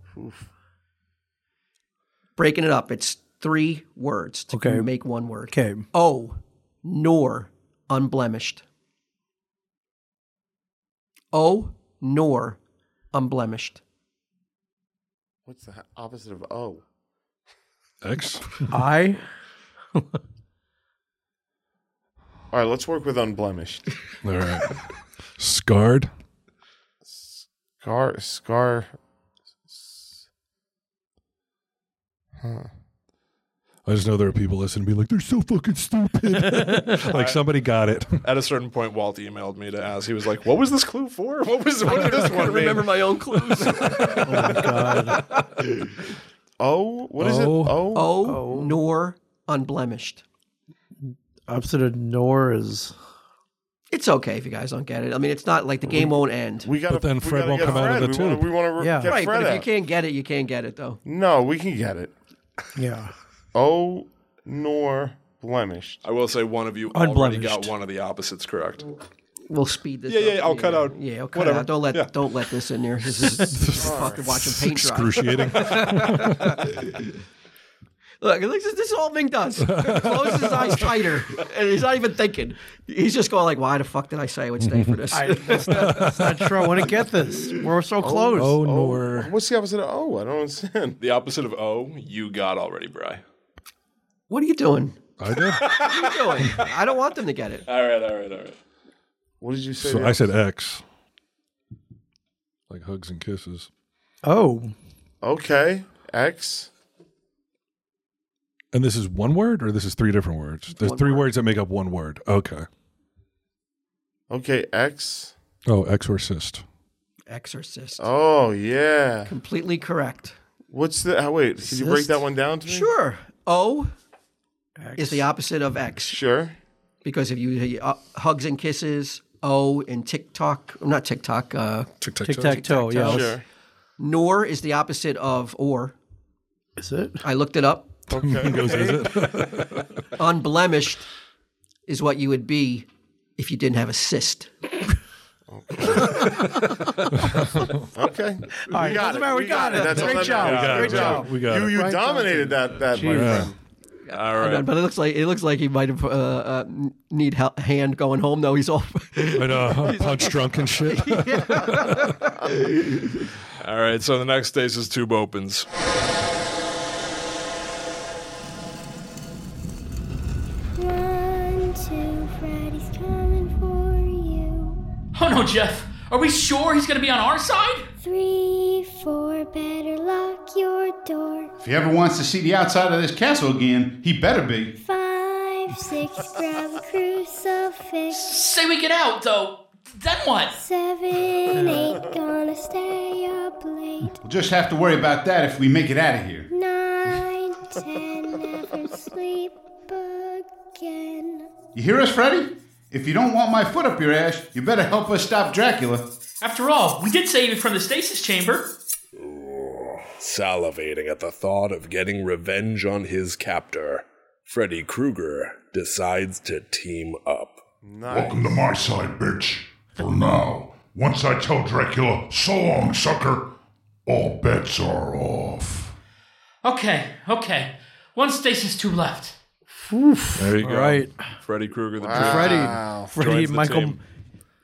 [SPEAKER 1] Breaking it up. It's three words to
[SPEAKER 2] Okay.
[SPEAKER 1] make one word.
[SPEAKER 2] Okay.
[SPEAKER 1] O nor unblemished. O nor unblemished.
[SPEAKER 4] What's the h- opposite of O?
[SPEAKER 3] X.
[SPEAKER 2] I.
[SPEAKER 4] All right, let's work with unblemished.
[SPEAKER 3] All right. Scarred.
[SPEAKER 4] Scar, scar.
[SPEAKER 3] I just know there are people listening and be like, they're so fucking stupid. like somebody got it.
[SPEAKER 6] At a certain point, Walt emailed me to ask. He was like, "What was this clue for? What was what did this one mean?"
[SPEAKER 1] Remember my own
[SPEAKER 3] Oh,
[SPEAKER 1] clues.
[SPEAKER 4] O? Oh, What is it? Oh. O?
[SPEAKER 3] O.
[SPEAKER 1] O Oh, nor unblemished.
[SPEAKER 2] Opposite of Nor is.
[SPEAKER 1] It's okay if you guys don't get it. I mean, it's not like the game won't end.
[SPEAKER 4] We got
[SPEAKER 3] But then Fred won't come out of the
[SPEAKER 4] we wanna-
[SPEAKER 3] tube.
[SPEAKER 4] we want to
[SPEAKER 2] Yeah.
[SPEAKER 4] get
[SPEAKER 1] right,
[SPEAKER 4] Fred
[SPEAKER 1] but if
[SPEAKER 4] out.
[SPEAKER 1] you can't get it, you can't get it though.
[SPEAKER 4] no, we can get it.
[SPEAKER 2] Yeah.
[SPEAKER 4] O Oh, nor blemished.
[SPEAKER 6] I will say one of you already got
[SPEAKER 2] Unblemished.
[SPEAKER 6] one of the opposites correct.
[SPEAKER 1] We'll speed this.
[SPEAKER 6] Yeah,
[SPEAKER 1] up.
[SPEAKER 6] yeah, I'll cut out
[SPEAKER 1] Yeah, I'll cut
[SPEAKER 6] whatever.
[SPEAKER 1] out. Don't let
[SPEAKER 6] Yeah.
[SPEAKER 1] don't let this in there. This is fucking watching paint dry.
[SPEAKER 3] Excruciating.
[SPEAKER 1] Look, this is, this is all Ming does. Closes his eyes tighter, and he's not even thinking. He's just going like, "Why the fuck did I say I would stay for this?"
[SPEAKER 2] I, it's, not, it's not sure I want to get this. We're so close.
[SPEAKER 3] oh, nor.
[SPEAKER 4] What's the opposite of O? I don't understand.
[SPEAKER 6] The opposite of O, you got already, Bry.
[SPEAKER 1] what are you doing?
[SPEAKER 3] I did.
[SPEAKER 1] What are you doing? I don't want them to get it.
[SPEAKER 6] All right, all right, all right.
[SPEAKER 4] What did you say?
[SPEAKER 3] So
[SPEAKER 4] the
[SPEAKER 3] I said X. Like hugs and kisses.
[SPEAKER 2] Oh.
[SPEAKER 4] Okay. X.
[SPEAKER 3] And this is one word or this is three different words? There's three words that make up one word. Okay.
[SPEAKER 4] Okay, X.
[SPEAKER 3] Oh, exorcist.
[SPEAKER 1] Exorcist.
[SPEAKER 4] Oh yeah.
[SPEAKER 1] Completely correct.
[SPEAKER 4] What's the? Oh, wait, could you break
[SPEAKER 2] Exist?
[SPEAKER 4] that one down to me?
[SPEAKER 1] Sure. O is the opposite of X
[SPEAKER 4] Sure.
[SPEAKER 1] because if you uh, hugs and kisses, O and TikTok, not TikTok. Uh,
[SPEAKER 3] Tic tac
[SPEAKER 2] Tic tac toe. Yeah.
[SPEAKER 4] Sure.
[SPEAKER 1] nor is the opposite of or.
[SPEAKER 2] Is it?
[SPEAKER 1] I looked it up.
[SPEAKER 3] goes, is it?
[SPEAKER 1] Unblemished is what you would be if you didn't have a cyst.
[SPEAKER 4] Okay.
[SPEAKER 2] All right. Doesn't matter, we got it.
[SPEAKER 4] That's all
[SPEAKER 2] Great
[SPEAKER 4] that
[SPEAKER 2] job.
[SPEAKER 4] matters.
[SPEAKER 2] Great job.
[SPEAKER 3] We got
[SPEAKER 4] you
[SPEAKER 3] it.
[SPEAKER 4] you dominated that that my friend.
[SPEAKER 6] All right.
[SPEAKER 1] But it looks like it looks like he might have uh, uh, need help, hand going home though. He's all
[SPEAKER 3] I know. Punch drunk and shit.
[SPEAKER 6] All right, so the next stasis tube opens.
[SPEAKER 9] now, Oh, Jeff? Are we sure he's gonna be on our side?
[SPEAKER 12] Three, four, better lock your door.
[SPEAKER 8] If he ever wants to see the outside of this castle again, he better be.
[SPEAKER 12] Five, six, grab a crucifix.
[SPEAKER 9] Say we get out, though. Then what?
[SPEAKER 12] Seven, eight, gonna stay up late.
[SPEAKER 8] We'll just have to worry about that if we make it out of here.
[SPEAKER 12] Nine, ten, never sleep again.
[SPEAKER 8] You hear us, Freddy? If you don't want my foot up your ass, you better help us stop Dracula.
[SPEAKER 9] After all, we did save him from the stasis chamber.
[SPEAKER 11] Salivating at the thought of getting revenge on his captor, Freddy Krueger decides to team up.
[SPEAKER 13] Welcome to my side, bitch. For now. Once I tell Dracula, so long, sucker, all bets are off.
[SPEAKER 9] Okay, okay. One stasis tube left.
[SPEAKER 3] There you
[SPEAKER 2] All
[SPEAKER 3] go.
[SPEAKER 2] right.
[SPEAKER 6] Freddy Krueger, the
[SPEAKER 2] Freddy, Freddy,
[SPEAKER 6] Joins the
[SPEAKER 2] Michael,
[SPEAKER 6] team.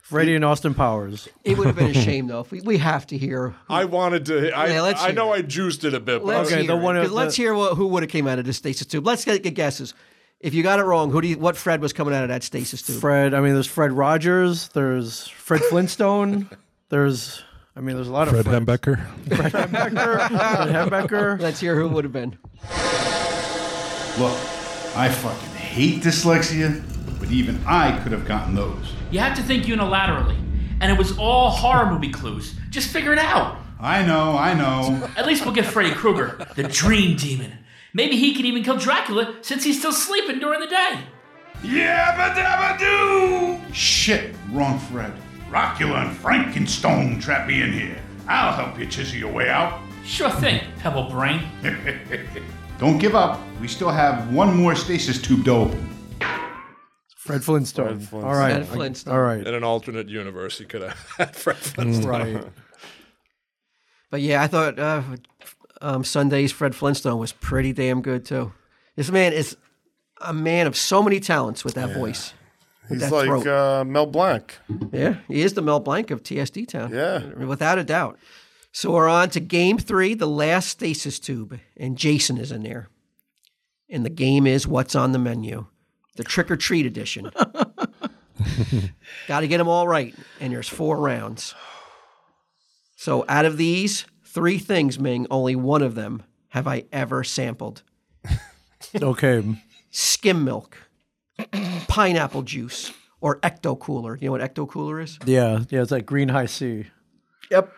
[SPEAKER 2] Freddy, and Austin Powers.
[SPEAKER 1] It would have been a shame though if we, we have to hear.
[SPEAKER 6] I wanted to. I,
[SPEAKER 1] Yeah, let's
[SPEAKER 6] I
[SPEAKER 1] hear
[SPEAKER 6] know I juiced it a bit, but
[SPEAKER 1] Let's
[SPEAKER 2] Okay,
[SPEAKER 1] hear.
[SPEAKER 2] the
[SPEAKER 1] it,
[SPEAKER 2] one-
[SPEAKER 1] 'cause
[SPEAKER 2] the-
[SPEAKER 1] let's hear what, who would have came out of the stasis tube. Let's get, get guesses. If you got it wrong, who do you, what Fred was coming out of that stasis tube?
[SPEAKER 2] Fred. I mean, there's Fred Rogers. There's Fred Flintstone. there's, I mean, there's a lot
[SPEAKER 3] Fred
[SPEAKER 2] of Fred
[SPEAKER 3] Hembecker.
[SPEAKER 2] Hembecker. Fred Hembecker.
[SPEAKER 1] Let's hear who would have been.
[SPEAKER 8] Look, I fucking hate dyslexia, but even I could have gotten those.
[SPEAKER 9] You have to think unilaterally. And it was all horror movie clues. Just figure it out.
[SPEAKER 8] I know, I know.
[SPEAKER 9] At least we'll get Freddy Krueger, the dream demon. Maybe he can even kill Dracula since he's still sleeping during the day.
[SPEAKER 13] Yabba dabba doo!
[SPEAKER 8] Shit, wrong Fred.
[SPEAKER 13] Rockula and Frankenstone trap me in here. I'll help you chisel your way out.
[SPEAKER 9] Sure thing, Pebble Brain.
[SPEAKER 8] Don't give up. We still have one more stasis tube to open.
[SPEAKER 2] Fred Flintstone.
[SPEAKER 6] Flintstone.
[SPEAKER 2] All right.
[SPEAKER 1] Fred Flintstone.
[SPEAKER 2] All right.
[SPEAKER 6] in an alternate universe, you could have had Fred Flintstone.
[SPEAKER 2] Right.
[SPEAKER 1] But yeah, I thought uh, um, Sunday's Fred Flintstone was pretty damn good too. This man is a man of so many talents with that voice.
[SPEAKER 4] He's
[SPEAKER 1] that
[SPEAKER 4] like
[SPEAKER 1] throat.
[SPEAKER 4] uh, Mel Blanc.
[SPEAKER 1] Yeah, he is the Mel Blanc of TSD Town.
[SPEAKER 4] Yeah.
[SPEAKER 1] without a doubt. So we're on to game three, the last stasis tube, and Jason is in there. And the game is what's on the menu, the trick or treat edition. Got to get them all right, and there's four rounds. So out of these three things, Ming, only one of them have I ever sampled:
[SPEAKER 2] Okay.
[SPEAKER 1] skim milk, pineapple juice, or ecto cooler. You know what ecto cooler is?
[SPEAKER 2] Yeah. Yeah. It's like Green High Sea.
[SPEAKER 1] Yep.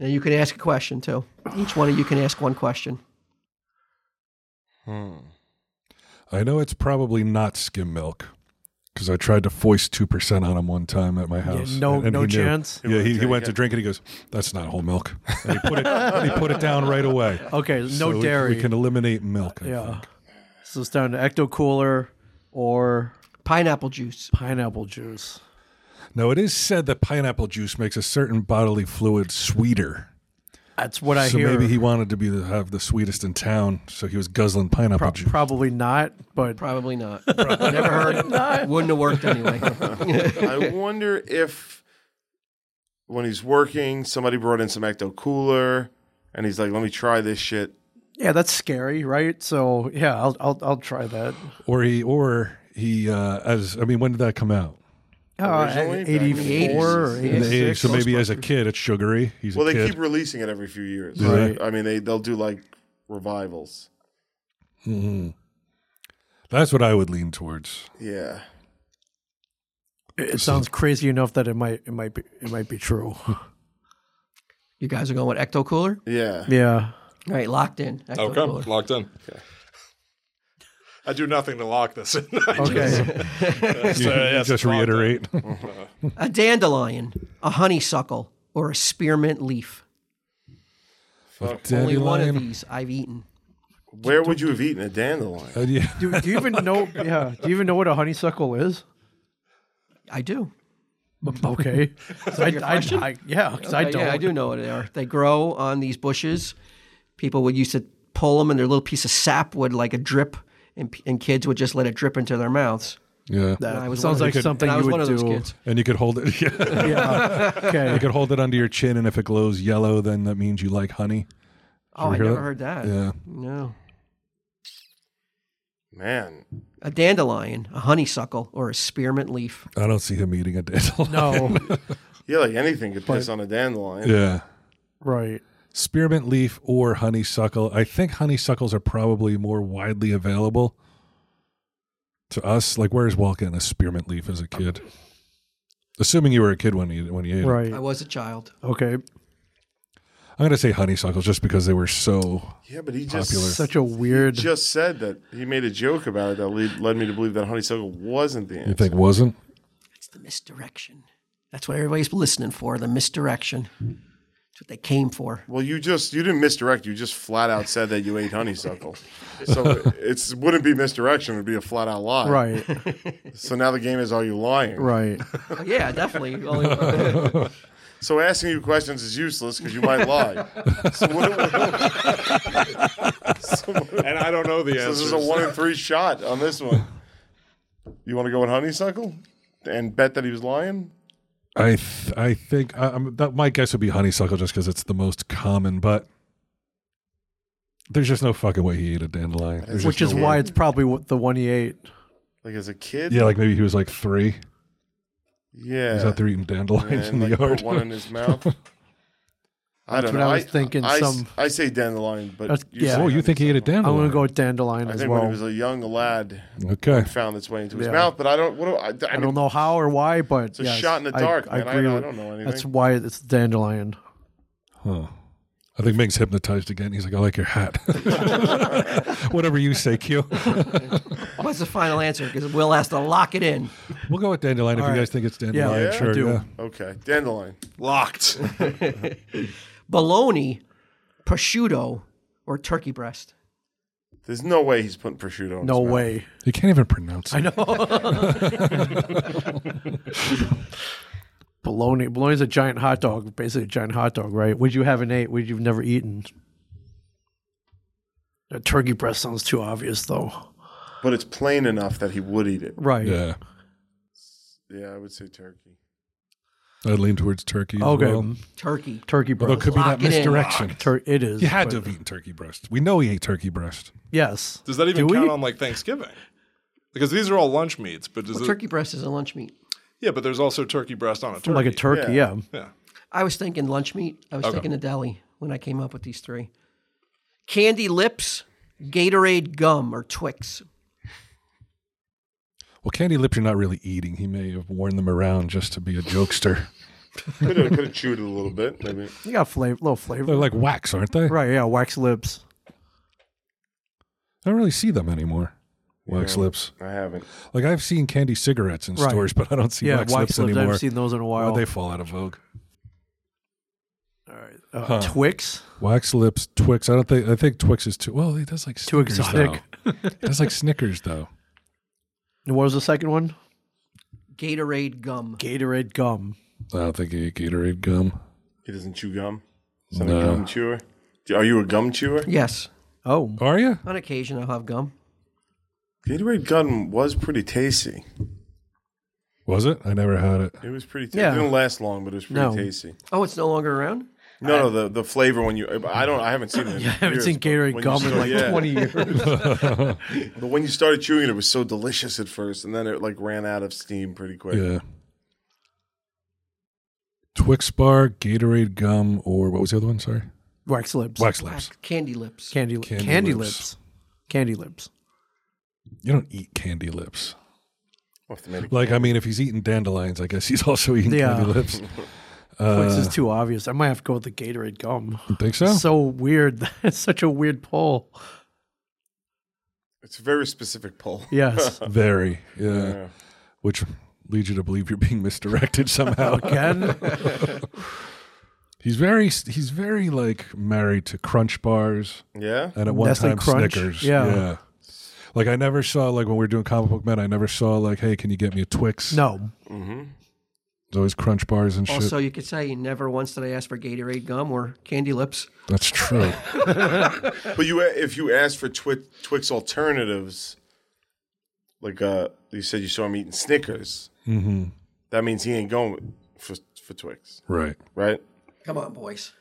[SPEAKER 1] And you can ask a question too. Each one of you can ask one question.
[SPEAKER 4] Hmm.
[SPEAKER 3] I know it's probably not skim milk because I tried to foist two percent on him one time at my house.
[SPEAKER 2] no-
[SPEAKER 3] and- and
[SPEAKER 2] no
[SPEAKER 3] he knew.
[SPEAKER 2] chance?
[SPEAKER 3] Yeah, he, he went to drink it. He goes, "That's not whole milk." And he put it. and he put it down right away.
[SPEAKER 2] Okay. No
[SPEAKER 3] So we-
[SPEAKER 2] dairy.
[SPEAKER 3] We, can eliminate milk. I
[SPEAKER 2] yeah.
[SPEAKER 3] think.
[SPEAKER 2] So it's down to Ecto Cooler or
[SPEAKER 1] Pineapple juice.
[SPEAKER 2] pineapple juice.
[SPEAKER 3] Now it is said that pineapple juice makes a certain bodily fluid sweeter.
[SPEAKER 2] That's what I
[SPEAKER 3] so
[SPEAKER 2] hear.
[SPEAKER 3] maybe he wanted to be the, have the sweetest in town, so he was guzzling pineapple
[SPEAKER 2] Pro-
[SPEAKER 3] juice.
[SPEAKER 2] probably not, but
[SPEAKER 1] Probably not. Never heard. Wouldn't have worked anyway.
[SPEAKER 4] I wonder if when he's working, somebody brought in some Ecto Cooler, and he's like, "Let me try this shit."
[SPEAKER 2] yeah, that's scary, right? So yeah, I'll I'll, I'll try that.
[SPEAKER 3] or he, or he, uh, as I mean, when did that come out?
[SPEAKER 4] Originally,
[SPEAKER 2] Uh,
[SPEAKER 4] back in the
[SPEAKER 2] eighty four or
[SPEAKER 1] 80s.
[SPEAKER 3] In the
[SPEAKER 2] eighty
[SPEAKER 3] 80s,
[SPEAKER 2] six.
[SPEAKER 3] so maybe as a kid, it's sugary. He's
[SPEAKER 4] Well,
[SPEAKER 3] a
[SPEAKER 4] they
[SPEAKER 3] kid.
[SPEAKER 4] keep releasing it every few years.
[SPEAKER 2] Right.
[SPEAKER 4] I mean, they they'll do like revivals.
[SPEAKER 3] Mm-hmm. That's what I would lean towards.
[SPEAKER 4] Yeah.
[SPEAKER 2] It sounds crazy enough that it might it might be it might be true.
[SPEAKER 1] You guys are going with ecto cooler.
[SPEAKER 4] Yeah.
[SPEAKER 2] yeah.
[SPEAKER 1] All right, locked in. Ecto
[SPEAKER 6] Okay,
[SPEAKER 1] cooler.
[SPEAKER 6] locked in. I do nothing to lock this in.
[SPEAKER 2] Okay.
[SPEAKER 3] You- you
[SPEAKER 6] yes,
[SPEAKER 3] just
[SPEAKER 6] locked in.
[SPEAKER 3] reiterate.
[SPEAKER 1] A dandelion, a honeysuckle, or a spearmint leaf. Only one of
[SPEAKER 3] Dandelion.
[SPEAKER 1] these I've eaten.
[SPEAKER 4] Where would you have eaten a dandelion?
[SPEAKER 1] Oh,
[SPEAKER 3] Uh, yeah.
[SPEAKER 2] do, do you even know? Yeah. Do you even know what a honeysuckle is?
[SPEAKER 1] I do.
[SPEAKER 2] Okay. So I, I, I, yeah, 'cause I
[SPEAKER 1] Uh,
[SPEAKER 2] don't.
[SPEAKER 1] Yeah, I do know what they are. They grow on these bushes. People would used to pull them, and their little piece of sap would like a drip, and, p- and kids would just let it drip into their mouths.
[SPEAKER 3] Yeah.
[SPEAKER 2] That
[SPEAKER 1] I was
[SPEAKER 2] sounds
[SPEAKER 1] one of
[SPEAKER 2] like
[SPEAKER 1] those-
[SPEAKER 2] something
[SPEAKER 1] and I was
[SPEAKER 2] you would
[SPEAKER 1] one of those
[SPEAKER 2] do.
[SPEAKER 1] kids.
[SPEAKER 3] And you could hold it. Yeah.
[SPEAKER 2] Yeah.
[SPEAKER 3] you
[SPEAKER 2] Okay.
[SPEAKER 3] could hold it under your chin, and if it glows yellow, then that means you like honey.
[SPEAKER 1] Oh,
[SPEAKER 3] Ever
[SPEAKER 1] I
[SPEAKER 3] hear
[SPEAKER 1] never
[SPEAKER 3] that?
[SPEAKER 1] heard that.
[SPEAKER 3] Yeah.
[SPEAKER 1] No.
[SPEAKER 4] Man.
[SPEAKER 1] A dandelion, a honeysuckle, or a spearmint leaf.
[SPEAKER 3] I don't see him eating a dandelion.
[SPEAKER 4] yeah, like anything could piss on a dandelion.
[SPEAKER 3] yeah.
[SPEAKER 2] Right.
[SPEAKER 3] Spearmint leaf or honeysuckle. I think honeysuckles are probably more widely available to us. Like, where's Walt getting a spearmint leaf as a kid? Assuming you were a kid when you when you ate it.
[SPEAKER 2] Right.
[SPEAKER 1] I was a child.
[SPEAKER 2] Okay.
[SPEAKER 3] I'm gonna say honeysuckles just because they were so.
[SPEAKER 4] Yeah, but he just
[SPEAKER 3] Popular.
[SPEAKER 2] Such a weird.
[SPEAKER 4] he just said that he made a joke about it that lead, led me to believe that honeysuckle wasn't the answer.
[SPEAKER 3] You think wasn't?
[SPEAKER 1] It's the misdirection. That's what everybody's listening for, the misdirection. That's what they came for.
[SPEAKER 4] Well, you just you didn't misdirect. You just flat out said that you ate honeysuckle. So it's wouldn't be misdirection. It would be a flat out lie.
[SPEAKER 2] Right.
[SPEAKER 4] So now the game is are you lying?
[SPEAKER 2] right.
[SPEAKER 1] Oh, yeah, definitely. Well,
[SPEAKER 4] So asking you questions is useless because you might lie. so what, so what-
[SPEAKER 6] And I don't know the
[SPEAKER 4] so
[SPEAKER 6] answer.
[SPEAKER 4] this is a one in three shot on this one. You want to go with honeysuckle and bet that he was lying?
[SPEAKER 3] I th- I think I, I'm, that my guess would be honeysuckle just because it's the most common, but there's just no fucking way he ate a dandelion. There's
[SPEAKER 2] Which
[SPEAKER 3] just
[SPEAKER 2] is
[SPEAKER 3] no
[SPEAKER 2] why
[SPEAKER 3] way.
[SPEAKER 2] it's probably what- the one he ate.
[SPEAKER 4] Like as a kid?
[SPEAKER 3] Yeah, like maybe he was like three.
[SPEAKER 4] yeah.
[SPEAKER 3] He's out there eating dandelions
[SPEAKER 4] And,
[SPEAKER 3] in the
[SPEAKER 4] like, put
[SPEAKER 3] yard.
[SPEAKER 4] one in his mouth. I
[SPEAKER 2] That's
[SPEAKER 4] don't
[SPEAKER 2] what
[SPEAKER 4] know.
[SPEAKER 2] I was thinking,
[SPEAKER 4] I,
[SPEAKER 2] some-
[SPEAKER 4] I say dandelion, but
[SPEAKER 2] That's-
[SPEAKER 4] you
[SPEAKER 2] yeah.
[SPEAKER 4] say
[SPEAKER 3] oh, you think he ate a
[SPEAKER 2] I'm
[SPEAKER 3] dandelion?
[SPEAKER 2] gonna go with dandelion
[SPEAKER 4] I
[SPEAKER 2] as
[SPEAKER 4] think when
[SPEAKER 2] well.
[SPEAKER 4] he was a young lad,
[SPEAKER 3] Okay.
[SPEAKER 4] it found its way into his
[SPEAKER 2] Yeah.
[SPEAKER 4] mouth. But I don't. What do I? I,
[SPEAKER 2] I
[SPEAKER 4] mean,
[SPEAKER 2] don't know how or why, but
[SPEAKER 4] It's a
[SPEAKER 2] yes,
[SPEAKER 4] shot in the
[SPEAKER 2] I-
[SPEAKER 4] dark,
[SPEAKER 2] I,
[SPEAKER 4] man. I
[SPEAKER 2] agree
[SPEAKER 4] don't- I
[SPEAKER 2] with-
[SPEAKER 4] don't know anything.
[SPEAKER 2] That's why it's dandelion.
[SPEAKER 3] Huh. I think Ming's hypnotized again. He's like, I like your hat. Whatever you say, Q.
[SPEAKER 1] what's the final answer? Because Will has to lock it in.
[SPEAKER 3] We'll go with dandelion if
[SPEAKER 2] All
[SPEAKER 3] you
[SPEAKER 2] right.
[SPEAKER 3] guys think it's dandelion.
[SPEAKER 4] Yeah, I
[SPEAKER 3] sure.
[SPEAKER 2] do.
[SPEAKER 3] Yeah.
[SPEAKER 4] Okay, dandelion.
[SPEAKER 6] Locked.
[SPEAKER 1] Bologna, prosciutto, or turkey breast.
[SPEAKER 4] There's no way he's putting prosciutto. In
[SPEAKER 2] No
[SPEAKER 4] his mouth.
[SPEAKER 2] way.
[SPEAKER 3] You can't even pronounce it. I know.
[SPEAKER 2] Bologna. Bologna's a giant hot dog, basically a giant hot dog, right? Would you have an eight? Would you've never eaten? A turkey breast sounds too obvious, though.
[SPEAKER 4] But it's plain enough that he would eat it.
[SPEAKER 2] Right.
[SPEAKER 3] Yeah.
[SPEAKER 4] Yeah, I would say turkey.
[SPEAKER 3] I lean towards turkey. As
[SPEAKER 2] Okay.
[SPEAKER 3] Well.
[SPEAKER 1] Turkey.
[SPEAKER 2] Turkey
[SPEAKER 3] Although
[SPEAKER 2] breast.
[SPEAKER 3] it could be
[SPEAKER 1] Lock
[SPEAKER 3] that
[SPEAKER 1] it in.
[SPEAKER 3] misdirection.
[SPEAKER 2] Tur- it is.
[SPEAKER 3] He had
[SPEAKER 2] but-
[SPEAKER 3] to have eaten turkey breast. We know he ate turkey breast.
[SPEAKER 2] Yes.
[SPEAKER 6] Does that even
[SPEAKER 2] Do we?
[SPEAKER 6] count on like Thanksgiving? Because these are all lunch meats, but does
[SPEAKER 1] Well,
[SPEAKER 6] it-
[SPEAKER 1] turkey breast is a lunch meat.
[SPEAKER 6] yeah, but there's also turkey breast on a turkey.
[SPEAKER 2] Like a turkey,
[SPEAKER 4] Yeah.
[SPEAKER 2] yeah.
[SPEAKER 6] Yeah.
[SPEAKER 1] I was thinking lunch meat. I was thinking a deli when I came up with these three. Candy lips, Gatorade gum, or Twix.
[SPEAKER 3] Well, candy lips you're not really eating. He may have worn them around just to be a jokester.
[SPEAKER 4] Could have, could have chewed it a little bit, maybe.
[SPEAKER 2] You got flavor, little
[SPEAKER 3] They're
[SPEAKER 2] flavor.
[SPEAKER 3] like wax, aren't they?
[SPEAKER 2] Right, yeah, wax lips.
[SPEAKER 3] I don't really see them anymore. Wax
[SPEAKER 4] Yeah.
[SPEAKER 3] lips.
[SPEAKER 4] I haven't.
[SPEAKER 3] Like I've seen candy cigarettes in
[SPEAKER 2] Right.
[SPEAKER 3] stores, but I don't see
[SPEAKER 2] yeah,
[SPEAKER 3] wax, lips,
[SPEAKER 2] lips. I
[SPEAKER 3] anymore.
[SPEAKER 2] haven't seen those in a
[SPEAKER 3] Why'd
[SPEAKER 2] while.
[SPEAKER 3] they fall out of vogue?
[SPEAKER 2] Uh,
[SPEAKER 3] Huh.
[SPEAKER 2] Twix,
[SPEAKER 3] Wax lips, Twix. I don't think. I think Twix is too. Well, he does like
[SPEAKER 2] too
[SPEAKER 3] Snickers,
[SPEAKER 2] exotic.
[SPEAKER 3] Though. He does like Snickers though.
[SPEAKER 2] And what was the second one?
[SPEAKER 1] Gatorade gum.
[SPEAKER 2] Gatorade gum.
[SPEAKER 3] I don't think he ate Gatorade gum.
[SPEAKER 4] He doesn't chew gum. He's not
[SPEAKER 3] No.
[SPEAKER 4] a gum chewer. Are you a gum chewer?
[SPEAKER 1] Yes.
[SPEAKER 2] Oh,
[SPEAKER 3] Are you?
[SPEAKER 1] On occasion, I'll have gum.
[SPEAKER 4] Gatorade gum was pretty tasty.
[SPEAKER 3] Was it? I never had it.
[SPEAKER 4] It was pretty. tasty.
[SPEAKER 2] Yeah.
[SPEAKER 4] It didn't last long, but it was pretty
[SPEAKER 2] No.
[SPEAKER 4] tasty.
[SPEAKER 1] Oh, it's no longer around?
[SPEAKER 4] No, no, the, the flavor when you. I don't. I haven't seen it. In
[SPEAKER 2] I haven't
[SPEAKER 4] years,
[SPEAKER 2] seen
[SPEAKER 4] but when
[SPEAKER 2] Gatorade
[SPEAKER 4] you
[SPEAKER 2] gum in
[SPEAKER 4] start-
[SPEAKER 2] like
[SPEAKER 4] yeah.
[SPEAKER 2] 20 years.
[SPEAKER 4] But when you started chewing it, it was so delicious at first, and then it like ran out of steam pretty quick.
[SPEAKER 3] Yeah. Twix bar, Gatorade gum, or what was the other one? Sorry,
[SPEAKER 2] wax lips.
[SPEAKER 3] wax lips.
[SPEAKER 1] Candy lips.
[SPEAKER 2] Candy, li-
[SPEAKER 3] Candy
[SPEAKER 2] candy,
[SPEAKER 3] lips.
[SPEAKER 2] lips. Candy lips.
[SPEAKER 3] You don't eat candy lips.
[SPEAKER 4] Off the menu.
[SPEAKER 3] Like I mean, if he's eating dandelions, I guess he's also eating
[SPEAKER 2] Yeah.
[SPEAKER 3] candy lips.
[SPEAKER 2] Twix is too obvious. I might have to go with the Gatorade gum.
[SPEAKER 3] You think so?
[SPEAKER 2] So weird. That's such a weird pull.
[SPEAKER 4] It's a very specific pull.
[SPEAKER 2] Yes.
[SPEAKER 3] Very. Yeah.
[SPEAKER 4] Yeah.
[SPEAKER 3] Which leads you to believe you're being misdirected somehow.
[SPEAKER 2] Again,
[SPEAKER 3] He's very. He's very like married to crunch bars.
[SPEAKER 4] Yeah.
[SPEAKER 3] and at one
[SPEAKER 2] Nestle
[SPEAKER 3] time
[SPEAKER 2] Crunch?
[SPEAKER 3] Snickers.
[SPEAKER 2] Yeah.
[SPEAKER 3] Like I never saw like when we were doing comic book men, I never saw like, hey, can you get me a Twix?
[SPEAKER 2] no.
[SPEAKER 4] Mm-hmm.
[SPEAKER 3] It's always crunch bars and shit.
[SPEAKER 1] Also, you could say never once did I ask for Gatorade gum or candy lips.
[SPEAKER 3] That's true.
[SPEAKER 4] But you, if you asked for Twix, Twix alternatives, like uh, you said, you saw him eating Snickers. Mm-hmm. That means he ain't going for for Twix,
[SPEAKER 3] right.
[SPEAKER 4] right?
[SPEAKER 1] Come on, boys.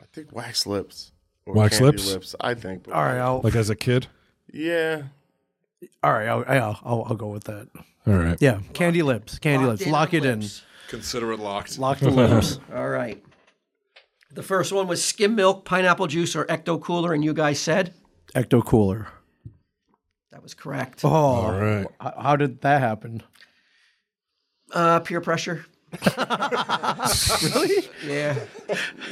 [SPEAKER 4] I think wax lips. Or
[SPEAKER 3] Wax
[SPEAKER 4] candy
[SPEAKER 3] lips?
[SPEAKER 4] I think. But
[SPEAKER 2] All right, I'll.
[SPEAKER 3] Like as a kid.
[SPEAKER 4] Yeah.
[SPEAKER 2] All right, I'll, I'll, I'll, I'll go with that.
[SPEAKER 3] All right.
[SPEAKER 2] Yeah, candy lips, candy lips. Lock it
[SPEAKER 6] Consider it locked.
[SPEAKER 2] in. Lock the lips.
[SPEAKER 1] All right. The first one was skim milk, pineapple juice, or ecto cooler, and you guys said
[SPEAKER 2] Ecto cooler.
[SPEAKER 1] that was correct.
[SPEAKER 2] Oh,
[SPEAKER 3] All right.
[SPEAKER 2] h- how did that happen?
[SPEAKER 1] Uh, peer pressure.
[SPEAKER 2] Really?
[SPEAKER 1] Yeah.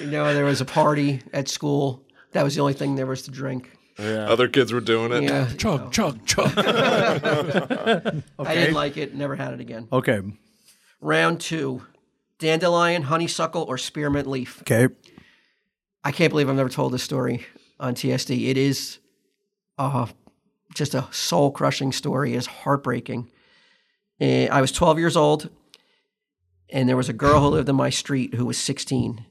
[SPEAKER 1] You know, there was a party at school. That was the only thing there was to drink.
[SPEAKER 6] Other kids were doing it.
[SPEAKER 1] Yeah.
[SPEAKER 3] Chug, chug, chug.
[SPEAKER 1] I didn't like it. Never had it again.
[SPEAKER 2] Okay.
[SPEAKER 1] Round two dandelion, honeysuckle, or spearmint leaf.
[SPEAKER 2] Okay.
[SPEAKER 1] I can't believe I've never told this story on TSD. It is uh, just a soul crushing story. It is heartbreaking. And I was 12 years old, and there was a girl who lived in my street who was 16.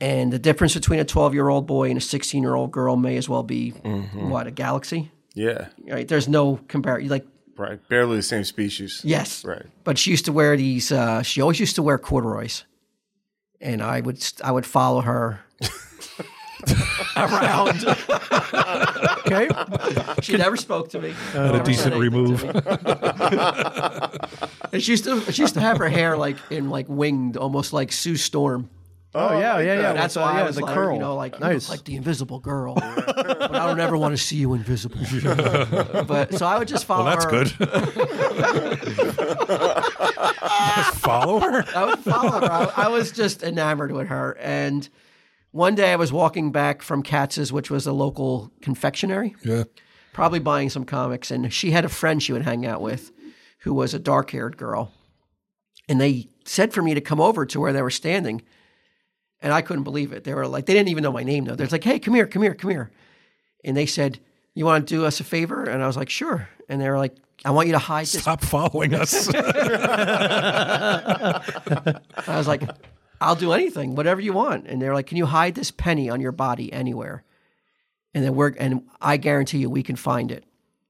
[SPEAKER 1] And the difference between a 12 year old boy and a 16 year old girl may as well be what, a galaxy?
[SPEAKER 4] Yeah.
[SPEAKER 1] Right? There's no comparison. Like,
[SPEAKER 4] Right. Barely the same species.
[SPEAKER 1] yes.
[SPEAKER 4] Right.
[SPEAKER 1] But she used to wear these. Uh, she always used to wear corduroys, and I would st- I would follow her around.
[SPEAKER 2] Okay.
[SPEAKER 1] she never spoke to me.
[SPEAKER 3] Had
[SPEAKER 1] Never
[SPEAKER 3] a decent
[SPEAKER 1] said
[SPEAKER 3] remove.
[SPEAKER 1] anything. And she used to she used to have her hair like in like winged, almost like Sue Storm.
[SPEAKER 2] Oh, yeah, yeah, yeah.
[SPEAKER 1] And that's
[SPEAKER 2] with, uh,
[SPEAKER 1] why
[SPEAKER 2] yeah,
[SPEAKER 1] I
[SPEAKER 2] with
[SPEAKER 1] was
[SPEAKER 2] the
[SPEAKER 1] like,
[SPEAKER 2] curl.
[SPEAKER 1] you know, like you look
[SPEAKER 2] nice.
[SPEAKER 1] like the Invisible Girl. but I don't ever want to see you invisible. but so I would just follow.
[SPEAKER 3] Well, that's
[SPEAKER 1] her.
[SPEAKER 3] good. Follow her?
[SPEAKER 1] I would follow her. I, I was just enamored with her. And one day I was walking back from Katz's, which was a local confectionery,
[SPEAKER 3] Yeah.
[SPEAKER 1] probably buying some comics. And she had a friend she would hang out with who was a dark haired girl. And they said for me to come over to where they were standing. And I couldn't believe it. They were like, they didn't even know my name though. They're like, hey, come here, come here, come here. And they said, you want to do us a favor? And I was like, sure. And they were like, I want you to hide this
[SPEAKER 3] Stop following us.
[SPEAKER 1] I was like, I'll do anything, whatever you want. And they're like, Can you hide this penny on your body anywhere? And then we're and I guarantee you we can find it.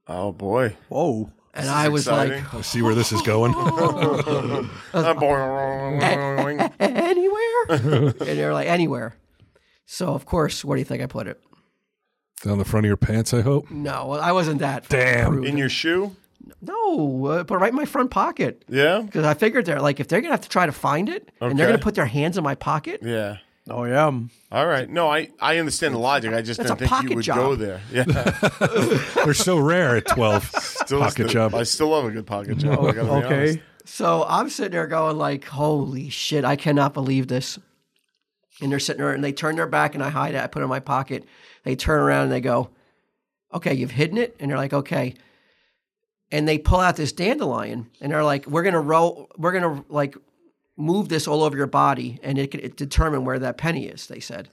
[SPEAKER 4] Oh boy.
[SPEAKER 2] Whoa.
[SPEAKER 1] And I was
[SPEAKER 4] exciting.
[SPEAKER 3] I see where this is going.
[SPEAKER 4] Ah, boing.
[SPEAKER 1] like, anywhere? and they're like, anywhere. So of course, where do you think I put it?
[SPEAKER 3] Down the front of your pants, I hope.
[SPEAKER 1] No, I wasn't that.
[SPEAKER 3] Damn.
[SPEAKER 1] crude.
[SPEAKER 4] In your shoe?
[SPEAKER 1] no, uh, put it right in my front pocket
[SPEAKER 4] Yeah.
[SPEAKER 1] because I figured they're like, if they're gonna have to try to find it, and they're
[SPEAKER 4] Okay.
[SPEAKER 1] gonna put their hands in my pocket,
[SPEAKER 4] Yeah.
[SPEAKER 2] Oh, yeah.
[SPEAKER 4] All right. No, I, I understand the logic. I just
[SPEAKER 1] That's
[SPEAKER 4] didn't
[SPEAKER 1] a
[SPEAKER 4] think you
[SPEAKER 1] pocket
[SPEAKER 4] would
[SPEAKER 1] job.
[SPEAKER 4] go there. Yeah.
[SPEAKER 3] They're so rare at 12.
[SPEAKER 4] Still
[SPEAKER 3] Pocket
[SPEAKER 4] still-
[SPEAKER 3] job.
[SPEAKER 4] I still love a good pocket job. I gotta be
[SPEAKER 2] Oh, Okay.
[SPEAKER 4] honest.
[SPEAKER 1] So I'm sitting there going like, "Holy shit! I cannot believe this." And they're sitting there, and they turn their back, and I hide it. I put it in my pocket. They turn around and they go, "Okay, you've hidden it." And they're like, "Okay." And they pull out this dandelion, and they're like, "We're gonna roll. We're gonna like move this all over your body, and it can it determine where that penny is." They said.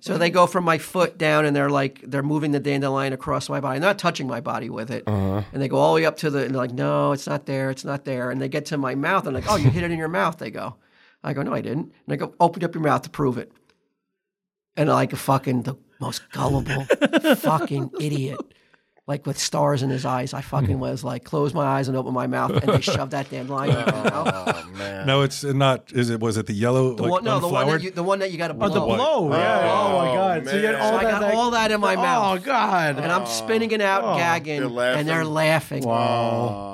[SPEAKER 1] So they go from my foot down, and they're like they're moving the dandelion across my body, not touching my body with it.
[SPEAKER 3] Uh-huh.
[SPEAKER 1] And they go all the way up to the and they're like, no, it's not there, it's not there. And they get to my mouth, and like, oh, you hit it in your mouth. They go, I go, no, I didn't. And they go, open up your mouth to prove it. And like a fucking the most gullible fucking idiot, like with stars in his eyes, I fucking was like, close my eyes and open my mouth, and they shoved that dandelion. in my mouth.
[SPEAKER 4] Oh man.
[SPEAKER 3] No, it's not. Is it? Was it the yellow?
[SPEAKER 1] The
[SPEAKER 3] like,
[SPEAKER 1] one, no, the one that
[SPEAKER 3] unflowered?
[SPEAKER 1] you, the one that you got to blow.
[SPEAKER 2] Oh, the blow. yeah. Oh, my God. So you had
[SPEAKER 4] man.
[SPEAKER 2] all
[SPEAKER 1] So I
[SPEAKER 2] that.
[SPEAKER 1] got
[SPEAKER 2] that-
[SPEAKER 1] all that in my mouth.
[SPEAKER 2] Oh, God. Oh.
[SPEAKER 1] and I'm spinning it out, gagging,
[SPEAKER 4] Oh, They're laughing.
[SPEAKER 1] and they're laughing.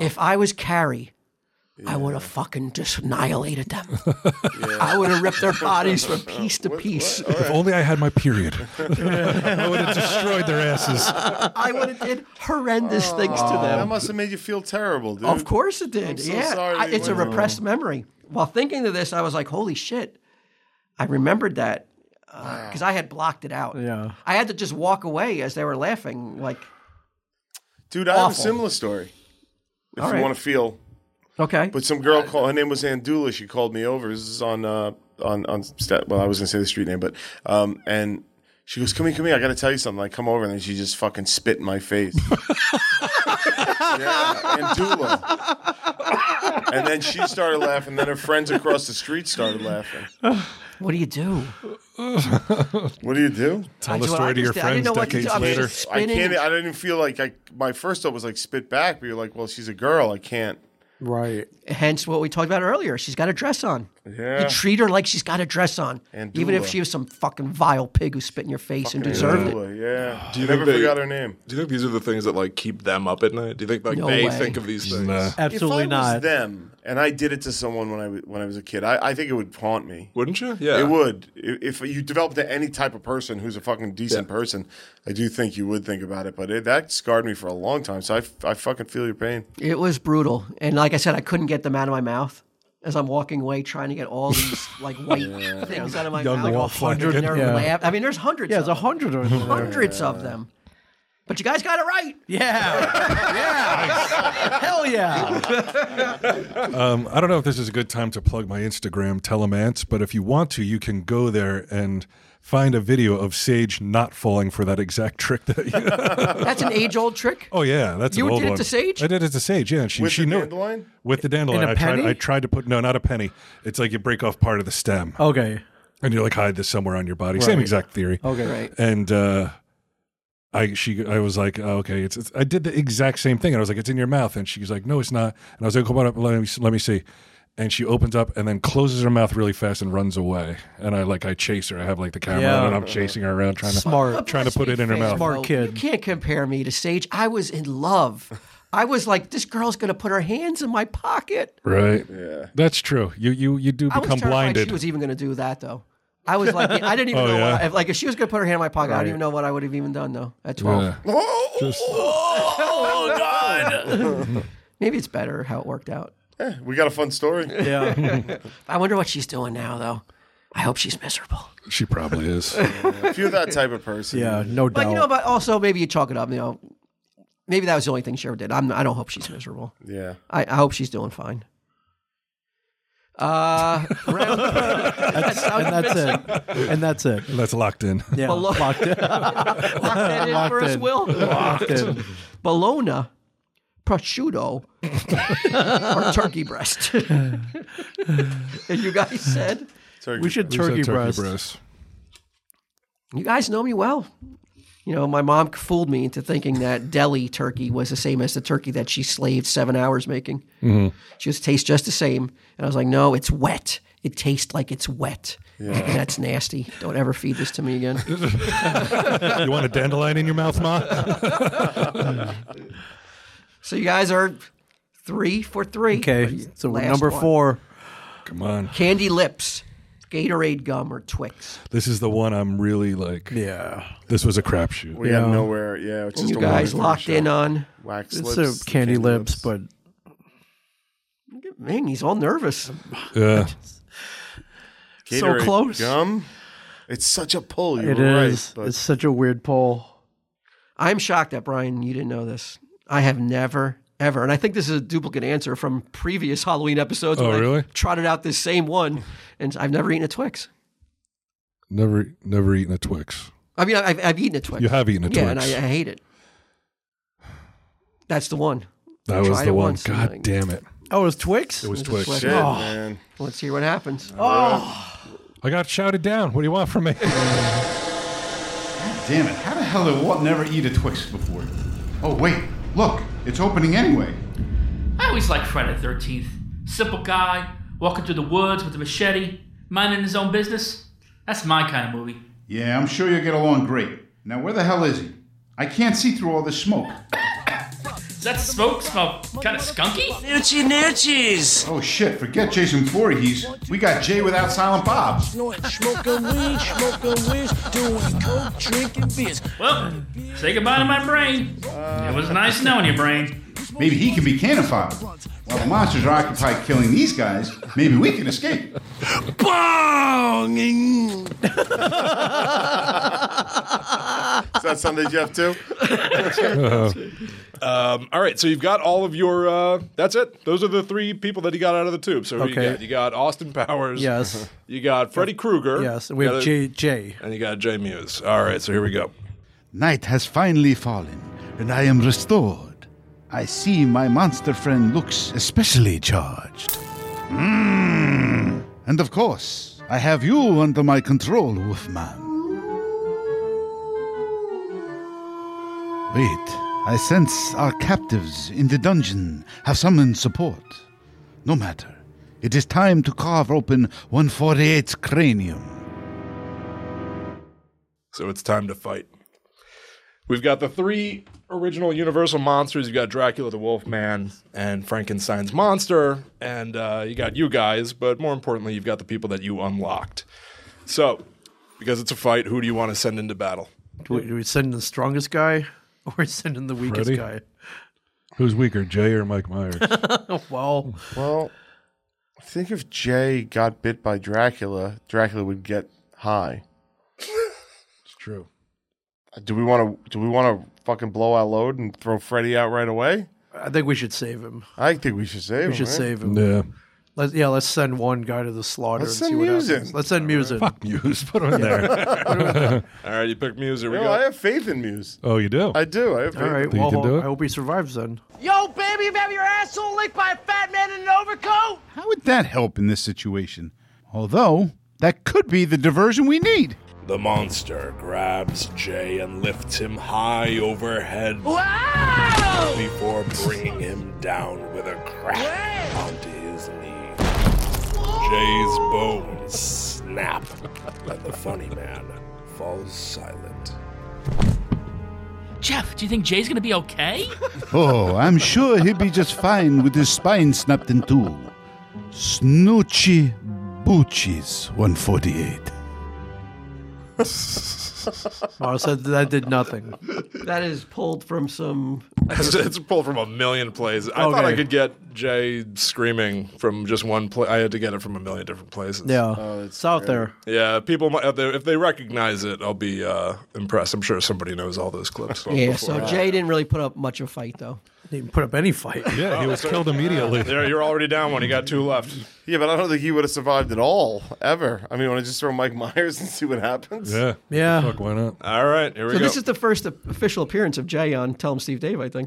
[SPEAKER 1] If I was Carrie, I would have fucking just annihilated them. I would have ripped their bodies from piece to piece.
[SPEAKER 3] If only I had my period. I would have destroyed their asses.
[SPEAKER 1] I would have did horrendous things to
[SPEAKER 4] That
[SPEAKER 1] them.
[SPEAKER 4] must have made you feel terrible, dude.
[SPEAKER 1] Of course it did.
[SPEAKER 4] so
[SPEAKER 1] yeah,
[SPEAKER 4] sorry
[SPEAKER 1] I-
[SPEAKER 4] that you
[SPEAKER 1] it's a
[SPEAKER 4] went through
[SPEAKER 1] repressed memory. While thinking of this, I was like, "Holy shit!" I remembered that because I had blocked it out.
[SPEAKER 2] Yeah.
[SPEAKER 1] I had to just walk away as they were laughing. Like,
[SPEAKER 4] Dude, I have a
[SPEAKER 1] Awful.
[SPEAKER 4] similar story. If
[SPEAKER 1] All
[SPEAKER 4] you
[SPEAKER 1] right.
[SPEAKER 4] want to feel
[SPEAKER 1] okay,
[SPEAKER 4] But some girl called. Her name was Andula. She called me over. This is on uh, on on. Stat, well, I was gonna say the street name, but um, and she goes, "Come here, come here. I gotta tell you something." I come over, and then she just fucking spit in my face. yeah, Andula. and then she started laughing. Then her friends across the street started laughing.
[SPEAKER 1] what do you do?
[SPEAKER 4] What do you do?
[SPEAKER 3] Tell the
[SPEAKER 1] do- I
[SPEAKER 3] story to your
[SPEAKER 1] just- I didn't
[SPEAKER 3] friends
[SPEAKER 1] know what to do.
[SPEAKER 3] decades
[SPEAKER 1] I'm just
[SPEAKER 3] later.
[SPEAKER 4] I
[SPEAKER 1] spinning.
[SPEAKER 4] can't. I didn't feel like I. My first thought was like spit back, but you're like, well, she's a girl. I can't.
[SPEAKER 2] Right.
[SPEAKER 1] Hence what we talked about earlier. She's got a dress on.
[SPEAKER 4] Yeah.
[SPEAKER 1] You treat her like she's got a dress on,
[SPEAKER 4] And
[SPEAKER 1] even if
[SPEAKER 4] doula.
[SPEAKER 1] she was some fucking vile pig who spit in your face and deserved it.
[SPEAKER 4] Yeah.
[SPEAKER 6] Do you
[SPEAKER 4] Never
[SPEAKER 6] think they-
[SPEAKER 4] forgot her name.
[SPEAKER 6] Do you think these are the things that like keep them up at night? Do you think like
[SPEAKER 1] No
[SPEAKER 6] they
[SPEAKER 1] way.
[SPEAKER 6] think of these things?
[SPEAKER 2] Absolutely
[SPEAKER 4] if I
[SPEAKER 2] not.
[SPEAKER 4] Was them and I did it to someone when I w- when I was a kid. I, I think it would haunt me.
[SPEAKER 6] Wouldn't you? Yeah.
[SPEAKER 4] It would. I- If you developed any type of person who's a fucking decent person, I do think you would think about it. But it, that scarred me for a long time. So I, f- I fucking feel your pain.
[SPEAKER 1] It was brutal. And like I said, I couldn't get them out of my mouth as I'm walking away trying to get all these like white things out of my
[SPEAKER 3] Young
[SPEAKER 1] mouth.
[SPEAKER 3] wallfly
[SPEAKER 1] And
[SPEAKER 3] again.
[SPEAKER 1] they're
[SPEAKER 2] Yeah.
[SPEAKER 1] laugh- I mean, there's hundreds
[SPEAKER 2] Yeah,
[SPEAKER 1] of
[SPEAKER 2] there's a
[SPEAKER 1] them.
[SPEAKER 2] hundred of them.
[SPEAKER 1] Hundreds of them. But you guys got it right.
[SPEAKER 2] Yeah. yeah. Hell yeah.
[SPEAKER 3] Um, I don't know if this is a good time to plug my Instagram, Telemance, but if you want to, you can go there and find a video of Sage not falling for that exact trick. That
[SPEAKER 1] That's an age old trick.
[SPEAKER 3] oh yeah, that's
[SPEAKER 1] You
[SPEAKER 3] an old
[SPEAKER 1] did it
[SPEAKER 3] one.
[SPEAKER 1] to Sage?
[SPEAKER 3] I did it to Sage. Yeah, and she
[SPEAKER 4] With
[SPEAKER 3] she
[SPEAKER 4] the
[SPEAKER 3] knew
[SPEAKER 4] dandelion?
[SPEAKER 3] it with the dandelion.
[SPEAKER 2] In a
[SPEAKER 3] I tried
[SPEAKER 2] penny?
[SPEAKER 3] I tried to put no, not a penny. It's like you break off part of the stem.
[SPEAKER 2] Okay.
[SPEAKER 3] and you like hide this somewhere on your body. Same
[SPEAKER 2] Right.
[SPEAKER 3] exact theory.
[SPEAKER 2] Okay.
[SPEAKER 1] Right.
[SPEAKER 3] And uh, I she I was like, oh, okay, it's, it's I did the exact same thing, and I was like, it's in your mouth, and she was like, no, it's not, and I was like, come on up, let me let me see. And she opens up and then closes her mouth really fast and runs away. And I like I chase her. I have like the camera
[SPEAKER 2] Yeah.
[SPEAKER 3] on and I'm chasing her around trying to
[SPEAKER 2] Smart.
[SPEAKER 3] trying to put it in her mouth.
[SPEAKER 2] Smart
[SPEAKER 1] Though,
[SPEAKER 2] kid.
[SPEAKER 1] You can't compare me to Sage. I was in love. I was like, this girl's going to put her hands in my pocket.
[SPEAKER 3] Right.
[SPEAKER 4] Yeah.
[SPEAKER 3] That's true. You you you do
[SPEAKER 1] I was
[SPEAKER 3] become
[SPEAKER 1] terrified
[SPEAKER 3] blinded.
[SPEAKER 1] she was even going to do that, though. I was like, I didn't even
[SPEAKER 3] Oh,
[SPEAKER 1] know
[SPEAKER 3] yeah?
[SPEAKER 1] what I, if, like if she was going to put her hand in my pocket. I don't even know what I would have even done though. At twelve,
[SPEAKER 3] Yeah.
[SPEAKER 4] Oh,
[SPEAKER 3] Just-
[SPEAKER 1] maybe it's better how it worked out.
[SPEAKER 4] Eh, we got a fun story.
[SPEAKER 2] Yeah.
[SPEAKER 1] I wonder what she's doing now, though. I hope she's miserable.
[SPEAKER 3] she probably is.
[SPEAKER 4] if you're that type of person,
[SPEAKER 2] Yeah. No doubt.
[SPEAKER 1] But you know, but also maybe you chalk it up. You know, maybe that was the only thing she ever did. I'm, I don't hope she's miserable.
[SPEAKER 4] yeah.
[SPEAKER 1] I, I hope she's doing fine. Uh, round, that sounds
[SPEAKER 2] and that's it. And that's it.
[SPEAKER 3] That's locked in.
[SPEAKER 2] Yeah.
[SPEAKER 1] Below-
[SPEAKER 2] Locked in.
[SPEAKER 1] lock that in
[SPEAKER 2] Locked
[SPEAKER 1] for us,
[SPEAKER 2] in.
[SPEAKER 1] Will.
[SPEAKER 2] Locked in.
[SPEAKER 1] Bologna, prosciutto, or turkey breast. and you guys said,
[SPEAKER 4] Sorry,
[SPEAKER 2] We should
[SPEAKER 3] We said
[SPEAKER 2] turkey, breast.
[SPEAKER 3] breast.
[SPEAKER 1] you guys know me well. You know, my mom fooled me into thinking that deli turkey was the same as the turkey that she slaved seven hours making.
[SPEAKER 3] Mm-hmm.
[SPEAKER 1] She was tastes just the same, and I was like, no, it's wet. It tastes like it's wet. And that's nasty. Don't ever feed this to me again.
[SPEAKER 3] You want a dandelion in your mouth, Ma?
[SPEAKER 1] so you guys are three for three.
[SPEAKER 2] Okay. So
[SPEAKER 1] Last
[SPEAKER 2] number
[SPEAKER 1] one.
[SPEAKER 2] four.
[SPEAKER 3] Come on.
[SPEAKER 1] Candy lips, Gatorade gum, or Twix.
[SPEAKER 3] This is the one I'm really like.
[SPEAKER 2] Yeah.
[SPEAKER 3] This was a crapshoot.
[SPEAKER 4] We
[SPEAKER 2] Yeah.
[SPEAKER 4] have nowhere. Yeah. It's just
[SPEAKER 1] You
[SPEAKER 4] a
[SPEAKER 1] guys
[SPEAKER 4] wonderful
[SPEAKER 1] locked
[SPEAKER 4] show.
[SPEAKER 1] in on.
[SPEAKER 4] wax
[SPEAKER 2] It's
[SPEAKER 4] lips,
[SPEAKER 2] a candy, lips, but
[SPEAKER 1] Man, he's all nervous.
[SPEAKER 3] Yeah.
[SPEAKER 2] so
[SPEAKER 4] Gatorade
[SPEAKER 2] close.
[SPEAKER 4] Gum. It's such a pull. You're
[SPEAKER 2] It
[SPEAKER 4] right.
[SPEAKER 2] is.
[SPEAKER 4] but-
[SPEAKER 2] It's such a weird poll.
[SPEAKER 1] I'm shocked that Brian, you didn't know this. I have never, ever, and I think this is a duplicate answer from previous Halloween episodes.
[SPEAKER 3] Oh,
[SPEAKER 1] when I
[SPEAKER 3] really?
[SPEAKER 1] trotted out this same one, and I've never eaten a Twix.
[SPEAKER 3] Never, never eaten a Twix.
[SPEAKER 1] I mean, I've, I've eaten a Twix.
[SPEAKER 3] You have eaten a
[SPEAKER 1] yeah, and I,
[SPEAKER 3] Twix.
[SPEAKER 1] I hate it. That's the one.
[SPEAKER 3] That was
[SPEAKER 1] tried
[SPEAKER 3] the
[SPEAKER 1] it
[SPEAKER 3] one.
[SPEAKER 1] once and
[SPEAKER 3] God
[SPEAKER 1] like-
[SPEAKER 3] damn it!
[SPEAKER 2] Oh, it was Twix?
[SPEAKER 3] It was
[SPEAKER 1] It was
[SPEAKER 3] Twix.
[SPEAKER 1] a Twix.
[SPEAKER 4] Shit,
[SPEAKER 2] Oh.
[SPEAKER 4] man.
[SPEAKER 1] Let's hear what happens.
[SPEAKER 3] I got shouted down. What do you want from me?
[SPEAKER 8] Damn it, how the hell did Walt never eat a Twix before? Oh, wait, look, it's opening anyway.
[SPEAKER 9] I always liked Friday the 13th. Simple guy, walking through the woods with a machete, minding his own business. That's my kind of movie.
[SPEAKER 8] Yeah, I'm sure you'll get along great. Now, where the hell is he? I can't see through all this smoke.
[SPEAKER 9] Does that smoke smell kind of skunky?
[SPEAKER 10] Noochie noochies!
[SPEAKER 8] Oh shit, forget Jason Voorhees. We got Jay without Silent Bob's.
[SPEAKER 10] Smoking weed, smoking weed, doing coke, drinking beers.
[SPEAKER 9] Well, say goodbye to my brain. It was nice knowing you, brain.
[SPEAKER 8] Maybe he can be canified. While the monsters are occupied killing these guys, maybe we can escape.
[SPEAKER 10] Bonging!
[SPEAKER 4] Is that Sunday Jeff too?
[SPEAKER 6] Um, all right, so you've got all of your. Uh, that's it. Those are the three people that he got out of the tube. So who you
[SPEAKER 2] Okay.
[SPEAKER 6] got? You got Austin Powers.
[SPEAKER 2] Yes.
[SPEAKER 6] You got Freddy Krueger.
[SPEAKER 2] Yes. And we
[SPEAKER 6] You
[SPEAKER 2] have
[SPEAKER 6] got-
[SPEAKER 2] J. J.
[SPEAKER 6] And you got Jay Muse. All right, so here we go.
[SPEAKER 8] Night has finally fallen, and I am restored. I see my monster friend looks especially charged. Mmm. And of course, I have you under my control, Wolfman. Wait, I sense our captives in the dungeon have summoned support. No matter. It is time to carve open 148's cranium.
[SPEAKER 6] So it's time to fight. We've got the three original Universal monsters. You got Dracula the Wolfman and Frankenstein's monster, and uh, you got you guys. But more importantly, you've got the people that you unlocked. So, because it's a fight, who do you want to send into battle?
[SPEAKER 2] Do we, do we send the strongest guy or send in the weakest
[SPEAKER 3] Freddy?
[SPEAKER 2] guy?
[SPEAKER 3] Who's weaker, Jay or Mike Myers?
[SPEAKER 2] well,
[SPEAKER 4] well, I think if Jay got bit by Dracula, Dracula would get high. Uh,
[SPEAKER 3] it's true.
[SPEAKER 4] Do we want to? Do we want to fucking blow our load and throw Freddy out right away?
[SPEAKER 2] I think we should save him.
[SPEAKER 4] I think we should save him.
[SPEAKER 2] we should
[SPEAKER 4] right?
[SPEAKER 2] save him.
[SPEAKER 3] Yeah.
[SPEAKER 2] Let's, yeah, let's send one guy to the slaughter
[SPEAKER 4] Let's
[SPEAKER 2] and see
[SPEAKER 4] send
[SPEAKER 2] what
[SPEAKER 4] Muse
[SPEAKER 2] happens.
[SPEAKER 4] in.
[SPEAKER 2] Let's send Muse in.
[SPEAKER 3] Fuck Muse. Put him in
[SPEAKER 6] All
[SPEAKER 3] there.
[SPEAKER 6] right, you picked Muse. Here we
[SPEAKER 4] No,
[SPEAKER 6] go.
[SPEAKER 4] I have faith in Muse.
[SPEAKER 3] oh, you do?
[SPEAKER 4] I do. I have faith.
[SPEAKER 2] All right,
[SPEAKER 4] in him.
[SPEAKER 2] well,
[SPEAKER 3] can do
[SPEAKER 2] I
[SPEAKER 3] it?
[SPEAKER 2] hope he survives then.
[SPEAKER 10] Yo, baby, you have your asshole licked by a fat man in an overcoat?
[SPEAKER 8] How would that help in this situation? Although, that could be the diversion we need.
[SPEAKER 11] The monster grabs Jay and lifts him high overhead before bringing him down with a crack onto his knee. Jay's bones snap, and the funny man falls silent.
[SPEAKER 9] Jeff, do you think Jay's gonna be okay?
[SPEAKER 8] Oh, I'm sure he'd be just fine with his spine snapped in two. Snoochie Boochies 148.
[SPEAKER 2] Wow, so that did nothing.
[SPEAKER 1] That is pulled from some.
[SPEAKER 6] It's, it's pulled from a million plays. I thought I
[SPEAKER 2] Okay.
[SPEAKER 6] could get Jay screaming from just one play. I had to get it from a million different places.
[SPEAKER 2] Yeah,
[SPEAKER 4] Oh,
[SPEAKER 2] it's out there.
[SPEAKER 6] Yeah, people might, if they, if they recognize it, I'll be uh, impressed. I'm sure somebody knows all those clips.
[SPEAKER 1] Yeah, so Jay didn't really put up much of a fight, though.
[SPEAKER 2] Didn't put up any fight.
[SPEAKER 3] Yeah, he was killed immediately.
[SPEAKER 6] Oh, There, you're already down one. You got two left.
[SPEAKER 4] Yeah, but I don't think he would have survived at all, ever. I mean, want to just throw Mike Myers and see what happens?
[SPEAKER 3] Yeah.
[SPEAKER 2] Yeah.
[SPEAKER 3] Fuck, why not?
[SPEAKER 6] All right, here we
[SPEAKER 1] So
[SPEAKER 6] go.
[SPEAKER 1] this is the first official appearance of Jay on Tell Him Steve Dave, I think.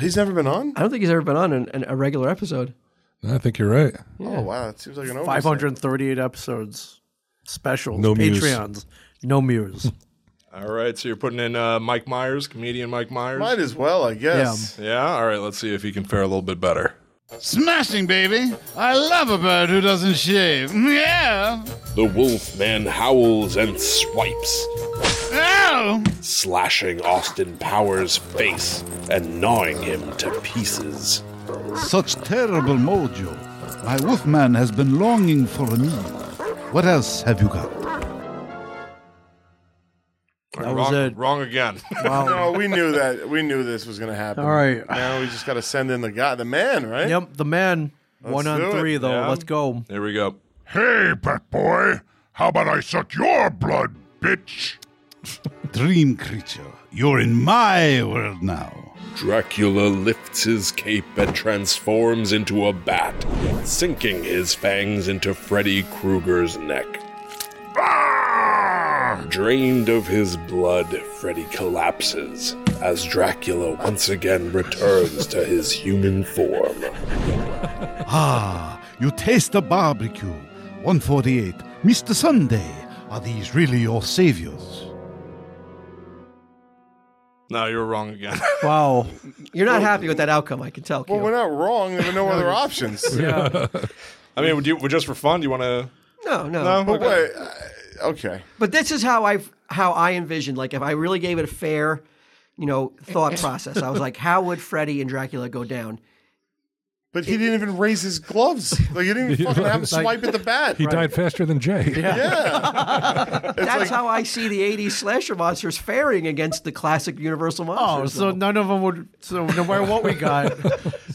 [SPEAKER 4] He's never been on?
[SPEAKER 1] I don't think he's ever been on an, an, a regular episode.
[SPEAKER 3] I think you're right.
[SPEAKER 4] Oh, wow. That seems like an oversight.
[SPEAKER 2] 538 episodes, specials,
[SPEAKER 3] No Muse.
[SPEAKER 2] Patreons, no Muse.
[SPEAKER 6] all right, so you're putting in uh, Mike Myers, comedian Mike Myers.
[SPEAKER 4] Might as well, I guess.
[SPEAKER 6] Yeah, all right, let's see if he can fare a little bit better.
[SPEAKER 8] Smashing, baby! I love a bird who doesn't shave. Yeah!
[SPEAKER 11] The wolfman howls and swipes,
[SPEAKER 8] Ow!
[SPEAKER 11] slashing Austin Powers' face and gnawing him to pieces.
[SPEAKER 8] Such terrible mojo. My wolfman has been longing for a meal. What else have you got?
[SPEAKER 2] That was
[SPEAKER 6] wrong,
[SPEAKER 2] it.
[SPEAKER 6] Wrong again.
[SPEAKER 2] Wow.
[SPEAKER 4] No, we knew that. We knew this was going to happen.
[SPEAKER 2] All right.
[SPEAKER 4] Now we just got to send in the guy, the man, right?
[SPEAKER 2] Yep, the man. One
[SPEAKER 4] do
[SPEAKER 2] on
[SPEAKER 4] it.
[SPEAKER 2] three, though.
[SPEAKER 6] Yeah.
[SPEAKER 2] Let's go.
[SPEAKER 6] here we go.
[SPEAKER 13] Hey, pet boy, how about I suck your blood, bitch?
[SPEAKER 8] Dream creature, you're in my world now.
[SPEAKER 11] Dracula lifts his cape and transforms into a bat, sinking his fangs into Freddy Krueger's neck. Drained of his blood, Freddy collapses as Dracula once again returns to his human form.
[SPEAKER 8] Ah, you taste the barbecue. 148, Mr. Sunday. Are these really your saviors?
[SPEAKER 6] No, you're wrong again.
[SPEAKER 2] Wow.
[SPEAKER 1] You're not happy with that outcome, I can tell.
[SPEAKER 4] Well,
[SPEAKER 1] Q.
[SPEAKER 4] we're not wrong. There were no other options.
[SPEAKER 6] I mean, would you, just for fun, do you want to?
[SPEAKER 1] no, no,
[SPEAKER 4] But wait, uh, okay.
[SPEAKER 1] But this is how I how I envisioned. Like, if I really gave it a fair, you know, thought process, I was like, how would Freddy and Dracula go down?
[SPEAKER 4] But he didn't even raise his gloves. Like, he didn't even fucking have him swipe at the bat.
[SPEAKER 3] He died faster than Jay. Yeah.
[SPEAKER 1] That's how I see the '80s slasher monsters faring against the classic Universal
[SPEAKER 2] Oh,
[SPEAKER 1] monsters.
[SPEAKER 2] so
[SPEAKER 1] though.
[SPEAKER 2] none of them would. So no matter what we got,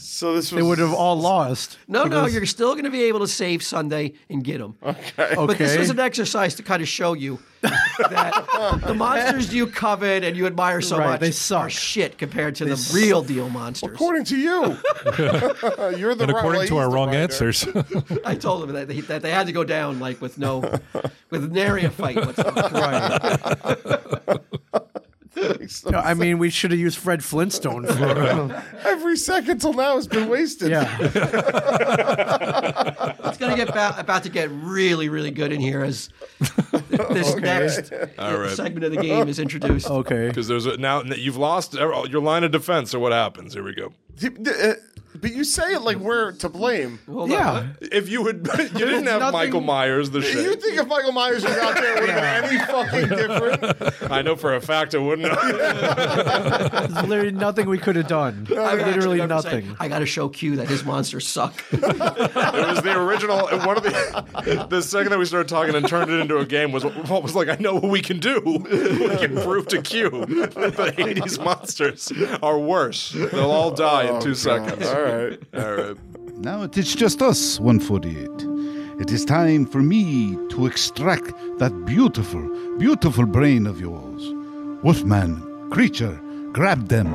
[SPEAKER 4] So this was.
[SPEAKER 2] they would have all lost.
[SPEAKER 1] no, no, you're still going to be able to save Sunday and get him.
[SPEAKER 2] Okay.
[SPEAKER 1] But this was an exercise to kind of show you that the monsters you covet and you admire so
[SPEAKER 2] Right,
[SPEAKER 1] much
[SPEAKER 2] they
[SPEAKER 1] are
[SPEAKER 2] suck.
[SPEAKER 1] shit compared to the real deal monsters.
[SPEAKER 4] According to you, you're the
[SPEAKER 3] And
[SPEAKER 4] right-
[SPEAKER 3] according
[SPEAKER 4] well,
[SPEAKER 3] to our
[SPEAKER 4] he's the
[SPEAKER 3] wrong
[SPEAKER 4] writer.
[SPEAKER 3] answers,
[SPEAKER 1] I told them that they, that they had to go down like with no, with nary a fight. whatsoever.
[SPEAKER 2] Right. No, I mean, we should have used Fred Flintstone for.
[SPEAKER 4] Every second till now has been wasted.
[SPEAKER 2] yeah.
[SPEAKER 1] It's going to get ba- about to get really, really good in here as this next uh,
[SPEAKER 6] right.
[SPEAKER 1] segment of the game is introduced.
[SPEAKER 2] Okay.
[SPEAKER 6] Because there's a, now you've lost your line of defense. So what happens? Here we go.
[SPEAKER 4] He- uh, But you say it like we're to blame.
[SPEAKER 6] Hold on. If you would, you didn't have
[SPEAKER 4] Nothing-
[SPEAKER 6] Michael Myers the
[SPEAKER 4] You
[SPEAKER 6] shape.
[SPEAKER 4] think if Michael Myers was out there, it would have been any fucking different?
[SPEAKER 6] I know for a fact it wouldn't.
[SPEAKER 2] There's literally nothing we could have done.
[SPEAKER 1] I would
[SPEAKER 2] literally
[SPEAKER 1] actually never say,
[SPEAKER 2] nothing.
[SPEAKER 1] I got to show Q that his monsters suck.
[SPEAKER 6] It was the original. One of the the second that we started talking and turned it into a game was what was like. I know what we can do. We can prove to Q that the '80s monsters are worse. They'll all die in two
[SPEAKER 8] two
[SPEAKER 6] seconds.
[SPEAKER 8] All
[SPEAKER 4] right, all right.
[SPEAKER 8] Now it is just us, 148. It is time for me to extract that beautiful, beautiful brain of yours. Wolfman, creature, grab them.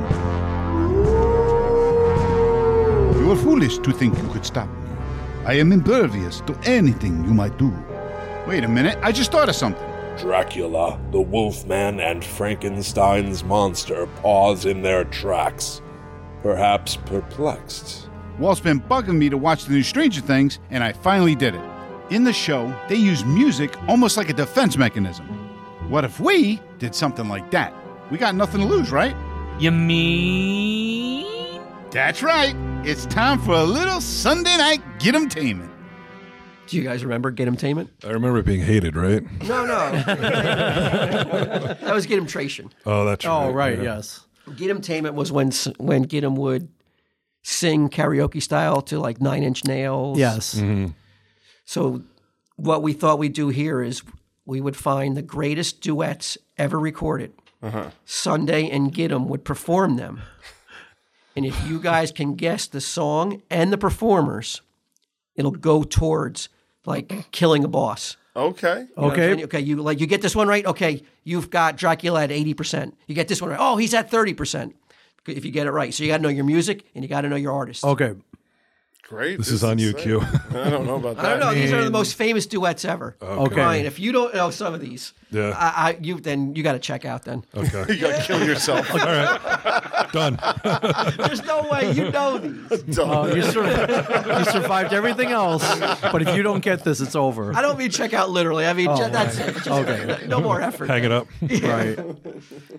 [SPEAKER 8] You are foolish to think you could stop me. I am impervious to anything you might do. Wait a minute, I just thought of something.
[SPEAKER 11] Dracula, the Wolfman, and Frankenstein's monster pause in their tracks, perhaps perplexed.
[SPEAKER 8] Walt's been bugging me to watch the new Stranger Things, and I finally did it. In the show, they use music almost like a defense mechanism. What if we did something like that? We got nothing to lose, right?
[SPEAKER 9] You mean?
[SPEAKER 8] That's right. It's time for a little Sunday night get 'em taming.
[SPEAKER 1] Do you guys remember Get 'em Tainment?
[SPEAKER 3] I remember it being hated, right?
[SPEAKER 1] No, no. that was Get 'em Tration.
[SPEAKER 3] Oh, that's
[SPEAKER 2] Oh,
[SPEAKER 3] right,
[SPEAKER 2] right,
[SPEAKER 3] yeah.
[SPEAKER 2] yes.
[SPEAKER 1] Get 'em Tainment was when s- when Get 'em would sing karaoke style to like Nine Inch Nails.
[SPEAKER 2] Yes.
[SPEAKER 3] Mhm.
[SPEAKER 1] So what we thought we'd do here is we would find the greatest duets ever recorded.
[SPEAKER 4] Uh-huh.
[SPEAKER 1] Sunday and Get 'em would perform them. And if you guys can guess the song and the performers, it'll go towards like killing a boss.
[SPEAKER 4] Okay.
[SPEAKER 1] You know what I'm saying? okay. You like you get this one right. Okay, you've got Dracula at eighty percent. You get this one right. Oh, he's at thirty percent. If you get it right, so you got to know your music and you got to know your artist.
[SPEAKER 2] Okay.
[SPEAKER 4] Great.
[SPEAKER 3] This is on you,
[SPEAKER 4] insane.
[SPEAKER 3] Q.
[SPEAKER 4] I don't know about
[SPEAKER 1] I
[SPEAKER 4] that.
[SPEAKER 1] don't know. These are the most famous duets ever.
[SPEAKER 3] Okay.
[SPEAKER 1] Ryan, if you don't know some of these,
[SPEAKER 3] Yeah.
[SPEAKER 1] I, I you then you got to check out. Then
[SPEAKER 3] Okay.
[SPEAKER 4] you gotta kill yourself.
[SPEAKER 3] All right. Done.
[SPEAKER 1] there's no way you know these.
[SPEAKER 2] Oh, you, sur- you survived everything else, but if you don't get this, it's over.
[SPEAKER 1] I don't mean check out literally. I mean
[SPEAKER 2] Oh,
[SPEAKER 1] ju- that's it. Just-
[SPEAKER 2] Okay.
[SPEAKER 1] No more effort.
[SPEAKER 3] Hang it up.
[SPEAKER 2] Right.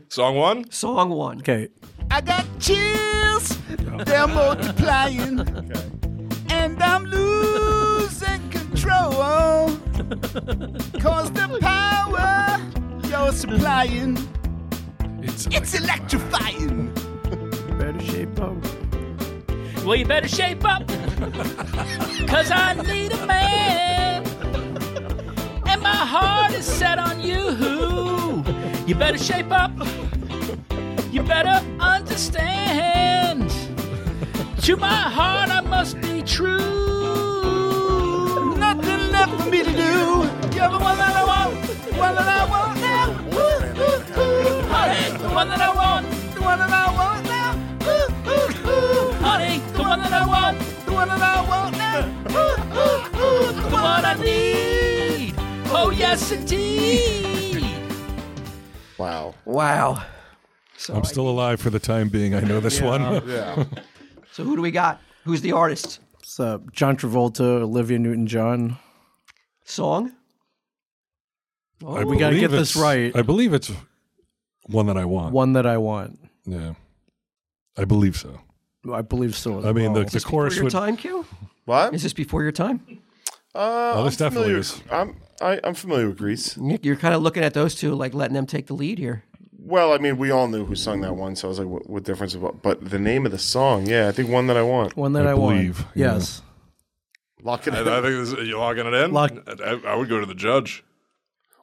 [SPEAKER 6] Song one.
[SPEAKER 1] Song one.
[SPEAKER 2] Okay.
[SPEAKER 10] I got chills, they're multiplying, and I'm losing control. Cause the power you're supplying,
[SPEAKER 3] it's,
[SPEAKER 10] electrifying.
[SPEAKER 2] Better shape up.
[SPEAKER 9] Well, you better shape up, cause I need a man, and my heart is set on you. You better shape up. You better understand. To my heart, I must be true.
[SPEAKER 10] Nothing left for me to do. You're the one that I want, one that I want now. Ooh, ooh, ooh, honey, the one that I want, the one that I want now. Ooh, ooh, ooh, honey, the one that I want, the one that I want now. Ooh, ooh, ooh, the one I need. Oh yes, indeed.
[SPEAKER 4] Wow.
[SPEAKER 1] Wow. So
[SPEAKER 3] I'm
[SPEAKER 1] I-
[SPEAKER 3] still alive for the time being. I know this one.
[SPEAKER 4] Yeah.
[SPEAKER 1] so who do we got? Who's the artist?
[SPEAKER 2] So John Travolta, Olivia Newton John.
[SPEAKER 1] Song.
[SPEAKER 3] I
[SPEAKER 2] We gotta get
[SPEAKER 3] believe it's-
[SPEAKER 2] this right.
[SPEAKER 3] I believe it's one that I want.
[SPEAKER 2] One that I want.
[SPEAKER 3] Yeah. I believe so.
[SPEAKER 2] I believe so. as
[SPEAKER 3] I mean,
[SPEAKER 2] well.
[SPEAKER 3] the, the chorus
[SPEAKER 1] Before your
[SPEAKER 3] would.
[SPEAKER 1] time, Q?
[SPEAKER 4] What?
[SPEAKER 1] Is this before your time?
[SPEAKER 4] Uh,
[SPEAKER 3] Oh, this
[SPEAKER 4] I'm familiar-
[SPEAKER 3] definitely is.
[SPEAKER 4] I'm I, I'm familiar with Greece.
[SPEAKER 1] Nick, You're kind of looking at those two, like letting them take the lead here.
[SPEAKER 4] Well, I mean, we all knew who sung that one, so I was like, what, what difference? About? But the name of the song, yeah, I think one that I want.
[SPEAKER 2] one that I,
[SPEAKER 3] believe,
[SPEAKER 2] want.
[SPEAKER 3] yeah.
[SPEAKER 2] Yes.
[SPEAKER 4] Lock it
[SPEAKER 6] I, I
[SPEAKER 4] in.
[SPEAKER 6] think this, you're locking it in.
[SPEAKER 2] Lock-
[SPEAKER 6] I, I would go to the judge.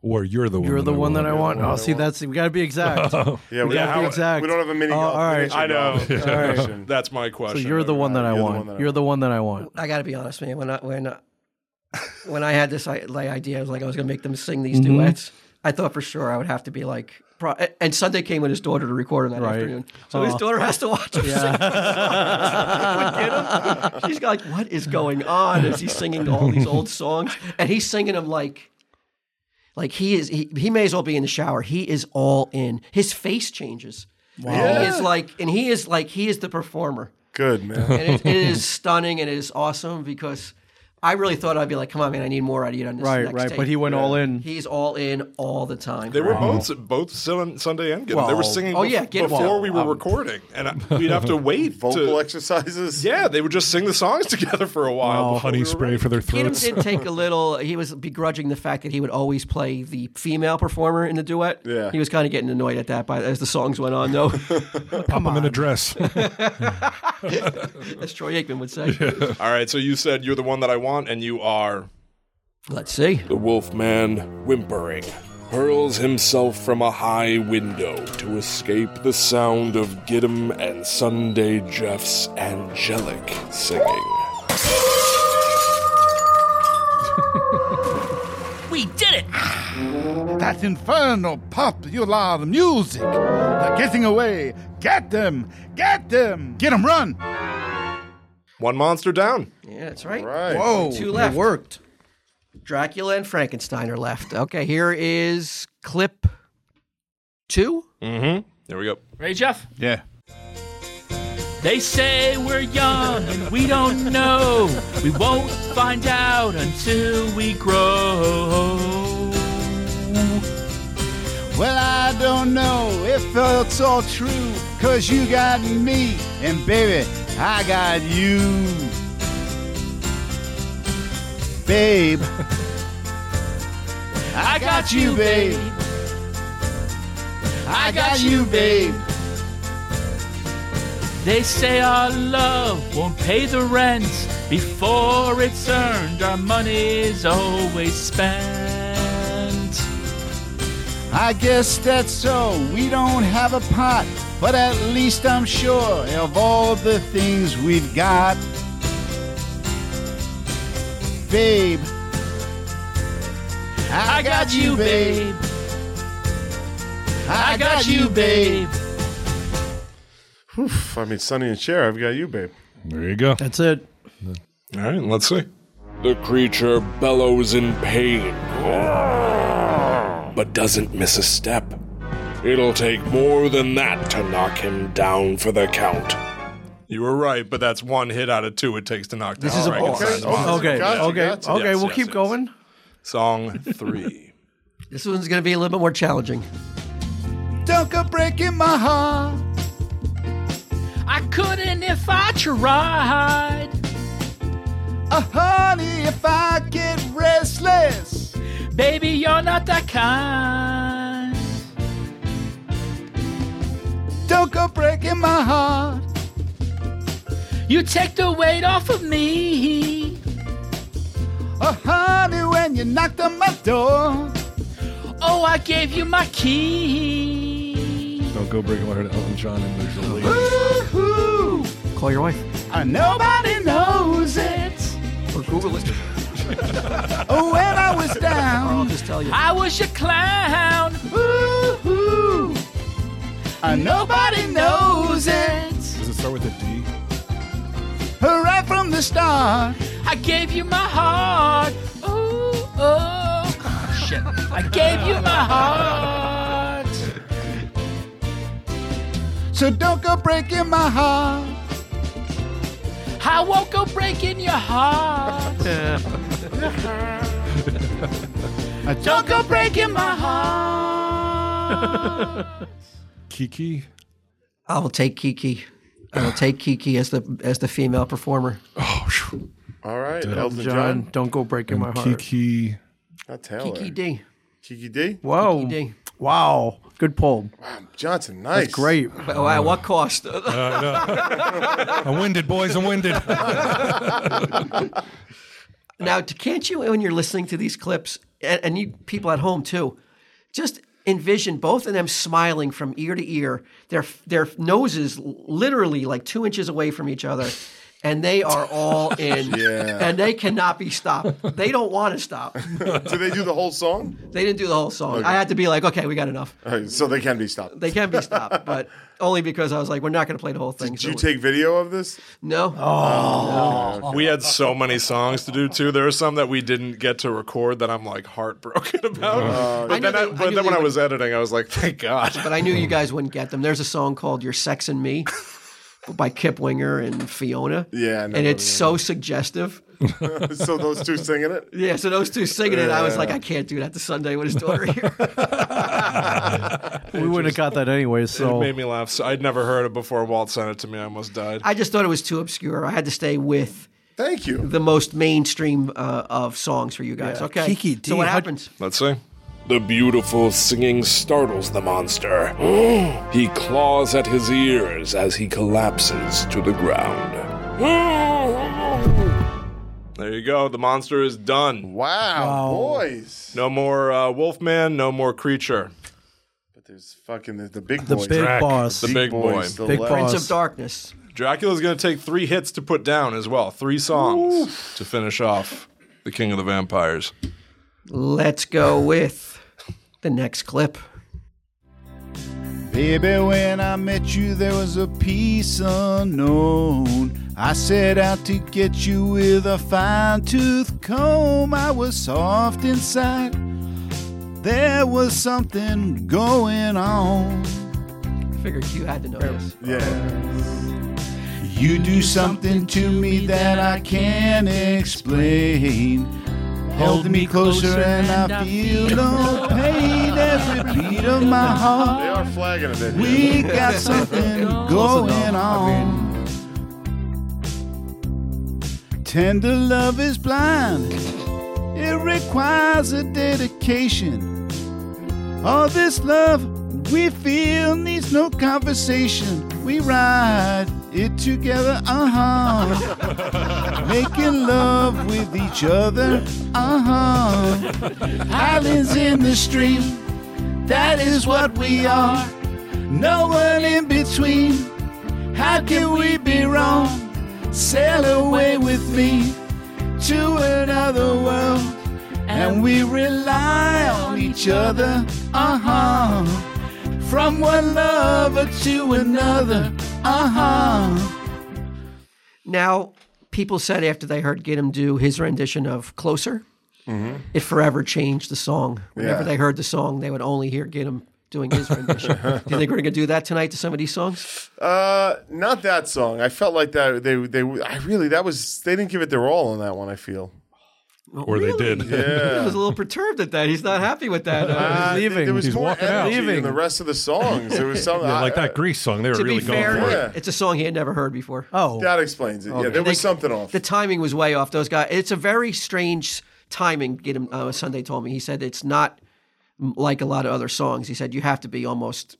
[SPEAKER 3] Or you're the one.
[SPEAKER 2] You're the one that I want.
[SPEAKER 4] one
[SPEAKER 2] Oh,
[SPEAKER 4] that I
[SPEAKER 2] see,
[SPEAKER 4] want.
[SPEAKER 2] that's we gotta be exact. All
[SPEAKER 4] Yeah, we,
[SPEAKER 2] We gotta
[SPEAKER 4] don't, exact.
[SPEAKER 2] be exact.
[SPEAKER 4] we don't have a mini.
[SPEAKER 2] Oh, all right.
[SPEAKER 4] miniature
[SPEAKER 6] I know.
[SPEAKER 4] golf.
[SPEAKER 2] All right.
[SPEAKER 6] That's my
[SPEAKER 2] So
[SPEAKER 6] question.
[SPEAKER 2] you're the one that I
[SPEAKER 4] You're the one that I
[SPEAKER 2] want. You're the one that I want.
[SPEAKER 1] I got to be honest, man. When I when uh, when I had this I, like, idea, I was like, I was gonna make them sing these
[SPEAKER 2] Mhm.
[SPEAKER 1] duets. I thought for sure I would have to be like. Pro- and Sunday came with his daughter to record on that
[SPEAKER 2] Right.
[SPEAKER 1] afternoon, so his
[SPEAKER 2] Oh.
[SPEAKER 1] daughter has to watch him sing. With Get 'Em. She's like, "What is going on?" As he's singing all these old songs, and he's singing them like, like he is. He, he may as well be in the shower. He is all in. His face changes. He is like, and he is like, he is the performer
[SPEAKER 4] Good man.
[SPEAKER 1] and it, it is stunning and it is awesome because I really thought I'd be like, come on, man, I need more out of you on this
[SPEAKER 2] Right,
[SPEAKER 1] next
[SPEAKER 2] right,
[SPEAKER 1] tape."
[SPEAKER 2] but he went all in.
[SPEAKER 1] He's all in all the time.
[SPEAKER 2] Oh.
[SPEAKER 6] They were both both Sun- Sunday and Get 'Em. They were
[SPEAKER 1] Well,
[SPEAKER 6] singing
[SPEAKER 1] oh,
[SPEAKER 6] bef-
[SPEAKER 1] yeah, Get 'Em.
[SPEAKER 6] before
[SPEAKER 1] Well,
[SPEAKER 6] we were
[SPEAKER 1] um,
[SPEAKER 6] recording, and I, we'd have to wait.
[SPEAKER 4] Vocal
[SPEAKER 6] to,
[SPEAKER 4] exercises.
[SPEAKER 6] Yeah, they would just sing the songs together for a
[SPEAKER 4] Oh,
[SPEAKER 6] while. before
[SPEAKER 3] honey
[SPEAKER 6] we were
[SPEAKER 3] spray for their
[SPEAKER 1] Keenum
[SPEAKER 3] throats.
[SPEAKER 1] did take a little. He was begrudging the fact that he would always play the female performer in the duet.
[SPEAKER 4] Yeah.
[SPEAKER 1] he was kind of getting annoyed at that. By as the songs went on, though,
[SPEAKER 3] Pop them in a dress.
[SPEAKER 1] as Troy Aikman would say.
[SPEAKER 6] ready. All right, so you said you're the one that I want, and you are.
[SPEAKER 1] Let's see.
[SPEAKER 11] The wolfman, whimpering, hurls himself from a high window to escape the sound of Gidim and Sunday Jeff's angelic singing.
[SPEAKER 9] We did it!
[SPEAKER 8] That infernal popular music. They're getting away. Get them. Get them. Get them. Run.
[SPEAKER 6] One monster down.
[SPEAKER 1] Yeah, that's right.
[SPEAKER 4] Right.
[SPEAKER 8] Whoa.
[SPEAKER 1] Two left.
[SPEAKER 2] It worked.
[SPEAKER 1] Dracula and Frankenstein are left. Okay, here is clip two.
[SPEAKER 6] Mm-hmm. There we go.
[SPEAKER 9] Ready, Jeff?
[SPEAKER 8] Yeah.
[SPEAKER 9] They say we're young and we don't know. We won't find out until we grow.
[SPEAKER 8] Well, I don't know if it's all true, cause you got me, and baby, I got you. Babe,
[SPEAKER 9] I got you, babe.
[SPEAKER 8] I got you, babe.
[SPEAKER 9] They say our love won't pay the rent before it's earned. Our money's always spent.
[SPEAKER 8] I guess that's so. We don't have a pot, but at least I'm sure of all the things we've got. Babe, I,
[SPEAKER 9] I got you, babe. I got you, babe.
[SPEAKER 4] Oof, I mean, Sonny and Cher, I've got you, babe.
[SPEAKER 3] there you go.
[SPEAKER 2] That's it.
[SPEAKER 6] All right, let's see.
[SPEAKER 11] The creature bellows in pain, but doesn't miss a step. It'll take more than that to knock him down for the count.
[SPEAKER 6] You were right, but that's one hit out of two it takes to knock down.
[SPEAKER 1] This is a
[SPEAKER 6] Frankenstein's
[SPEAKER 1] boss.
[SPEAKER 6] monster.
[SPEAKER 2] Okay, Oh,
[SPEAKER 4] Gotcha,
[SPEAKER 2] okay,
[SPEAKER 4] gotcha.
[SPEAKER 2] okay.
[SPEAKER 6] Yes,
[SPEAKER 2] we'll
[SPEAKER 6] yes,
[SPEAKER 2] keep
[SPEAKER 6] yes.
[SPEAKER 2] going.
[SPEAKER 6] Song three.
[SPEAKER 1] This one's going to be a little bit more challenging.
[SPEAKER 8] Don't go breaking my heart.
[SPEAKER 9] I couldn't if I tried.
[SPEAKER 8] Oh, honey, if I get restless,
[SPEAKER 9] Baby, you're not that kind.
[SPEAKER 8] don't go breaking my heart.
[SPEAKER 9] You take the weight off of me.
[SPEAKER 8] Oh, honey, when you knocked on my door,
[SPEAKER 9] Oh, I gave you my key.
[SPEAKER 3] Don't go breaking my heart to Elton John and there's a lady.
[SPEAKER 8] ooh,
[SPEAKER 1] Call your wife
[SPEAKER 8] I nobody knows it.
[SPEAKER 1] or Google it.
[SPEAKER 8] Oh, when I was
[SPEAKER 1] Or I'll
[SPEAKER 8] down,
[SPEAKER 1] just tell you.
[SPEAKER 9] I was your clown.
[SPEAKER 8] ooh,
[SPEAKER 10] Uh,
[SPEAKER 8] I Uh, nobody knows it.
[SPEAKER 3] Does it start with a D?
[SPEAKER 8] Right from the start,
[SPEAKER 9] I gave you my heart. Ooh, oh. Shit. I gave you my heart.
[SPEAKER 8] so don't go breaking my heart.
[SPEAKER 9] I won't go breaking your heart. Don't go breaking my heart.
[SPEAKER 3] Kiki?
[SPEAKER 1] I will take Kiki. I will take Kiki as the as the female performer.
[SPEAKER 3] Oh, phew.
[SPEAKER 4] All right, Elton
[SPEAKER 2] Elton
[SPEAKER 4] John.
[SPEAKER 2] John, don't go breaking my heart.
[SPEAKER 3] Kiki.
[SPEAKER 4] Not Taylor.
[SPEAKER 1] Kiki D.
[SPEAKER 4] Kiki D.
[SPEAKER 2] Whoa.
[SPEAKER 1] Kiki D.
[SPEAKER 2] Wow. Good pull.
[SPEAKER 4] Johnson, nice.
[SPEAKER 2] That's great.
[SPEAKER 1] But at what cost?
[SPEAKER 3] I'm winded, boys. I'm winded.
[SPEAKER 1] Now, t- can't you, when you're listening to these clips, and, and you people at home too, just envision both of them smiling from ear to ear, their their noses l- literally like two inches away from each other, and they are all in,
[SPEAKER 4] Yeah.
[SPEAKER 1] and they cannot be stopped. They don't want to stop.
[SPEAKER 4] Did they do the whole song?
[SPEAKER 1] They didn't do the whole song. I had to be like, okay, we got enough.
[SPEAKER 4] All right, so they can be stopped.
[SPEAKER 1] They can be stopped, but only because I was like, we're not going to play the whole thing.
[SPEAKER 4] Did you take video of this?
[SPEAKER 1] no?
[SPEAKER 6] We had so many songs to do too. There are some that we didn't get to record that I'm like heartbroken about.
[SPEAKER 1] I
[SPEAKER 6] but
[SPEAKER 1] knew
[SPEAKER 6] then, I,
[SPEAKER 1] they- I
[SPEAKER 6] but
[SPEAKER 1] knew
[SPEAKER 6] then when
[SPEAKER 1] they
[SPEAKER 6] I was editing, I was like, thank God.
[SPEAKER 1] but I knew you guys wouldn't get them. There's a song called "Your Sex and Me" by Kip Winger and Fiona.
[SPEAKER 4] Yeah, I know
[SPEAKER 1] and
[SPEAKER 4] that
[SPEAKER 1] it's so suggestive.
[SPEAKER 4] so those two singing it?
[SPEAKER 1] Yeah, so those two singing it, I was like, I can't do that to Sunday with his daughter here.
[SPEAKER 2] we wouldn't have got that anyway.
[SPEAKER 6] It
[SPEAKER 2] So
[SPEAKER 6] made me laugh. So I'd never heard it before. Walt sent it to me. I almost died.
[SPEAKER 1] I just thought it was too obscure. I had to stay with
[SPEAKER 4] Thank you.
[SPEAKER 1] the most mainstream uh, of songs for you guys.
[SPEAKER 6] Yeah.
[SPEAKER 1] Okay,
[SPEAKER 6] Kiki D,
[SPEAKER 1] so what
[SPEAKER 6] how-
[SPEAKER 1] happens?
[SPEAKER 6] Let's see.
[SPEAKER 14] The beautiful singing startles the monster. he claws at his ears as he collapses to the ground.
[SPEAKER 6] There you go. The monster is done.
[SPEAKER 4] Wow, boys.
[SPEAKER 6] No more uh, Wolfman. No more creature.
[SPEAKER 4] But there's fucking the, the big
[SPEAKER 6] The
[SPEAKER 4] boys.
[SPEAKER 6] big Drac. boss. The big boy.
[SPEAKER 4] boys, the
[SPEAKER 6] Big
[SPEAKER 4] left.
[SPEAKER 1] Prince of Darkness.
[SPEAKER 6] Dracula's going to take three hits to put down as well. Three songs to finish off the King of the Vampires.
[SPEAKER 1] Let's go with the next clip.
[SPEAKER 15] Baby, when I met you, there was a peace unknown. I set out to get you with a fine tooth comb. I was soft inside. There was something going on.
[SPEAKER 1] I figured you had to know this.
[SPEAKER 4] Yeah.
[SPEAKER 15] You do something to me that I can't explain. Hold me closer and I feel no pain. Every beat of my heart.
[SPEAKER 4] They are flagging a bit.
[SPEAKER 15] We got something going on. Tender love is blind. It requires a dedication. All this love we feel needs no conversation. We ride it together, uh huh. Making love with each other, uh huh. Islands in the stream, that is what we are. No one in between. How can we be wrong? Sail away with me to another world. And we rely on each other, uh huh. From one lover to another, uh huh.
[SPEAKER 1] Now, people said after they heard Get 'Em do his rendition of Closer, it forever changed the song. Whenever
[SPEAKER 4] Mm-hmm. Yeah.
[SPEAKER 1] they heard the song, they would only hear Get 'Em doing his rendition. do you think we're going to do that tonight to some of these songs?
[SPEAKER 4] Uh, not that song. I felt like that. They they. I really that was. They didn't give it their all on that one. I feel.
[SPEAKER 3] Or they did.
[SPEAKER 1] I
[SPEAKER 4] Yeah.
[SPEAKER 1] was a little perturbed at that. He's not happy with that.
[SPEAKER 4] Uh, There was
[SPEAKER 3] He's
[SPEAKER 4] more
[SPEAKER 3] walking out.
[SPEAKER 4] energy than
[SPEAKER 3] Leaving.
[SPEAKER 4] the rest of the songs. There was some.
[SPEAKER 3] Yeah, like
[SPEAKER 4] I-
[SPEAKER 3] that Grease song. They were
[SPEAKER 1] to
[SPEAKER 3] really
[SPEAKER 1] be
[SPEAKER 3] going
[SPEAKER 1] fair,
[SPEAKER 3] for it.
[SPEAKER 1] it's a song he had never heard before. Oh,
[SPEAKER 4] That explains it. Yeah, there was something off.
[SPEAKER 1] The timing was way off. Those guys. It's a very strange timing. Get him. Uh, Sunday told me. He said it's not m- like a lot of other songs. He said you have to be almost.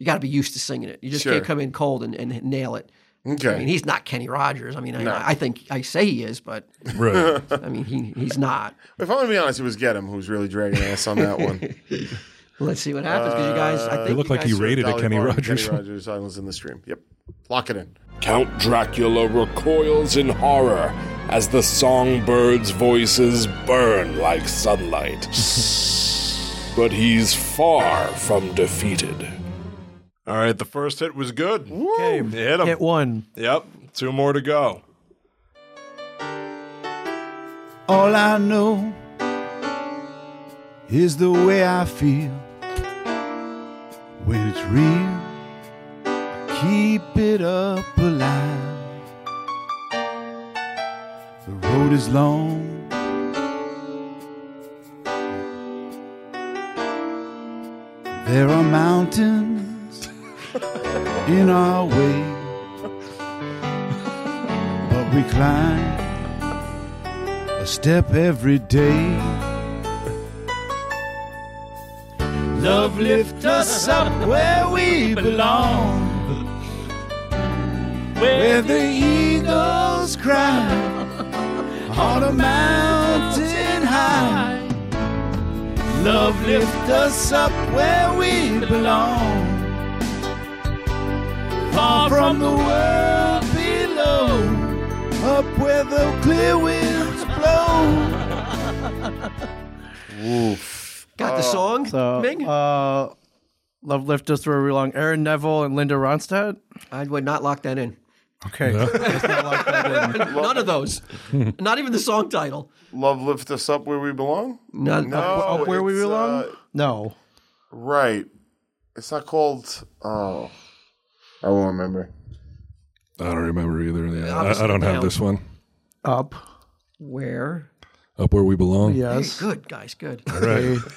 [SPEAKER 1] You got to be used to singing it. You just
[SPEAKER 4] Sure.
[SPEAKER 1] can't come in cold and, and nail it.
[SPEAKER 4] Okay.
[SPEAKER 1] I mean, he's not Kenny Rogers. I mean, I,
[SPEAKER 4] No.
[SPEAKER 1] I think I say he is, but
[SPEAKER 3] Right.
[SPEAKER 1] I mean, he, he's not.
[SPEAKER 4] If I'm gonna be honest, it was Get 'Em who was really dragging ass on that one.
[SPEAKER 1] Let's see what happens because you guys. I
[SPEAKER 4] Uh,
[SPEAKER 1] think you guys-
[SPEAKER 4] Dolly Parton, Kenny Rogers, Islands in the Stream. Yep. Lock it in.
[SPEAKER 14] Count Dracula recoils in horror as the songbirds' voices burn like sunlight. but he's far from defeated.
[SPEAKER 6] All right, the first hit was good. Hit him.
[SPEAKER 2] hit one.
[SPEAKER 6] Yep, two more to go.
[SPEAKER 15] All I know is the way I feel. When it's real, I keep it up alive. The road is long. There are mountains in our way, but we climb a step every day.
[SPEAKER 8] Love lift us up where we belong.
[SPEAKER 15] Where the eagles cry on a mountain high. Love lift us up where we belong. Far from the world below, up where the clear winds blow.
[SPEAKER 1] Got the song,
[SPEAKER 2] So,
[SPEAKER 1] Ming?
[SPEAKER 2] uh, Love Lift Us Where We Belong. Aaron Neville and Linda Ronstadt.
[SPEAKER 1] I would not lock that in.
[SPEAKER 2] Okay.
[SPEAKER 1] None of those. Not even the song title.
[SPEAKER 4] Love lift us up where we belong.
[SPEAKER 1] Not-
[SPEAKER 4] no,
[SPEAKER 2] Up Where We
[SPEAKER 4] it's,
[SPEAKER 2] Belong?
[SPEAKER 4] uh,
[SPEAKER 2] no.
[SPEAKER 4] right. It's not called. Oh, I won't remember.
[SPEAKER 3] I don't remember either. Yeah, I,
[SPEAKER 1] Opposite
[SPEAKER 3] I don't have
[SPEAKER 1] down.
[SPEAKER 3] this one.
[SPEAKER 2] Up.
[SPEAKER 1] Where?
[SPEAKER 3] Up where we belong.
[SPEAKER 1] Hey, good, guys, good.
[SPEAKER 3] All right.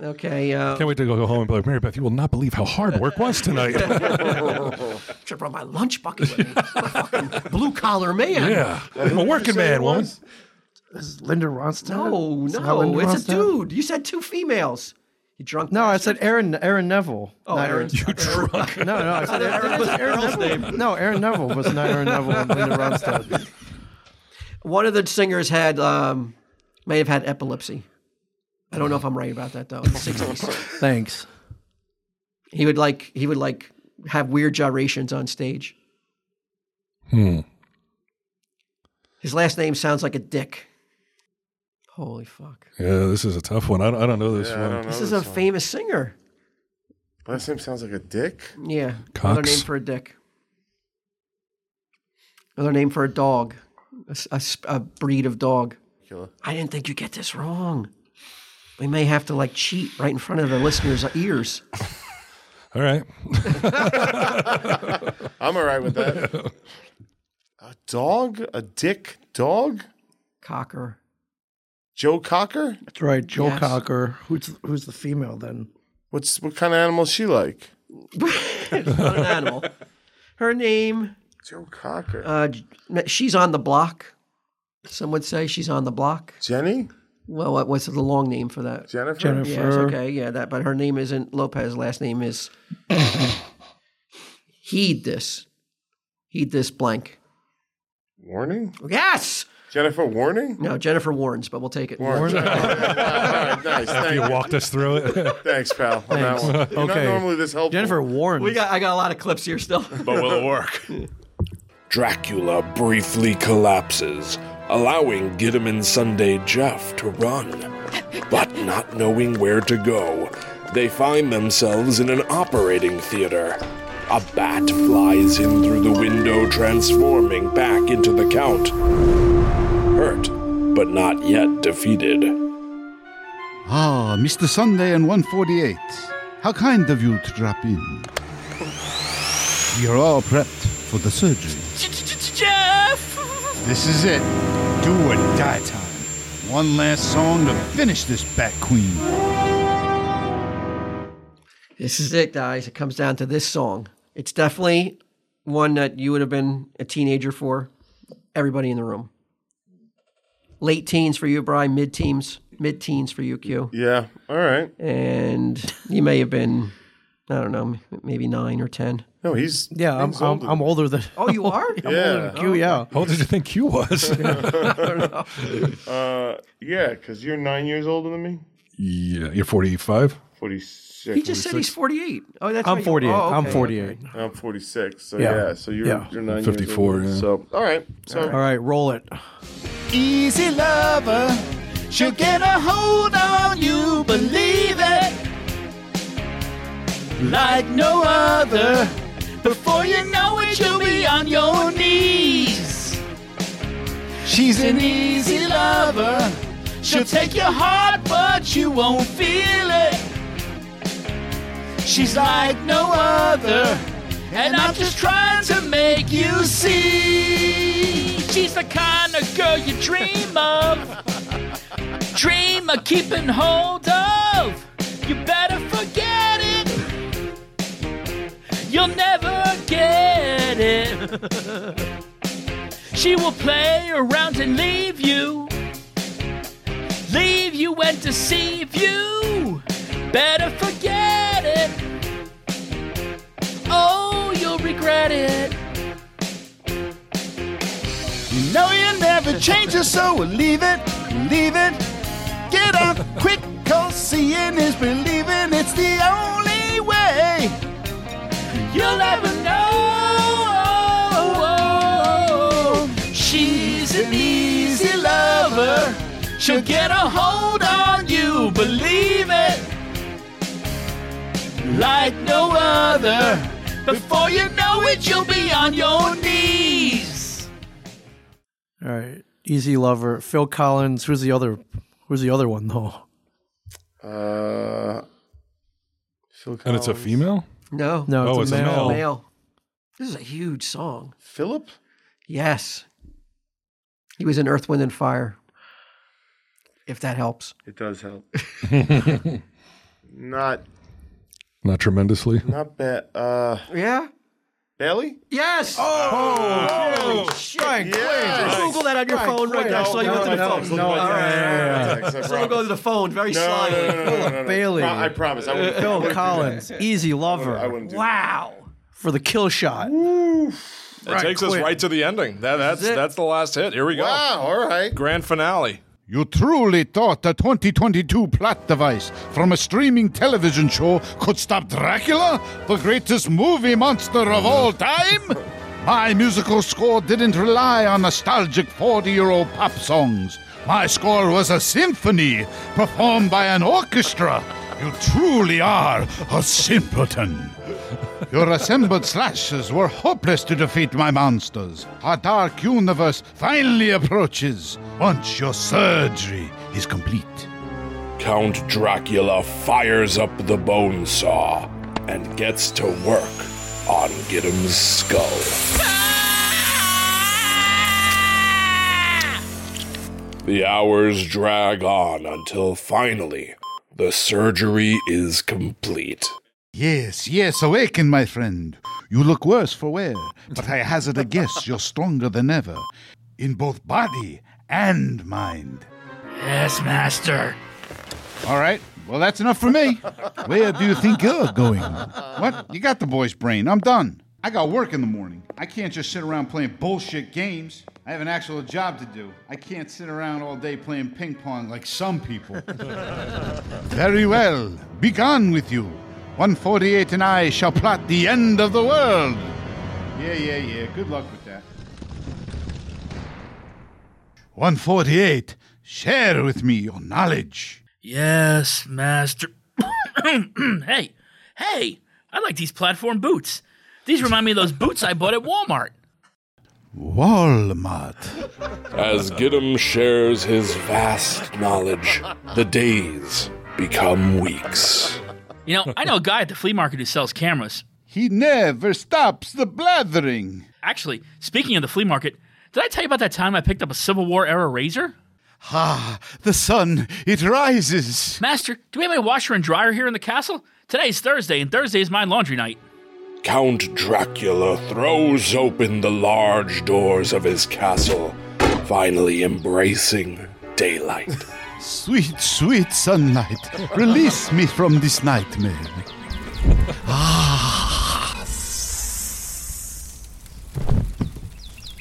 [SPEAKER 1] Okay. Uh,
[SPEAKER 3] Can't wait to go home and play. Mary Beth, you will not believe how hard work was tonight.
[SPEAKER 1] Should have brought my lunch bucket with me. I'm a fucking blue collar man.
[SPEAKER 3] Yeah. I'm a working man, woman.
[SPEAKER 2] This is Linda Ronstadt.
[SPEAKER 1] No,
[SPEAKER 2] Is that how
[SPEAKER 1] no,
[SPEAKER 2] Linda
[SPEAKER 1] it's a
[SPEAKER 2] Ronstadt-
[SPEAKER 1] dude. You said two females. You drunk?
[SPEAKER 2] No, I said Aaron Aaron Neville.
[SPEAKER 1] Oh,
[SPEAKER 2] not
[SPEAKER 1] Aaron. You
[SPEAKER 2] drunk? No, no, I said
[SPEAKER 1] Aaron
[SPEAKER 2] Aaron,
[SPEAKER 1] was the
[SPEAKER 2] Aaron
[SPEAKER 1] girl's
[SPEAKER 2] Neville.
[SPEAKER 1] name.
[SPEAKER 2] No, Aaron Neville was not Aaron Neville and Linda Ronstadt.
[SPEAKER 1] One of the singers had um, may have had epilepsy. I don't know if I'm right about that though. In the 60s,
[SPEAKER 2] Thanks.
[SPEAKER 1] he would like he would like have weird gyrations on stage.
[SPEAKER 3] Hmm.
[SPEAKER 1] His last name sounds like a dick. Holy fuck!
[SPEAKER 3] Hmm. Yeah, this is a tough one. I don't, I don't know this
[SPEAKER 4] Yeah, I
[SPEAKER 3] one.
[SPEAKER 4] don't know
[SPEAKER 1] This is a
[SPEAKER 4] this one.
[SPEAKER 1] famous singer.
[SPEAKER 4] Last name sounds like a dick.
[SPEAKER 1] Yeah, another
[SPEAKER 3] Cox.
[SPEAKER 1] name for a dick. Another name for a dog, a, s- a s- a breed of dog.
[SPEAKER 4] Killer.
[SPEAKER 1] I didn't think you get this wrong. We may have to like cheat right in front of the listeners' ears.
[SPEAKER 3] All right.
[SPEAKER 4] I'm all right with that. a dog? A dick dog?
[SPEAKER 1] Cocker.
[SPEAKER 4] Joe Cocker?
[SPEAKER 2] That's right, Joe
[SPEAKER 1] Yes.
[SPEAKER 2] Cocker. Who's who's the female then?
[SPEAKER 4] What's what kind of animal is she like?
[SPEAKER 1] It's not an animal. Her name.
[SPEAKER 4] Joe Cocker.
[SPEAKER 1] Uh, j- she's on the block. Some would say she's on the block.
[SPEAKER 4] Jenny?
[SPEAKER 1] Well, what was the long name for that?
[SPEAKER 4] Jennifer?
[SPEAKER 2] Jennifer.
[SPEAKER 1] Yes, okay, yeah, that. But her name isn't Lopez. Last name is. heed this, heed this blank.
[SPEAKER 4] Warning?
[SPEAKER 1] Yes.
[SPEAKER 4] Jennifer Warning?
[SPEAKER 1] No, Jennifer Warrens, but we'll take it.
[SPEAKER 4] Warning. all right, nice.
[SPEAKER 3] After you
[SPEAKER 4] Thank,
[SPEAKER 3] walked us through it.
[SPEAKER 4] thanks, pal. On that one. You're not
[SPEAKER 2] Okay.
[SPEAKER 4] normally this helpful.
[SPEAKER 2] Jennifer Warren.
[SPEAKER 1] We got. I got a lot of clips here still.
[SPEAKER 6] But will it work?
[SPEAKER 11] Dracula briefly collapses, allowing Gideon Sunday Jeff to run. But not knowing where to go, they find themselves in an operating theater. A bat flies in through the window, transforming back into the Count. Hurt, but not yet defeated.
[SPEAKER 8] Ah, Mr. Sunday and 148. How kind of you to drop in. We are all prepped for the surgery.
[SPEAKER 9] Jeff!
[SPEAKER 8] This is it. Do or die time. One last song to finish this Bat Queen.
[SPEAKER 1] This is it, guys. It comes down to this song. It's definitely one that you would have been a teenager for. Everybody in the room. Late teens for you, Brian. Mid teens. Mid teens for you, Q.
[SPEAKER 4] Yeah. All right.
[SPEAKER 1] And you may have been, I don't know, m- maybe nine or ten.
[SPEAKER 4] No, he's
[SPEAKER 2] Yeah, I'm,
[SPEAKER 4] he's
[SPEAKER 2] I'm, I'm older than
[SPEAKER 1] Oh, you are?
[SPEAKER 4] yeah.
[SPEAKER 2] you. Yeah,
[SPEAKER 3] How old did you think Q was?
[SPEAKER 4] Uh, yeah, because you're nine years older than me.
[SPEAKER 3] yeah, you're 45.
[SPEAKER 4] 46.
[SPEAKER 1] He just said he's 48. Oh, that's
[SPEAKER 2] I'm
[SPEAKER 1] right.
[SPEAKER 2] 48.
[SPEAKER 1] Oh,
[SPEAKER 2] I'm
[SPEAKER 1] okay.
[SPEAKER 2] 48.
[SPEAKER 4] I'm 46. So yeah.
[SPEAKER 2] Yeah.
[SPEAKER 4] so you're
[SPEAKER 2] Yeah.
[SPEAKER 4] you're nine
[SPEAKER 3] 54,
[SPEAKER 4] Years older.
[SPEAKER 3] yeah.
[SPEAKER 4] So all right. So
[SPEAKER 2] All right, roll it.
[SPEAKER 10] Easy lover, she'll get a hold on you, believe it. Like no other, before you know it, you'll be on your knees. She's an easy lover, she'll take your heart, but you won't feel it. She's like no other, and I'm just trying to make you see.
[SPEAKER 9] She's the kind of girl you dream of. dream of keeping hold of. You better forget it. You'll never get it. she will play around and leave you. Leave you and deceive you. Better forget it. Oh, you'll regret it.
[SPEAKER 10] You know you never change it, so we'll leave it, leave it. Get up quick, cause seeing is believing, it's the only way.
[SPEAKER 9] You'll never know.
[SPEAKER 10] She's an easy lover, she'll get a hold on you, believe it. Like no other, before you know it, you'll be on your knees.
[SPEAKER 2] All right, Easy Lover, Phil Collins. Who's the other? Who's the other one though?
[SPEAKER 4] uh, Phil
[SPEAKER 3] And it's a
[SPEAKER 4] Collins.
[SPEAKER 3] female?
[SPEAKER 1] No.
[SPEAKER 2] No,
[SPEAKER 3] Oh,
[SPEAKER 2] it's,
[SPEAKER 3] it's a
[SPEAKER 2] a male.
[SPEAKER 3] male.
[SPEAKER 1] Male. This is a huge song.
[SPEAKER 4] Philip.
[SPEAKER 1] Yes. He was in Earth, Wind, and Fire. if that helps.
[SPEAKER 4] It does help. not
[SPEAKER 3] Not tremendously.
[SPEAKER 4] not bad. Uh,
[SPEAKER 1] yeah.
[SPEAKER 4] Bailey?
[SPEAKER 1] Yes.
[SPEAKER 4] Oh,
[SPEAKER 1] Holy shit. Just Google that on your
[SPEAKER 4] Frank,
[SPEAKER 1] phone right
[SPEAKER 4] Frank.
[SPEAKER 1] now. So you
[SPEAKER 4] No,
[SPEAKER 1] went to the
[SPEAKER 4] no,
[SPEAKER 1] phone.
[SPEAKER 4] no,
[SPEAKER 1] All
[SPEAKER 4] yeah,
[SPEAKER 1] right.
[SPEAKER 4] yeah, yeah, yeah. I
[SPEAKER 1] So we'll go
[SPEAKER 4] promise.
[SPEAKER 1] to the phone very
[SPEAKER 4] No,
[SPEAKER 1] slyly.
[SPEAKER 4] no, no, no, no, no, no.
[SPEAKER 2] Bailey.
[SPEAKER 4] Pro- I promise. I wouldn't- I
[SPEAKER 2] Phil
[SPEAKER 4] wouldn't do that.
[SPEAKER 2] Collins, easy lover.
[SPEAKER 4] I wouldn't do that.
[SPEAKER 1] wow.
[SPEAKER 2] For the kill shot.
[SPEAKER 6] It takes us right to the ending. That, that's that's the last hit. Here we go.
[SPEAKER 4] Wow, all right.
[SPEAKER 6] Grand finale.
[SPEAKER 8] You truly thought a 2022 plot device from a streaming television show could stop Dracula, the greatest movie monster of all time? My musical score didn't rely on nostalgic 40 year old pop songs. My score was a symphony performed by an orchestra. You truly are a simpleton. Your assembled slashes were hopeless to defeat my monsters. Our dark universe finally approaches once your surgery is complete.
[SPEAKER 11] Count Dracula fires up the bone saw and gets to work on Giddim's skull. The hours drag on until finally the surgery is complete.
[SPEAKER 8] Yes, yes, awaken, my friend. You look worse for wear, but I hazard a guess you're stronger than ever, in both body and mind.
[SPEAKER 10] Yes, master.
[SPEAKER 8] All right, well, that's enough for me. Where do you think you're going? What? You got the boy's brain. I'm done. I got work in the morning. I can't just sit around playing bullshit games. I have an actual job to do. I can't sit around all day playing ping pong like some people. Very well. Begone with you. 148 and I shall plot the end of the world. Yeah, yeah, yeah. Good luck with that. 148. Share with me your knowledge.
[SPEAKER 9] Yes, master. hey, hey, I like these platform boots. These remind me of those boots I bought at Walmart.
[SPEAKER 8] Walmart.
[SPEAKER 11] As Gidim shares his vast knowledge, the days become weeks.
[SPEAKER 9] You know, I know a guy at the flea market who sells cameras.
[SPEAKER 8] He never stops the blathering.
[SPEAKER 9] Actually, speaking of the flea market, did I tell you about that time I picked up a Civil War era razor?
[SPEAKER 8] Ah, the sun, it rises.
[SPEAKER 9] Master, do we have a washer and dryer here in the castle? Today is Thursday, and Thursday is my laundry night.
[SPEAKER 11] Count Dracula throws open the large doors of his castle, finally embracing daylight.
[SPEAKER 8] Sweet, sweet sunlight, release me from this nightmare.
[SPEAKER 9] Ah.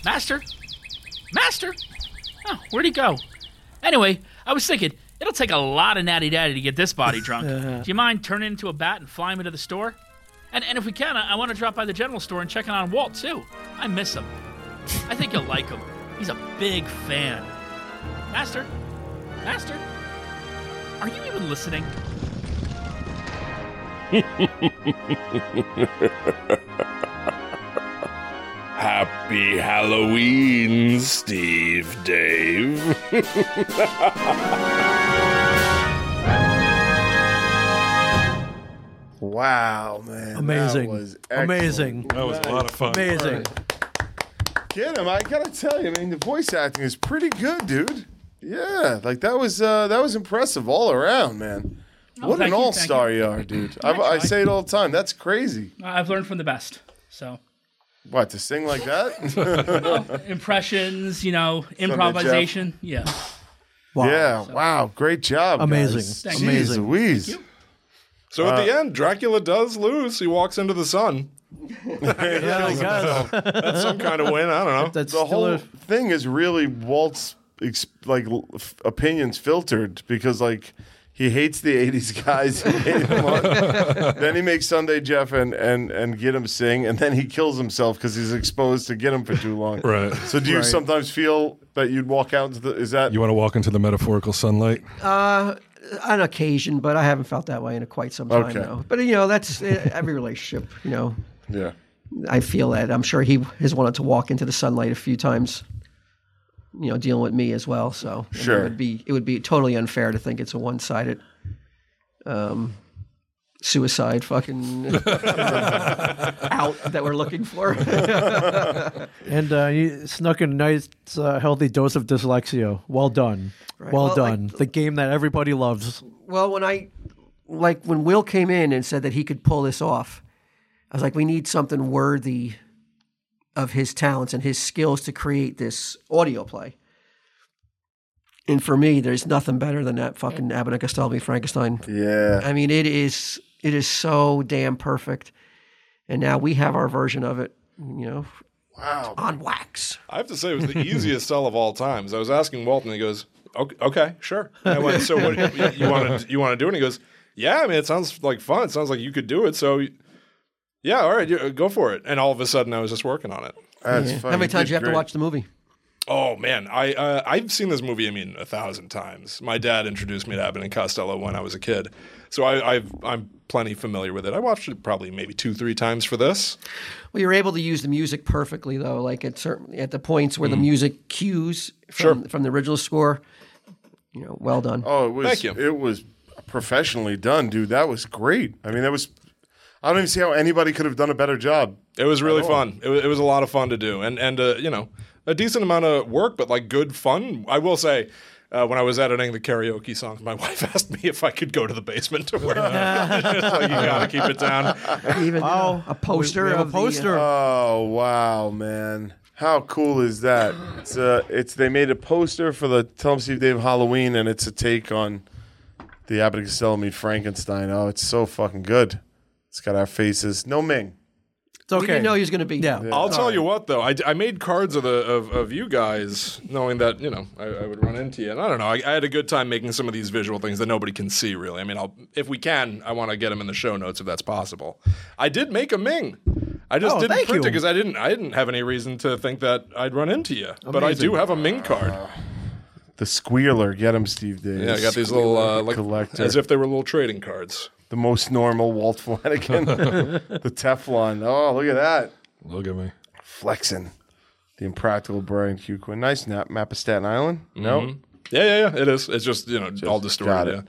[SPEAKER 9] Master? Master? Oh, where'd he go? Anyway, I was thinking, it'll take a lot of natty daddy to get this body drunk. Do you mind turning into a bat and flying me to the store? And, and if we can, I, I want to drop by the general store and check in on Walt, too. I miss him. I think you'll like him. He's a big fan. Master? Master? Are you even listening?
[SPEAKER 11] Happy Halloween, Steve Dave.
[SPEAKER 4] Wow, man. that
[SPEAKER 2] Amazing.
[SPEAKER 4] was excellent.
[SPEAKER 2] Amazing.
[SPEAKER 3] That was a lot of fun.
[SPEAKER 2] Amazing.
[SPEAKER 4] Get him. I gotta tell you, I mean, the voice acting is pretty good, dude. Yeah, like that was uh, that was impressive all around, man. what
[SPEAKER 9] thank
[SPEAKER 4] an
[SPEAKER 9] you,
[SPEAKER 4] all star you are, dude. I, I say it all the time. That's crazy.
[SPEAKER 9] I've learned from the best. So,
[SPEAKER 4] What to sing like that?
[SPEAKER 9] impressions, you know, improvisation. Yeah.
[SPEAKER 4] Yeah. Wow. Great job.
[SPEAKER 2] Amazing.
[SPEAKER 4] guys.
[SPEAKER 9] Thank
[SPEAKER 4] Jeez
[SPEAKER 9] you.
[SPEAKER 2] Amazing.
[SPEAKER 4] Louise. Uh,
[SPEAKER 6] So at the end, Dracula does lose. He walks into the sun.
[SPEAKER 2] Yeah, he does.
[SPEAKER 6] That's some kind of win. I don't know.
[SPEAKER 2] That's
[SPEAKER 4] the
[SPEAKER 2] still
[SPEAKER 4] whole
[SPEAKER 2] a-
[SPEAKER 4] thing is really Walt's ex- like l- f- opinions filtered because like he hates the '80s guys. He hated them all. then he makes Sunday Jeff and and and get him sing, and then he kills himself because he's exposed to get him for too long.
[SPEAKER 3] Right.
[SPEAKER 4] So do you sometimes feel that you'd walk out into the? Is that
[SPEAKER 3] You want to walk into the metaphorical sunlight?
[SPEAKER 1] Uh, On occasion, but I haven't felt that way in quite some time
[SPEAKER 4] Okay.
[SPEAKER 1] now. But you know, that's eh, every relationship. You know,
[SPEAKER 4] yeah?
[SPEAKER 1] I feel that. I'm sure he has wanted to walk into the sunlight a few times. You know, dealing with me as well. So I mean,
[SPEAKER 4] Sure.
[SPEAKER 1] it would be it would be totally unfair to think it's a one sided um, suicide fucking out that we're looking for.
[SPEAKER 2] and uh, you snuck in a nice, uh, healthy dose of dyslexia. Well done.
[SPEAKER 1] Right.
[SPEAKER 2] Well,
[SPEAKER 1] Well,
[SPEAKER 2] done.
[SPEAKER 1] like-
[SPEAKER 2] the game that everybody loves.
[SPEAKER 1] well, when I like when Will came in and said that he could pull this off, I was like, we need something worthy of his talents and his skills to create this audio play. And for me, there's nothing better than that fucking Abbott and Costello meet Frankenstein.
[SPEAKER 4] Yeah.
[SPEAKER 1] I mean, it is it is so damn perfect. And now we have our version of it, you know,
[SPEAKER 4] wow.
[SPEAKER 1] on wax.
[SPEAKER 6] I have to say it was the easiest sell of all times. I was asking Walton, he goes, "Okay, okay sure." And I went, "So what you- you want to you want to do?" it?" And he goes, "Yeah, I mean, it sounds like fun. It sounds like you could do it." So, yeah, all right, you- go for it. And all of a sudden, I was just working on it.
[SPEAKER 4] That's
[SPEAKER 1] Yeah.
[SPEAKER 4] funny.
[SPEAKER 1] How many times do you have
[SPEAKER 4] did
[SPEAKER 1] to watch the movie?
[SPEAKER 6] Oh man, I uh, I've seen this movie. I mean, a thousand times. My dad introduced me to Abbott and Costello when I was a kid, so I, I've I'm plenty familiar with it. I watched it probably maybe two three times for this.
[SPEAKER 1] Well, you're able to use the music perfectly, though. Like at certain at the points where the
[SPEAKER 6] Mm.
[SPEAKER 1] music cues from, from the original score. You know, well done.
[SPEAKER 4] Oh, it was.
[SPEAKER 1] Thank you.
[SPEAKER 4] It was professionally done, dude. That was great. I mean, that was. I don't even see how anybody could have done a better job.
[SPEAKER 6] It was really
[SPEAKER 4] At all.
[SPEAKER 6] fun. It was, it was a lot of fun to do, and and uh, you know a decent amount of work, but like good fun. I will say. Uh, when I was editing the karaoke songs, my wife asked me if I could go to the basement to work. It's like, you gotta keep it down.
[SPEAKER 1] Even
[SPEAKER 2] wow.
[SPEAKER 1] a poster
[SPEAKER 2] We have a
[SPEAKER 1] of the, uh,
[SPEAKER 2] poster.
[SPEAKER 4] Oh wow, man! How cool is that? It's uh, it's they made a poster for the Tell 'em Steve Dave Halloween, and it's a take on the Abbott and Costello meet Frankenstein. Oh, it's so fucking good. It's got our faces. No Ming.
[SPEAKER 2] It's
[SPEAKER 1] We didn't know he was going to be. Yeah.
[SPEAKER 6] I'll tell you what, though, I, I made cards of the of, of you guys, knowing that you know I, I would run into you, and I don't know. I, I had a good time making some of these visual things that nobody can see, really. I mean, I'll, if we can, I want to get them in the show notes if that's possible. I did make a Ming. I just
[SPEAKER 2] Oh,
[SPEAKER 6] didn't
[SPEAKER 2] thank
[SPEAKER 6] print it
[SPEAKER 2] you.
[SPEAKER 6] because I didn't I didn't have any reason to think that I'd run into you, but I
[SPEAKER 2] Amazing.
[SPEAKER 6] do have a Ming card.
[SPEAKER 4] Ah, The squealer. Get him, Steve Dave.
[SPEAKER 6] yeah, I got these little uh, like
[SPEAKER 4] collector.
[SPEAKER 6] as if they were little trading cards.
[SPEAKER 4] the most normal Walt Flanagan. the Teflon. Oh, look at that.
[SPEAKER 6] Mm-hmm.
[SPEAKER 3] Look at me.
[SPEAKER 4] Flexing. The impractical Brian Q. Quinn. Nice map, map of Staten Island. No.
[SPEAKER 6] Mhm. Yeah, yeah, yeah. It is. It's just you know all distorted.
[SPEAKER 4] got it.
[SPEAKER 6] yeah.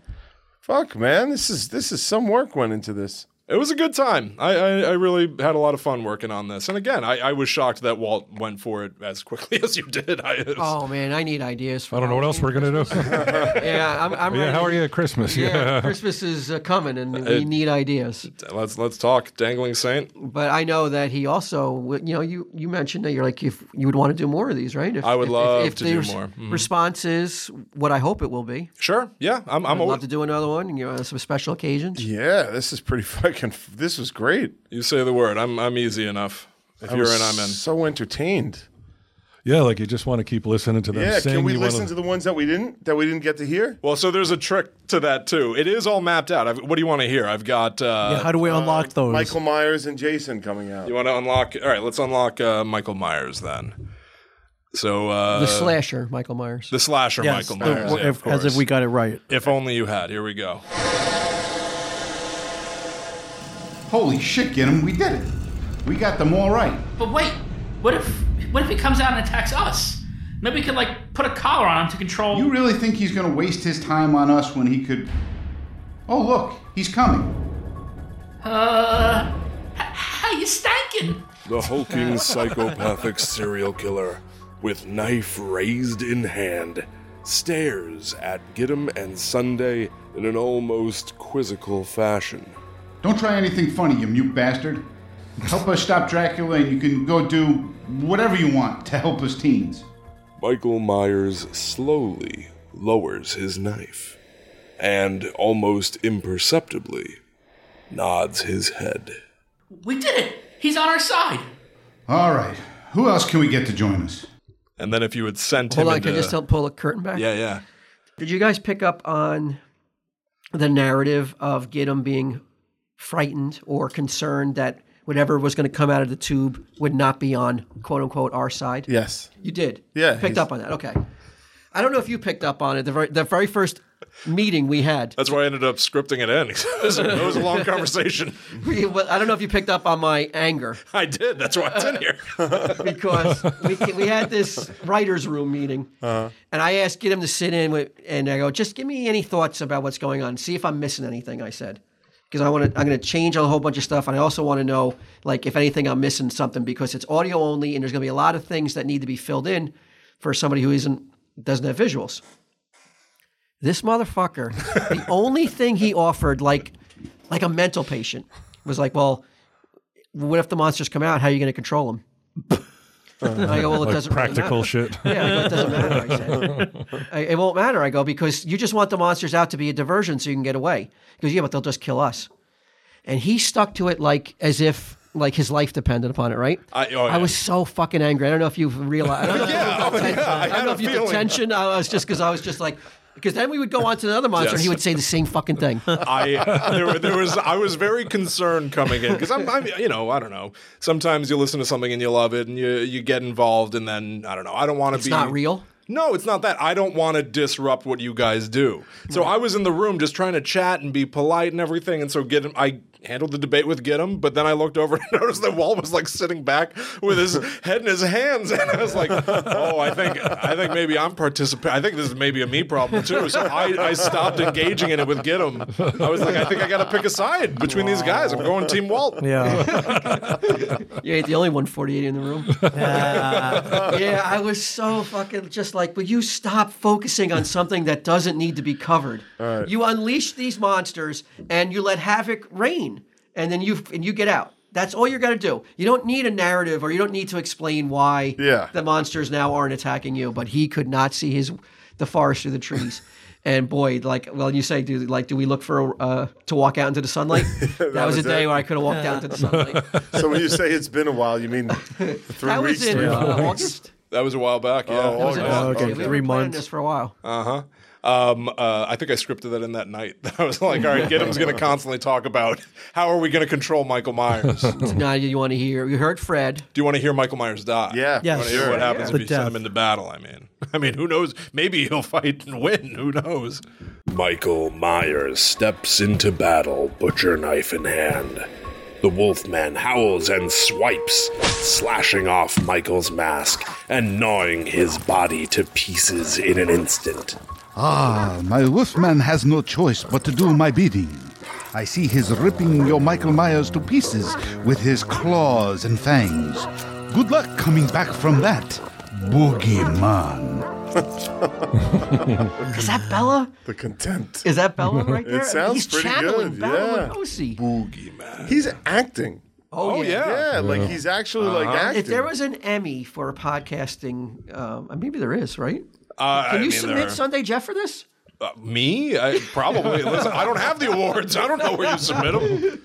[SPEAKER 4] Fuck, man. This is this is some work went into this.
[SPEAKER 6] It was a good time. I, I, I really had a lot of fun working on this. And again, I, I was shocked that Walt went for it as quickly as you did. I, it's-
[SPEAKER 1] Oh man, I need ideas. For
[SPEAKER 3] I don't know what else we're gonna do.
[SPEAKER 4] Oh,
[SPEAKER 1] Yeah, I'm. I'm
[SPEAKER 3] yeah,
[SPEAKER 1] ready.
[SPEAKER 3] how are you at Christmas?
[SPEAKER 1] Yeah, Christmas is uh, coming, and we
[SPEAKER 6] It-
[SPEAKER 1] need ideas.
[SPEAKER 6] let's let's talk. Dangling Saint.
[SPEAKER 1] But I know that he also, would- you know, you you mentioned that you're like if you would want to do more of these, right? If,
[SPEAKER 6] I would
[SPEAKER 1] if- if-
[SPEAKER 6] love
[SPEAKER 1] if
[SPEAKER 6] to
[SPEAKER 1] the
[SPEAKER 6] do
[SPEAKER 1] res-
[SPEAKER 6] more. Mhm.
[SPEAKER 1] Response is what I hope it will be.
[SPEAKER 6] Sure. Yeah. I'm I'm
[SPEAKER 1] I'd
[SPEAKER 6] always,
[SPEAKER 1] love to do another one. You know, some special occasions.
[SPEAKER 4] Yeah, this is pretty fucking. This was great.
[SPEAKER 6] you say the word. I'm I'm easy enough. If
[SPEAKER 4] I
[SPEAKER 6] you're
[SPEAKER 4] was
[SPEAKER 6] in, I'm in.
[SPEAKER 4] So entertained.
[SPEAKER 3] Yeah, like you just want to keep listening to them.
[SPEAKER 4] yeah,
[SPEAKER 3] sing.
[SPEAKER 4] can we
[SPEAKER 3] You
[SPEAKER 4] listen
[SPEAKER 3] wanna-
[SPEAKER 4] to the ones that we didn't that we didn't get to hear?
[SPEAKER 6] Well, so there's a trick to that too. It is all mapped out. I've, what do you want to hear? I've got. Uh,
[SPEAKER 2] yeah, how do we unlock those?
[SPEAKER 4] Michael Myers and Jason coming out.
[SPEAKER 6] you want to unlock? All right, let's unlock uh, Michael Myers then. So uh,
[SPEAKER 1] The slasher, Michael Myers.
[SPEAKER 6] the slasher,
[SPEAKER 2] Yes,
[SPEAKER 6] Michael Myers.
[SPEAKER 2] the-
[SPEAKER 6] yeah,
[SPEAKER 2] if-
[SPEAKER 6] of
[SPEAKER 2] as if
[SPEAKER 6] course.
[SPEAKER 2] we got it right.
[SPEAKER 6] If only you had. Here we go.
[SPEAKER 8] Holy shit, get him! We did it. We got them all right.
[SPEAKER 9] But wait, what if what if he comes out and attacks us? Maybe we could like put a collar on him to control.
[SPEAKER 8] You really think he's gonna waste his time on us when he could? Oh look, he's coming.
[SPEAKER 9] Uh, h- hey, you stinking?
[SPEAKER 11] The hulking psychopathic serial killer, with knife raised in hand, stares at Gidim and Sunday in an almost quizzical fashion.
[SPEAKER 8] Don't try anything funny, you mute bastard. Help us stop Dracula, and you can go do whatever you want to help us teens.
[SPEAKER 11] Michael Myers slowly lowers his knife and, almost imperceptibly, nods his head.
[SPEAKER 9] We did it. He's on our side.
[SPEAKER 8] All right, who else can we get to join us?
[SPEAKER 6] And then if you had sent
[SPEAKER 1] Uh, Hold
[SPEAKER 6] him
[SPEAKER 1] on,
[SPEAKER 6] into,
[SPEAKER 1] can I just help pull a curtain back?
[SPEAKER 6] uh, yeah, yeah.
[SPEAKER 1] Did you guys pick up on the narrative of Gideon being frightened or concerned that whatever was going to come out of the tube would not be on "quote unquote" our side?
[SPEAKER 4] Yes.
[SPEAKER 1] You did.
[SPEAKER 4] Yeah,
[SPEAKER 1] You picked
[SPEAKER 4] he's-
[SPEAKER 1] up on that. Okay. I don't know if you picked up on it. The very, the very first meeting we had.
[SPEAKER 6] That's why I ended up scripting it in. it was it was a long conversation.
[SPEAKER 1] we- well, I don't know if you picked up on my anger
[SPEAKER 6] I did. That's why it's in here.
[SPEAKER 1] because we, we had this writers' room meeting, and I asked get him to sit in with, and I go, just give me any thoughts about what's going on, see if I'm missing anything. I said, because I want to. I'm going to change a whole bunch of stuff, and I also want to know like if anything I'm missing something because it's audio only, and there's going to be a lot of things that need to be filled in for somebody who isn't doesn't have visuals. This motherfucker, the only thing he offered, like like a mental patient, was like, well, what if the monsters come out? How are you going to control them? And I go, well, it
[SPEAKER 3] Like
[SPEAKER 1] doesn't really
[SPEAKER 3] practical
[SPEAKER 1] matter."
[SPEAKER 3] shit.
[SPEAKER 1] Yeah, I go, it doesn't matter. I said, I, it won't matter. I go because you just want the monsters out to be a diversion so you can get away. He goes, yeah, but they'll just kill us. And he stuck to it like as if like his life depended upon it. Right?
[SPEAKER 6] I- oh, yeah.
[SPEAKER 1] I was so fucking angry. I don't know if you've realized. I don't know,
[SPEAKER 6] Yeah, oh, yeah, I
[SPEAKER 1] I don't
[SPEAKER 6] had
[SPEAKER 1] know
[SPEAKER 6] a
[SPEAKER 1] if you
[SPEAKER 6] feeling.
[SPEAKER 1] the tension. I was just because I was just like. Because then we would go on to another monster, and
[SPEAKER 6] Yes.
[SPEAKER 1] he would say the same fucking thing.
[SPEAKER 6] I there, were- there was I was very concerned coming in because I'm, I'm you know I don't know sometimes you listen to something and you love it and you you get involved and then I don't know I don't want to
[SPEAKER 1] It's
[SPEAKER 6] be
[SPEAKER 1] not real?
[SPEAKER 6] No, it's not that. I don't want to disrupt what you guys do. So I was in the room just trying to chat and be polite and everything. And so get him, I handled the debate with get him, but then I looked over and noticed that Walt was like sitting back with his head in his hands, and I was like, "Oh, I think I think maybe I'm participating. I think this is maybe a me problem too." So I, I stopped engaging in it with get him. I was like, "I think I got to pick a side between these guys. I'm going Team Walt."
[SPEAKER 2] Yeah.
[SPEAKER 1] You ain't the only one 48 in the room. yeah, I was so fucking just like, will you stop focusing on something that doesn't need to be covered? You unleash these monsters and you let havoc reign, and then you and you get out. That's all you're gonna do. You don't need a narrative, or you don't need to explain why
[SPEAKER 4] Yeah.
[SPEAKER 1] the monsters now aren't attacking you. But he could not see his the forest through the trees. And boy, like, well, you say, do like, do we look for uh, to walk out into the sunlight? that, was,
[SPEAKER 4] was
[SPEAKER 1] a day
[SPEAKER 4] it.
[SPEAKER 1] where I could have walked out into the sunlight.
[SPEAKER 4] So when you say it's been a while, you mean three
[SPEAKER 1] That was
[SPEAKER 4] weeks?
[SPEAKER 1] in,
[SPEAKER 4] three
[SPEAKER 1] uh,
[SPEAKER 4] months?
[SPEAKER 1] August.
[SPEAKER 6] That was a while back. Yeah.
[SPEAKER 1] That was in August.
[SPEAKER 2] okay,
[SPEAKER 1] Oh, Yeah, we
[SPEAKER 2] three
[SPEAKER 1] were planning
[SPEAKER 2] months.
[SPEAKER 1] This for a while.
[SPEAKER 6] Uh-huh. Um, uh, I think I scripted that in that night. I was like, all right, Giddim's going to constantly talk about how are we going to control Michael Myers? Do
[SPEAKER 1] Now you want to hear? You heard Fred.
[SPEAKER 6] you want to hear Michael Myers die?
[SPEAKER 4] Yeah.
[SPEAKER 6] You wanna
[SPEAKER 2] Yes.
[SPEAKER 6] hear
[SPEAKER 2] Sure.
[SPEAKER 6] what happens
[SPEAKER 2] Yeah.
[SPEAKER 6] if
[SPEAKER 2] The
[SPEAKER 6] you send
[SPEAKER 2] death.
[SPEAKER 6] him into battle, I mean. I mean, who knows? Maybe he'll fight and win. Who knows?
[SPEAKER 11] Michael Myers steps into battle, butcher knife in hand. The Wolfman howls and swipes, slashing off Michael's mask and gnawing his body to pieces in an instant.
[SPEAKER 8] Ah, my wolfman has no choice but to do my bidding. I see he's ripping your Michael Myers to pieces with his claws and fangs. Good luck coming back from that, boogeyman.
[SPEAKER 1] Is that Bella?
[SPEAKER 4] The contempt.
[SPEAKER 1] Is that Bella right there?
[SPEAKER 4] It sounds
[SPEAKER 1] He's
[SPEAKER 4] pretty
[SPEAKER 1] channeling
[SPEAKER 4] good,
[SPEAKER 1] Bella
[SPEAKER 4] yeah.
[SPEAKER 1] Lugosi.
[SPEAKER 4] He's acting.
[SPEAKER 1] Oh, yeah. Uh-huh.
[SPEAKER 4] Yeah, like he's actually like acting.
[SPEAKER 1] If there was an Emmy for podcasting, um, maybe there is, right?
[SPEAKER 6] Uh,
[SPEAKER 1] Can
[SPEAKER 6] I mean,
[SPEAKER 1] you submit
[SPEAKER 6] there-
[SPEAKER 1] Sunday Jeff for this?
[SPEAKER 6] Uh, me? I, probably. Listen, I don't have the awards. I don't know where you submit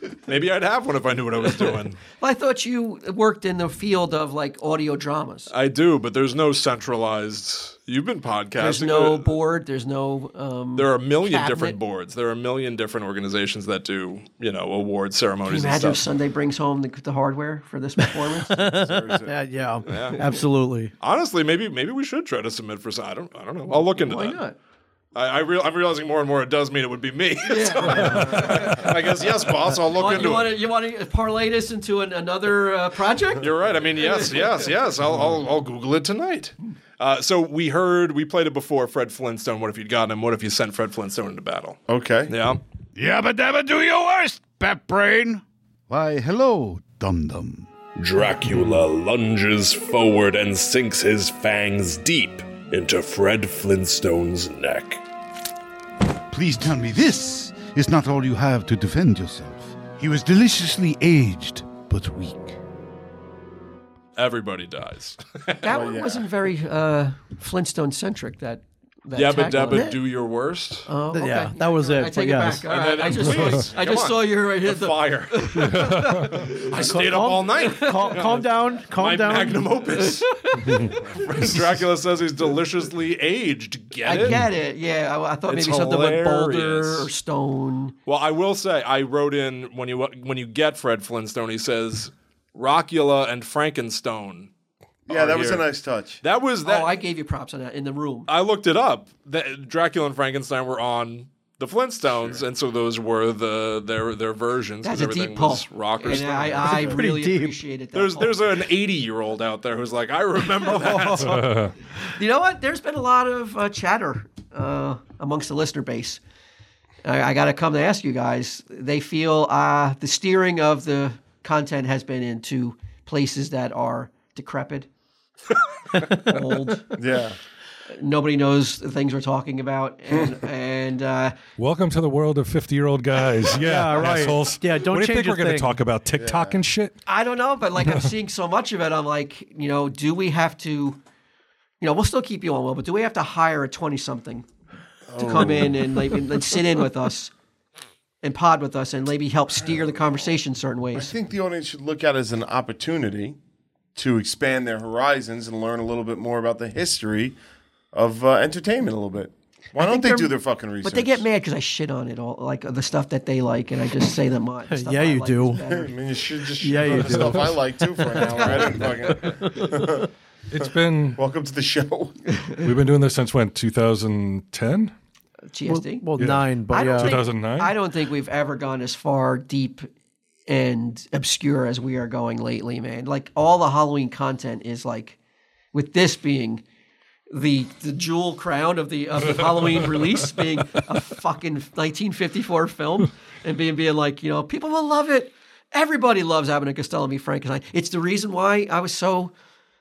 [SPEAKER 6] them. Maybe I'd have one if I knew what I was doing.
[SPEAKER 1] Well, I thought you worked in the field of like audio dramas.
[SPEAKER 6] I do, but there's no centralized. You've been podcasting.
[SPEAKER 1] There's no
[SPEAKER 6] Uh,
[SPEAKER 1] board. There's no. Um,
[SPEAKER 6] There are a million
[SPEAKER 1] cabinet.
[SPEAKER 6] different boards. There are a million different organizations that do, you know, award
[SPEAKER 1] Can you
[SPEAKER 6] ceremonies and
[SPEAKER 1] imagine
[SPEAKER 6] stuff.
[SPEAKER 1] if Sunday brings home the, the hardware for this performance?
[SPEAKER 2] yeah, yeah, absolutely.
[SPEAKER 6] Honestly, maybe maybe we should try to submit for. some- I don't I don't know. I'll look into
[SPEAKER 1] Why
[SPEAKER 6] that.
[SPEAKER 1] not?
[SPEAKER 6] I, I real, I'm realizing more and more it does mean it would be me. So, I guess yes, boss. I'll look
[SPEAKER 1] Want-
[SPEAKER 6] into
[SPEAKER 1] you want
[SPEAKER 6] it.
[SPEAKER 1] to you want to parlay this into an, another uh, project?
[SPEAKER 6] You're right. I mean, yes, yes, yes. I'll I'll, I'll Google it tonight. Uh, so we heard we played it before. Fred Flintstone. What if you'd gotten him? What if you sent Fred Flintstone into battle?
[SPEAKER 4] okay.
[SPEAKER 6] Yeah.
[SPEAKER 8] Yabba dabba, do your worst, Pep Brain. Why, hello, dum dum.
[SPEAKER 11] Dracula lunges forward and sinks his fangs deep into Fred Flintstone's neck.
[SPEAKER 8] Please tell me this is not all you have to defend yourself. He was deliciously aged, but weak.
[SPEAKER 6] Everybody dies.
[SPEAKER 1] That one wasn't very uh, Flintstone centric. That, that
[SPEAKER 6] Yabba
[SPEAKER 1] tagline.
[SPEAKER 6] dabba, do your worst.
[SPEAKER 1] Oh, okay.
[SPEAKER 2] Yeah, that was it,
[SPEAKER 1] I
[SPEAKER 2] but
[SPEAKER 1] take it
[SPEAKER 2] yes.
[SPEAKER 1] back. All right.
[SPEAKER 6] And then-
[SPEAKER 1] I just,
[SPEAKER 6] Please,
[SPEAKER 1] saw, I
[SPEAKER 6] come
[SPEAKER 1] just
[SPEAKER 6] on.
[SPEAKER 1] saw you right here.
[SPEAKER 6] the
[SPEAKER 1] The,
[SPEAKER 6] fire. I stayed up all night.
[SPEAKER 2] Calm, calm down, calm
[SPEAKER 6] My
[SPEAKER 2] down.
[SPEAKER 6] magnum opus. Dracula says he's deliciously aged. Get
[SPEAKER 1] I
[SPEAKER 6] it?
[SPEAKER 1] get it. Yeah, I, I thought
[SPEAKER 6] It's
[SPEAKER 1] maybe something with boulder
[SPEAKER 6] hilarious.
[SPEAKER 1] or stone.
[SPEAKER 6] Well, I will say I wrote in when you when you get Fred Flintstone, he says Rockula and Frankenstone.
[SPEAKER 4] Yeah, that was
[SPEAKER 6] here.
[SPEAKER 4] a nice touch.
[SPEAKER 6] That was that.
[SPEAKER 1] oh, I
[SPEAKER 6] I,
[SPEAKER 1] gave you props on that in the room.
[SPEAKER 6] looked it up. That Dracula and Frankenstein were on the Flintstones, and so those were the their their versions. 'cause
[SPEAKER 1] That's a
[SPEAKER 6] everything
[SPEAKER 1] deep pull.
[SPEAKER 6] was Rock or
[SPEAKER 1] And
[SPEAKER 6] Stone.
[SPEAKER 1] I, I really
[SPEAKER 2] deep.
[SPEAKER 1] appreciated that.
[SPEAKER 6] there's
[SPEAKER 1] pull.
[SPEAKER 6] there's an 80 year old out there who's like I remember that.
[SPEAKER 1] You know what? There's been a lot of uh, chatter uh, amongst the listener base I, I got to come to ask you guys. They feel uh, the steering of the content has been into places that are decrepit, old.
[SPEAKER 4] Yeah.
[SPEAKER 1] Nobody knows the things we're talking about, and, and uh,
[SPEAKER 3] Welcome to the world of 50 year old guys. Yeah,
[SPEAKER 1] Yeah, right.
[SPEAKER 3] assholes.
[SPEAKER 1] Yeah,
[SPEAKER 3] What
[SPEAKER 1] don't
[SPEAKER 3] do you
[SPEAKER 1] change
[SPEAKER 3] think
[SPEAKER 1] a
[SPEAKER 3] we're going to
[SPEAKER 1] thing.
[SPEAKER 3] talk about? TikTok and shit?
[SPEAKER 1] I don't know, but like I'm seeing so much of it, I'm like, you know, do we have to, you know, we'll still keep you on, Will, but do we have to hire a 20 something to
[SPEAKER 10] Oh.
[SPEAKER 1] come in and like and, and sit in with us and pod with us and maybe help steer the conversation certain
[SPEAKER 4] I
[SPEAKER 1] ways?
[SPEAKER 4] think the audience should look at it as an opportunity to expand their horizons and learn a little bit more about the history of uh, entertainment a little bit. Why
[SPEAKER 1] I
[SPEAKER 4] don't
[SPEAKER 1] think
[SPEAKER 4] they
[SPEAKER 1] they're-
[SPEAKER 4] do their fucking research?
[SPEAKER 1] But they get mad because I shit on it all, like the stuff that they like, and I just say that mine. the stuff
[SPEAKER 2] Yeah,
[SPEAKER 1] I
[SPEAKER 2] you
[SPEAKER 1] like
[SPEAKER 2] do.
[SPEAKER 1] is better.
[SPEAKER 4] I mean, you should just
[SPEAKER 2] Yeah,
[SPEAKER 4] yeah,
[SPEAKER 2] you
[SPEAKER 4] you
[SPEAKER 2] do.
[SPEAKER 4] stuff I like too for an hour. I didn't fucking.
[SPEAKER 3] it's been.
[SPEAKER 4] Welcome to the show.
[SPEAKER 3] We've been doing this since when? 2010?
[SPEAKER 1] GSD?
[SPEAKER 2] Well- well, Yeah. nine, but
[SPEAKER 1] I don't
[SPEAKER 2] yeah.
[SPEAKER 1] think-
[SPEAKER 3] 2009?
[SPEAKER 1] I don't think we've ever gone as far deep and obscure as we are going lately, man. Like all the Halloween content is like, with this being the the jewel crown of the of the Halloween release being a fucking 1954 film and being being like you know people will love it. Everybody loves Abbott and Costello meet Frankenstein. It's the reason why I was so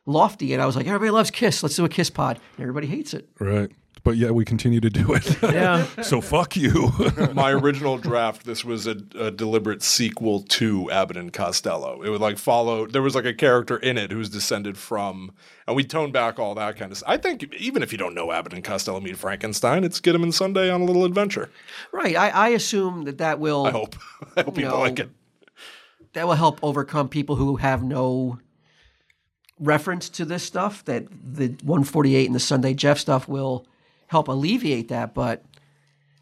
[SPEAKER 1] lofty and I was like everybody loves Kiss. Let's do a Kiss pod. And everybody hates it.
[SPEAKER 3] Right. But yeah, we continue to do it.
[SPEAKER 1] Yeah.
[SPEAKER 3] so fuck you.
[SPEAKER 6] My original draft, this was a, a deliberate sequel to Abbott and Costello. It would like follow. There was like a character in it who's descended from, and we toned back all that kind of. stuff. I think even if you don't know Abbott and Costello meet Frankenstein, it's get 'em and Sunday on a little adventure.
[SPEAKER 1] Right. I, I assume that that will.
[SPEAKER 6] I hope. I hope
[SPEAKER 1] you
[SPEAKER 6] people
[SPEAKER 1] know,
[SPEAKER 6] like it.
[SPEAKER 1] That will help overcome people who have no reference to this stuff. That the 148 and the Sunday Jeff stuff will help alleviate that. But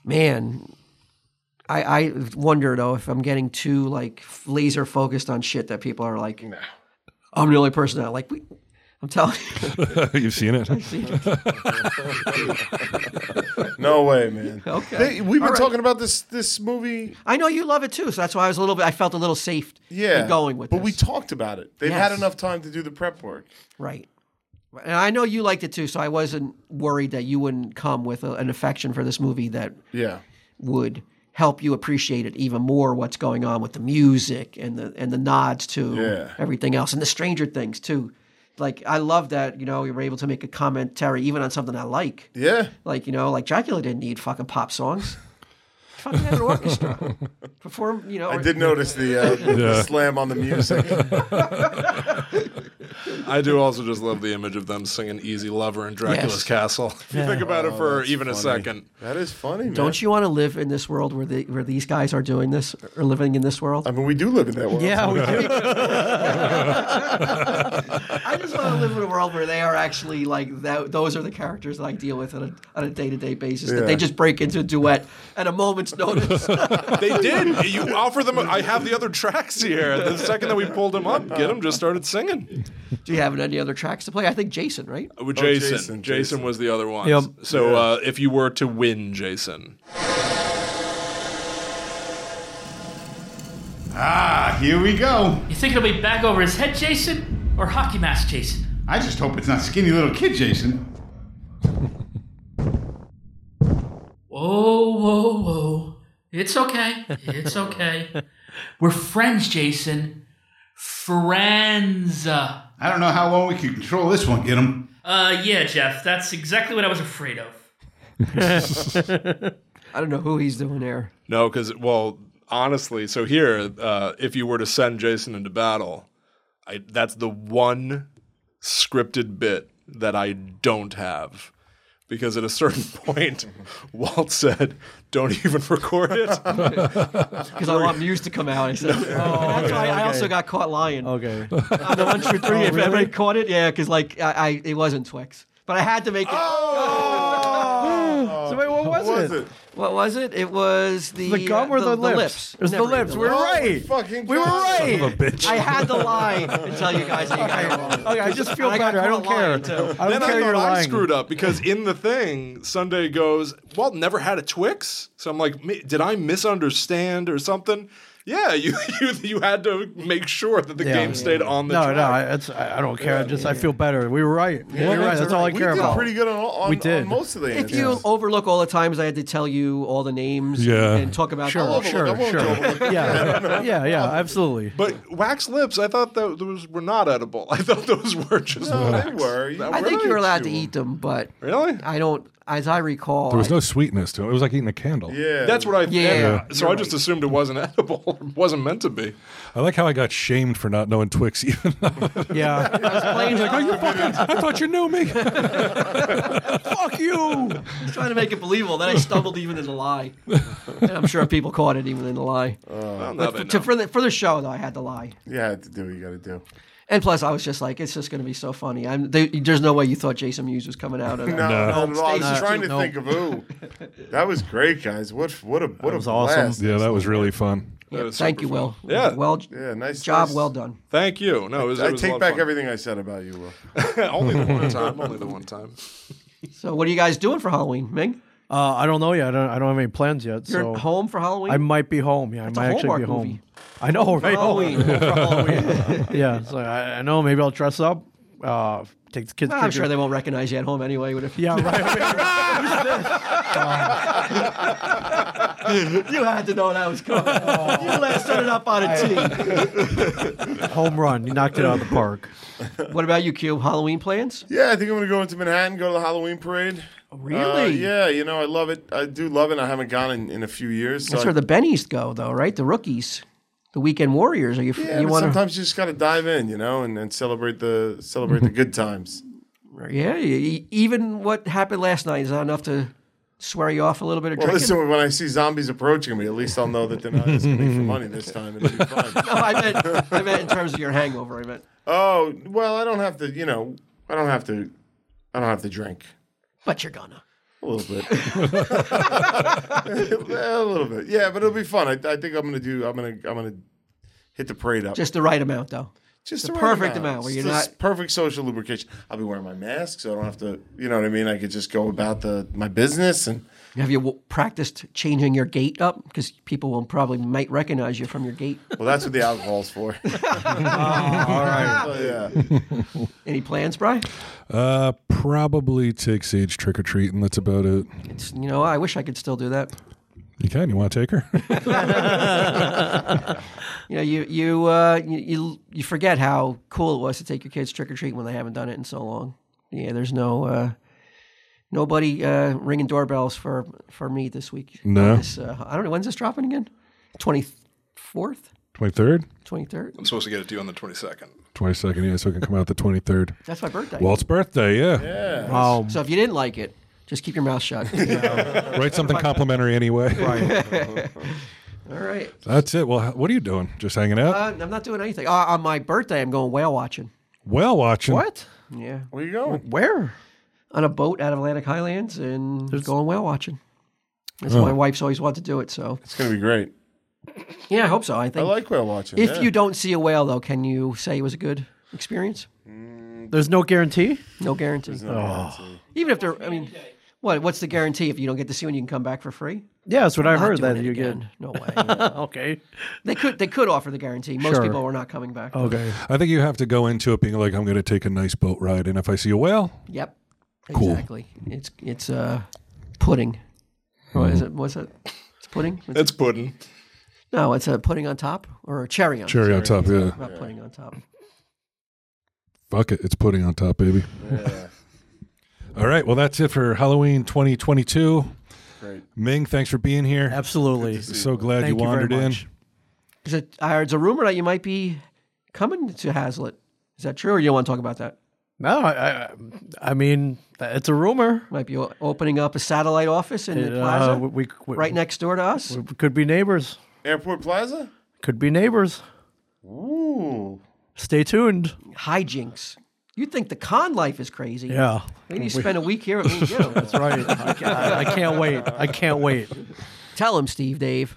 [SPEAKER 1] man, I, I wonder though if I'm getting too like laser focused on shit that people are like, I'm the only person that like. We, I'm telling you.
[SPEAKER 3] You've seen it.
[SPEAKER 1] I've seen it.
[SPEAKER 4] No way, man.
[SPEAKER 1] Okay.
[SPEAKER 4] They- we've been
[SPEAKER 1] All right.
[SPEAKER 4] talking about this this movie.
[SPEAKER 1] I know you love it too, so that's why I was a little bit. I felt a little safe.
[SPEAKER 4] Yeah,
[SPEAKER 1] in going with.
[SPEAKER 4] But
[SPEAKER 1] this.
[SPEAKER 4] we talked about it. They've
[SPEAKER 1] Yes.
[SPEAKER 4] had enough time to do the prep work.
[SPEAKER 1] Right. And I know you liked it too, so I wasn't worried that you wouldn't come with a, an affection for this movie that
[SPEAKER 4] Yeah.
[SPEAKER 1] would help you appreciate it even more. What's going on with the music and the and the nods to
[SPEAKER 4] Yeah.
[SPEAKER 1] everything else and the Stranger Things too. Like I love that you know you were able to make a commentary even on something I like.
[SPEAKER 4] Yeah.
[SPEAKER 1] Like you know, like Dracula didn't need fucking pop songs. fucking had an orchestra perform. You know,
[SPEAKER 4] I
[SPEAKER 1] or-
[SPEAKER 4] did notice the, uh,
[SPEAKER 6] Yeah.
[SPEAKER 4] the slam on the music.
[SPEAKER 6] I do also just love the image of them singing "Easy Lover" in Dracula's
[SPEAKER 1] Yes.
[SPEAKER 6] castle. If you
[SPEAKER 1] Yeah.
[SPEAKER 6] think about it
[SPEAKER 4] Oh,
[SPEAKER 6] for
[SPEAKER 4] that's
[SPEAKER 6] even a
[SPEAKER 4] funny.
[SPEAKER 6] second,
[SPEAKER 4] That is funny, man.
[SPEAKER 1] Don't you want to live in this world where the, where these guys are doing this or living in this world? I
[SPEAKER 4] mean, we do live in that world.
[SPEAKER 2] Yeah, we do.
[SPEAKER 1] I just want to live in a world where they are actually like that, those are the characters that I deal with on a, on a day-to-day basis. That they
[SPEAKER 6] Yeah.
[SPEAKER 1] just break into a duet at a moment's notice.
[SPEAKER 6] they did. You offer them. I have the other tracks here. The second that we pulled them up, get them just started singing.
[SPEAKER 1] Do you have any other tracks to play? I think Jason, right?
[SPEAKER 6] Uh, With Oh,
[SPEAKER 4] Oh,
[SPEAKER 6] Jason. Jason. was the other one. So uh, if you were to win, Jason,
[SPEAKER 8] Ah, here we go.
[SPEAKER 9] You think it'll be back over his head, Jason, or hockey mask, Jason?
[SPEAKER 8] I just hope it's not skinny little kid Jason.
[SPEAKER 9] Whoa, whoa, whoa! It's okay. It's okay. We're friends, Jason. Friends. Uh,
[SPEAKER 8] I don't know how long we can control this one, get him.
[SPEAKER 9] yeah, Jeff. That's exactly what I was afraid of.
[SPEAKER 1] I don't know who he's doing there.
[SPEAKER 6] no, because well, honestly, so here, uh, if you were to send Jason into battle, I, that's the one scripted bit that I don't have. Because at a certain point, Walt said, "Don't even record it."
[SPEAKER 1] Because I want Muse to come out. I said, oh, that's why I also got caught lying.
[SPEAKER 2] Okay.
[SPEAKER 1] I'm the one for three.
[SPEAKER 2] Oh,
[SPEAKER 1] if
[SPEAKER 2] really?
[SPEAKER 1] everybody caught it, yeah, because like I, I, it wasn't Twix, but I had to make it.
[SPEAKER 6] Oh!
[SPEAKER 2] so wait, what was, it?
[SPEAKER 1] What was it? It was the
[SPEAKER 2] The gum or the, lips? It was
[SPEAKER 1] Never
[SPEAKER 2] the lips. We were
[SPEAKER 1] Oh,
[SPEAKER 2] right.
[SPEAKER 4] Fucking
[SPEAKER 2] we were right.
[SPEAKER 1] Son of a bitch. I had to lie and tell you guys that you guys were wrong.
[SPEAKER 2] Okay, I just feel
[SPEAKER 1] And I got
[SPEAKER 2] better. I don't
[SPEAKER 1] caught
[SPEAKER 2] care. I
[SPEAKER 1] lying,
[SPEAKER 2] don't
[SPEAKER 1] too.
[SPEAKER 6] then
[SPEAKER 2] care
[SPEAKER 6] I
[SPEAKER 2] you're
[SPEAKER 6] thought I
[SPEAKER 2] lying.
[SPEAKER 6] screwed up because in the thing, Sunday goes, Walt never had a Twix. So I'm like, "Mi- did I misunderstand or something? Yeah, you you, you had to make sure that the
[SPEAKER 2] Yeah.
[SPEAKER 6] game stayed on the
[SPEAKER 2] no,
[SPEAKER 6] track.
[SPEAKER 2] no, I, it's, I, I don't care. I just I feel better. We were right.
[SPEAKER 6] Yeah,
[SPEAKER 2] we were right.
[SPEAKER 6] that's
[SPEAKER 2] That's all I
[SPEAKER 6] right. We
[SPEAKER 2] care
[SPEAKER 6] did
[SPEAKER 2] about.
[SPEAKER 6] pretty good on all-
[SPEAKER 2] we
[SPEAKER 6] on-
[SPEAKER 2] did.
[SPEAKER 6] on most of the
[SPEAKER 1] If you overlook all the times I had to tell you all the names
[SPEAKER 3] Yeah.
[SPEAKER 1] and talk about
[SPEAKER 2] Sure,
[SPEAKER 1] I'll overlook-
[SPEAKER 2] sure,
[SPEAKER 1] I won't
[SPEAKER 2] sure.
[SPEAKER 1] overlook.
[SPEAKER 2] yeah, yeah, yeah. Absolutely.
[SPEAKER 6] But wax lips, I thought that those were not edible. I thought those were just
[SPEAKER 4] No,
[SPEAKER 6] wax.
[SPEAKER 4] they were. You-
[SPEAKER 1] I think you're allowed to eat them, but
[SPEAKER 6] really,
[SPEAKER 1] I don't. As I recall,
[SPEAKER 3] There was
[SPEAKER 1] I-
[SPEAKER 3] no sweetness to it. It was like eating a candle.
[SPEAKER 4] Yeah.
[SPEAKER 6] That's what I
[SPEAKER 1] Yeah.
[SPEAKER 6] yeah.
[SPEAKER 1] Yeah.
[SPEAKER 6] So I just assumed it wasn't edible. It wasn't meant to be.
[SPEAKER 3] I like how I got shamed for not knowing Twix even.
[SPEAKER 2] Yeah.
[SPEAKER 1] I was playing.
[SPEAKER 3] like, oh, you fucking, I thought you knew me.
[SPEAKER 1] Fuck you! He's trying to make it believable. Then I stumbled even in the lie. And I'm sure people caught it even in the lie.
[SPEAKER 6] Well, now
[SPEAKER 1] But
[SPEAKER 6] they
[SPEAKER 1] f- to,
[SPEAKER 6] know.
[SPEAKER 1] for, the, for the show, though, I had to lie.
[SPEAKER 4] Yeah, to do what Uh, you got to do.
[SPEAKER 1] And plus, I was just like, it's just going to be so funny. I'm, there, there's no way you thought Jason Mewes was coming out of
[SPEAKER 4] No,
[SPEAKER 1] that.
[SPEAKER 4] no, no, I
[SPEAKER 1] Stasis
[SPEAKER 4] was trying to
[SPEAKER 1] too.
[SPEAKER 4] think of who. That was great, guys. What what a what a blast.
[SPEAKER 3] Yeah, that was really fun.
[SPEAKER 6] That was
[SPEAKER 1] Thank
[SPEAKER 6] super
[SPEAKER 1] you,
[SPEAKER 6] fun.
[SPEAKER 1] Will.
[SPEAKER 6] Yeah.
[SPEAKER 1] Well,
[SPEAKER 4] Yeah, nice
[SPEAKER 1] job
[SPEAKER 4] nice.
[SPEAKER 1] well done.
[SPEAKER 6] Thank you. No, it was,
[SPEAKER 4] I
[SPEAKER 6] it was a lot
[SPEAKER 4] take
[SPEAKER 6] of
[SPEAKER 4] back
[SPEAKER 6] fun.
[SPEAKER 4] everything I said about you, Will.
[SPEAKER 6] only the one time. Only the one time.
[SPEAKER 1] So, what are you guys doing for Halloween, Ming?
[SPEAKER 2] Uh, I don't know yet. I don't, I don't have any plans yet. so
[SPEAKER 1] You're home for Halloween?
[SPEAKER 2] I might be home. Yeah,
[SPEAKER 1] That's a
[SPEAKER 2] I might actually be
[SPEAKER 1] Hallmark
[SPEAKER 2] home.
[SPEAKER 1] movie.
[SPEAKER 2] I know, right?
[SPEAKER 1] Halloween. For Halloween.
[SPEAKER 2] yeah. So I, I know. Maybe I'll dress up. Uh, take the kids.
[SPEAKER 1] I'm sure they won't recognize you at home anyway. What if
[SPEAKER 2] Yeah. Right.
[SPEAKER 1] you had to know that was coming. you last started up on a
[SPEAKER 2] home run. You knocked it out of the park.
[SPEAKER 1] tee. What about you, Q? Halloween plans?
[SPEAKER 4] Yeah, I think I'm gonna go into Manhattan, go to the Halloween parade.
[SPEAKER 1] Oh, Really?
[SPEAKER 4] Uh, yeah, you know I love it. I do love it. I haven't gone in, in a few years. So
[SPEAKER 1] That's
[SPEAKER 4] I-
[SPEAKER 1] where the Bennies go, though, right? The rookies, the weekend warriors. Are you?
[SPEAKER 4] yeah,
[SPEAKER 1] you
[SPEAKER 4] but
[SPEAKER 1] want
[SPEAKER 4] sometimes you just gotta dive in, you know, and, and celebrate the celebrate the good times.
[SPEAKER 1] Yeah. e- Even what happened last night is not enough to swear you off a little bit of
[SPEAKER 4] Well,
[SPEAKER 1] drinking.
[SPEAKER 4] listen, when I see zombies approaching me, at least I'll know that they're not asking me for money this time. It'll be fine.
[SPEAKER 1] no, I meant, I meant in terms of your hangover. I meant.
[SPEAKER 4] Oh well, I don't have to. You know, I don't have to. I don't have to drink
[SPEAKER 1] But you're gonna.
[SPEAKER 4] a little bit. a little bit, yeah. But it'll be fun. I, I think I'm gonna do. I'm gonna. I'm gonna hit the parade up.
[SPEAKER 1] Just the right amount, though.
[SPEAKER 4] Just
[SPEAKER 1] the
[SPEAKER 4] right
[SPEAKER 1] perfect amount where
[SPEAKER 4] It's
[SPEAKER 1] you're
[SPEAKER 4] this
[SPEAKER 1] not-
[SPEAKER 4] perfect social lubrication. I'll be wearing my mask, so I don't have to. You know what I mean? I could just go about the my business and.
[SPEAKER 1] Have you w- practiced changing your gait up? Because people will probably might recognize you from your gait.
[SPEAKER 4] Well, that's what the alcohol's for.
[SPEAKER 2] All right.
[SPEAKER 4] So, yeah.
[SPEAKER 1] Any plans, Brian?
[SPEAKER 3] Uh, probably take Sage trick or treating. That's about it.
[SPEAKER 1] It's you know I wish I could still do that.
[SPEAKER 3] You can. You want to take her?
[SPEAKER 1] You know, you you uh, you, you you forget how cool it was to take your kids trick or treat when they haven't done it in so long. Yeah, there's no uh, nobody uh, ringing doorbells for for me this week.
[SPEAKER 3] No.
[SPEAKER 1] This, uh, I don't know when's this dropping again. Twenty fourth,
[SPEAKER 3] Twenty third,
[SPEAKER 1] twenty third.
[SPEAKER 6] I'm supposed to get it to you on the 22nd.
[SPEAKER 3] twenty second. Yeah, so it can come out the twenty third.
[SPEAKER 1] That's my birthday.
[SPEAKER 3] Walt's birthday. Yeah.
[SPEAKER 2] Um,
[SPEAKER 1] so if you didn't like it, just keep your mouth shut.
[SPEAKER 3] Write something complimentary anyway.
[SPEAKER 1] All right.
[SPEAKER 3] That's it. Well, h- what are you doing? Just hanging out?
[SPEAKER 1] Uh, I'm not doing anything. Uh, on my birthday, I'm going whale watching.
[SPEAKER 3] well, watching.
[SPEAKER 2] what?
[SPEAKER 1] Yeah,
[SPEAKER 4] Where you going?
[SPEAKER 2] Where?
[SPEAKER 1] on a boat out of Atlantic Highlands and going whale watching. That's my wife's always wanted to do it. So
[SPEAKER 4] It's gonna be great.
[SPEAKER 1] yeah, I hope so. I
[SPEAKER 4] I
[SPEAKER 1] think
[SPEAKER 4] like whale watching.
[SPEAKER 1] If
[SPEAKER 4] yeah.
[SPEAKER 1] you don't see a whale, though, can you say it was a good experience?
[SPEAKER 2] There's no guarantee. Oh.
[SPEAKER 1] No guarantee. Oh. Even if they're, I mean, what? What's the guarantee if you don't get to see one? You can come back for free.
[SPEAKER 2] Yeah, that's what I
[SPEAKER 1] Not
[SPEAKER 2] heard.
[SPEAKER 1] doing
[SPEAKER 2] That
[SPEAKER 1] it
[SPEAKER 2] you get.
[SPEAKER 1] again. No way.
[SPEAKER 2] Okay.
[SPEAKER 1] they could. They could offer the guarantee. Most
[SPEAKER 2] Sure.
[SPEAKER 1] people were not coming back.
[SPEAKER 2] Okay.
[SPEAKER 3] I think you have to go into it being like, I'm going to take a nice boat ride. And if I see a whale,
[SPEAKER 1] Yep.
[SPEAKER 3] Cool.
[SPEAKER 1] Exactly. It's it's uh, pudding. What is it? What's it? It's pudding. It's-
[SPEAKER 6] It's pudding.
[SPEAKER 1] no, it's a pudding on top or a cherry on.
[SPEAKER 3] cherry on top. Yeah.
[SPEAKER 1] Not pudding on top.
[SPEAKER 3] Fuck it. It's pudding on top, baby. All right. Well, that's it for Halloween 2022.
[SPEAKER 4] Great.
[SPEAKER 3] Ming, thanks for being here.
[SPEAKER 2] Absolutely.
[SPEAKER 3] So glad
[SPEAKER 2] Thank
[SPEAKER 3] you
[SPEAKER 2] you very
[SPEAKER 3] wandered in.
[SPEAKER 2] much.
[SPEAKER 1] Is it? I heard it's a rumor that you might be coming to Hazlitt. Is that true, or you don't want to talk about that?
[SPEAKER 2] No, I, I, I mean, it's a rumor.
[SPEAKER 1] Might be o- opening up a satellite office in the
[SPEAKER 2] Uh,
[SPEAKER 1] plaza
[SPEAKER 2] we, we- we-
[SPEAKER 1] right next door to us.
[SPEAKER 2] we could be neighbors.
[SPEAKER 4] Airport Plaza.
[SPEAKER 2] Could be neighbors.
[SPEAKER 4] Ooh.
[SPEAKER 2] Stay tuned.
[SPEAKER 1] Hijinks. You think the con life is crazy?
[SPEAKER 2] Yeah.
[SPEAKER 1] We need to spend a week here with me and you.
[SPEAKER 2] Right. I, I- I can't wait. I can't wait.
[SPEAKER 1] Tell him, Steve, Dave.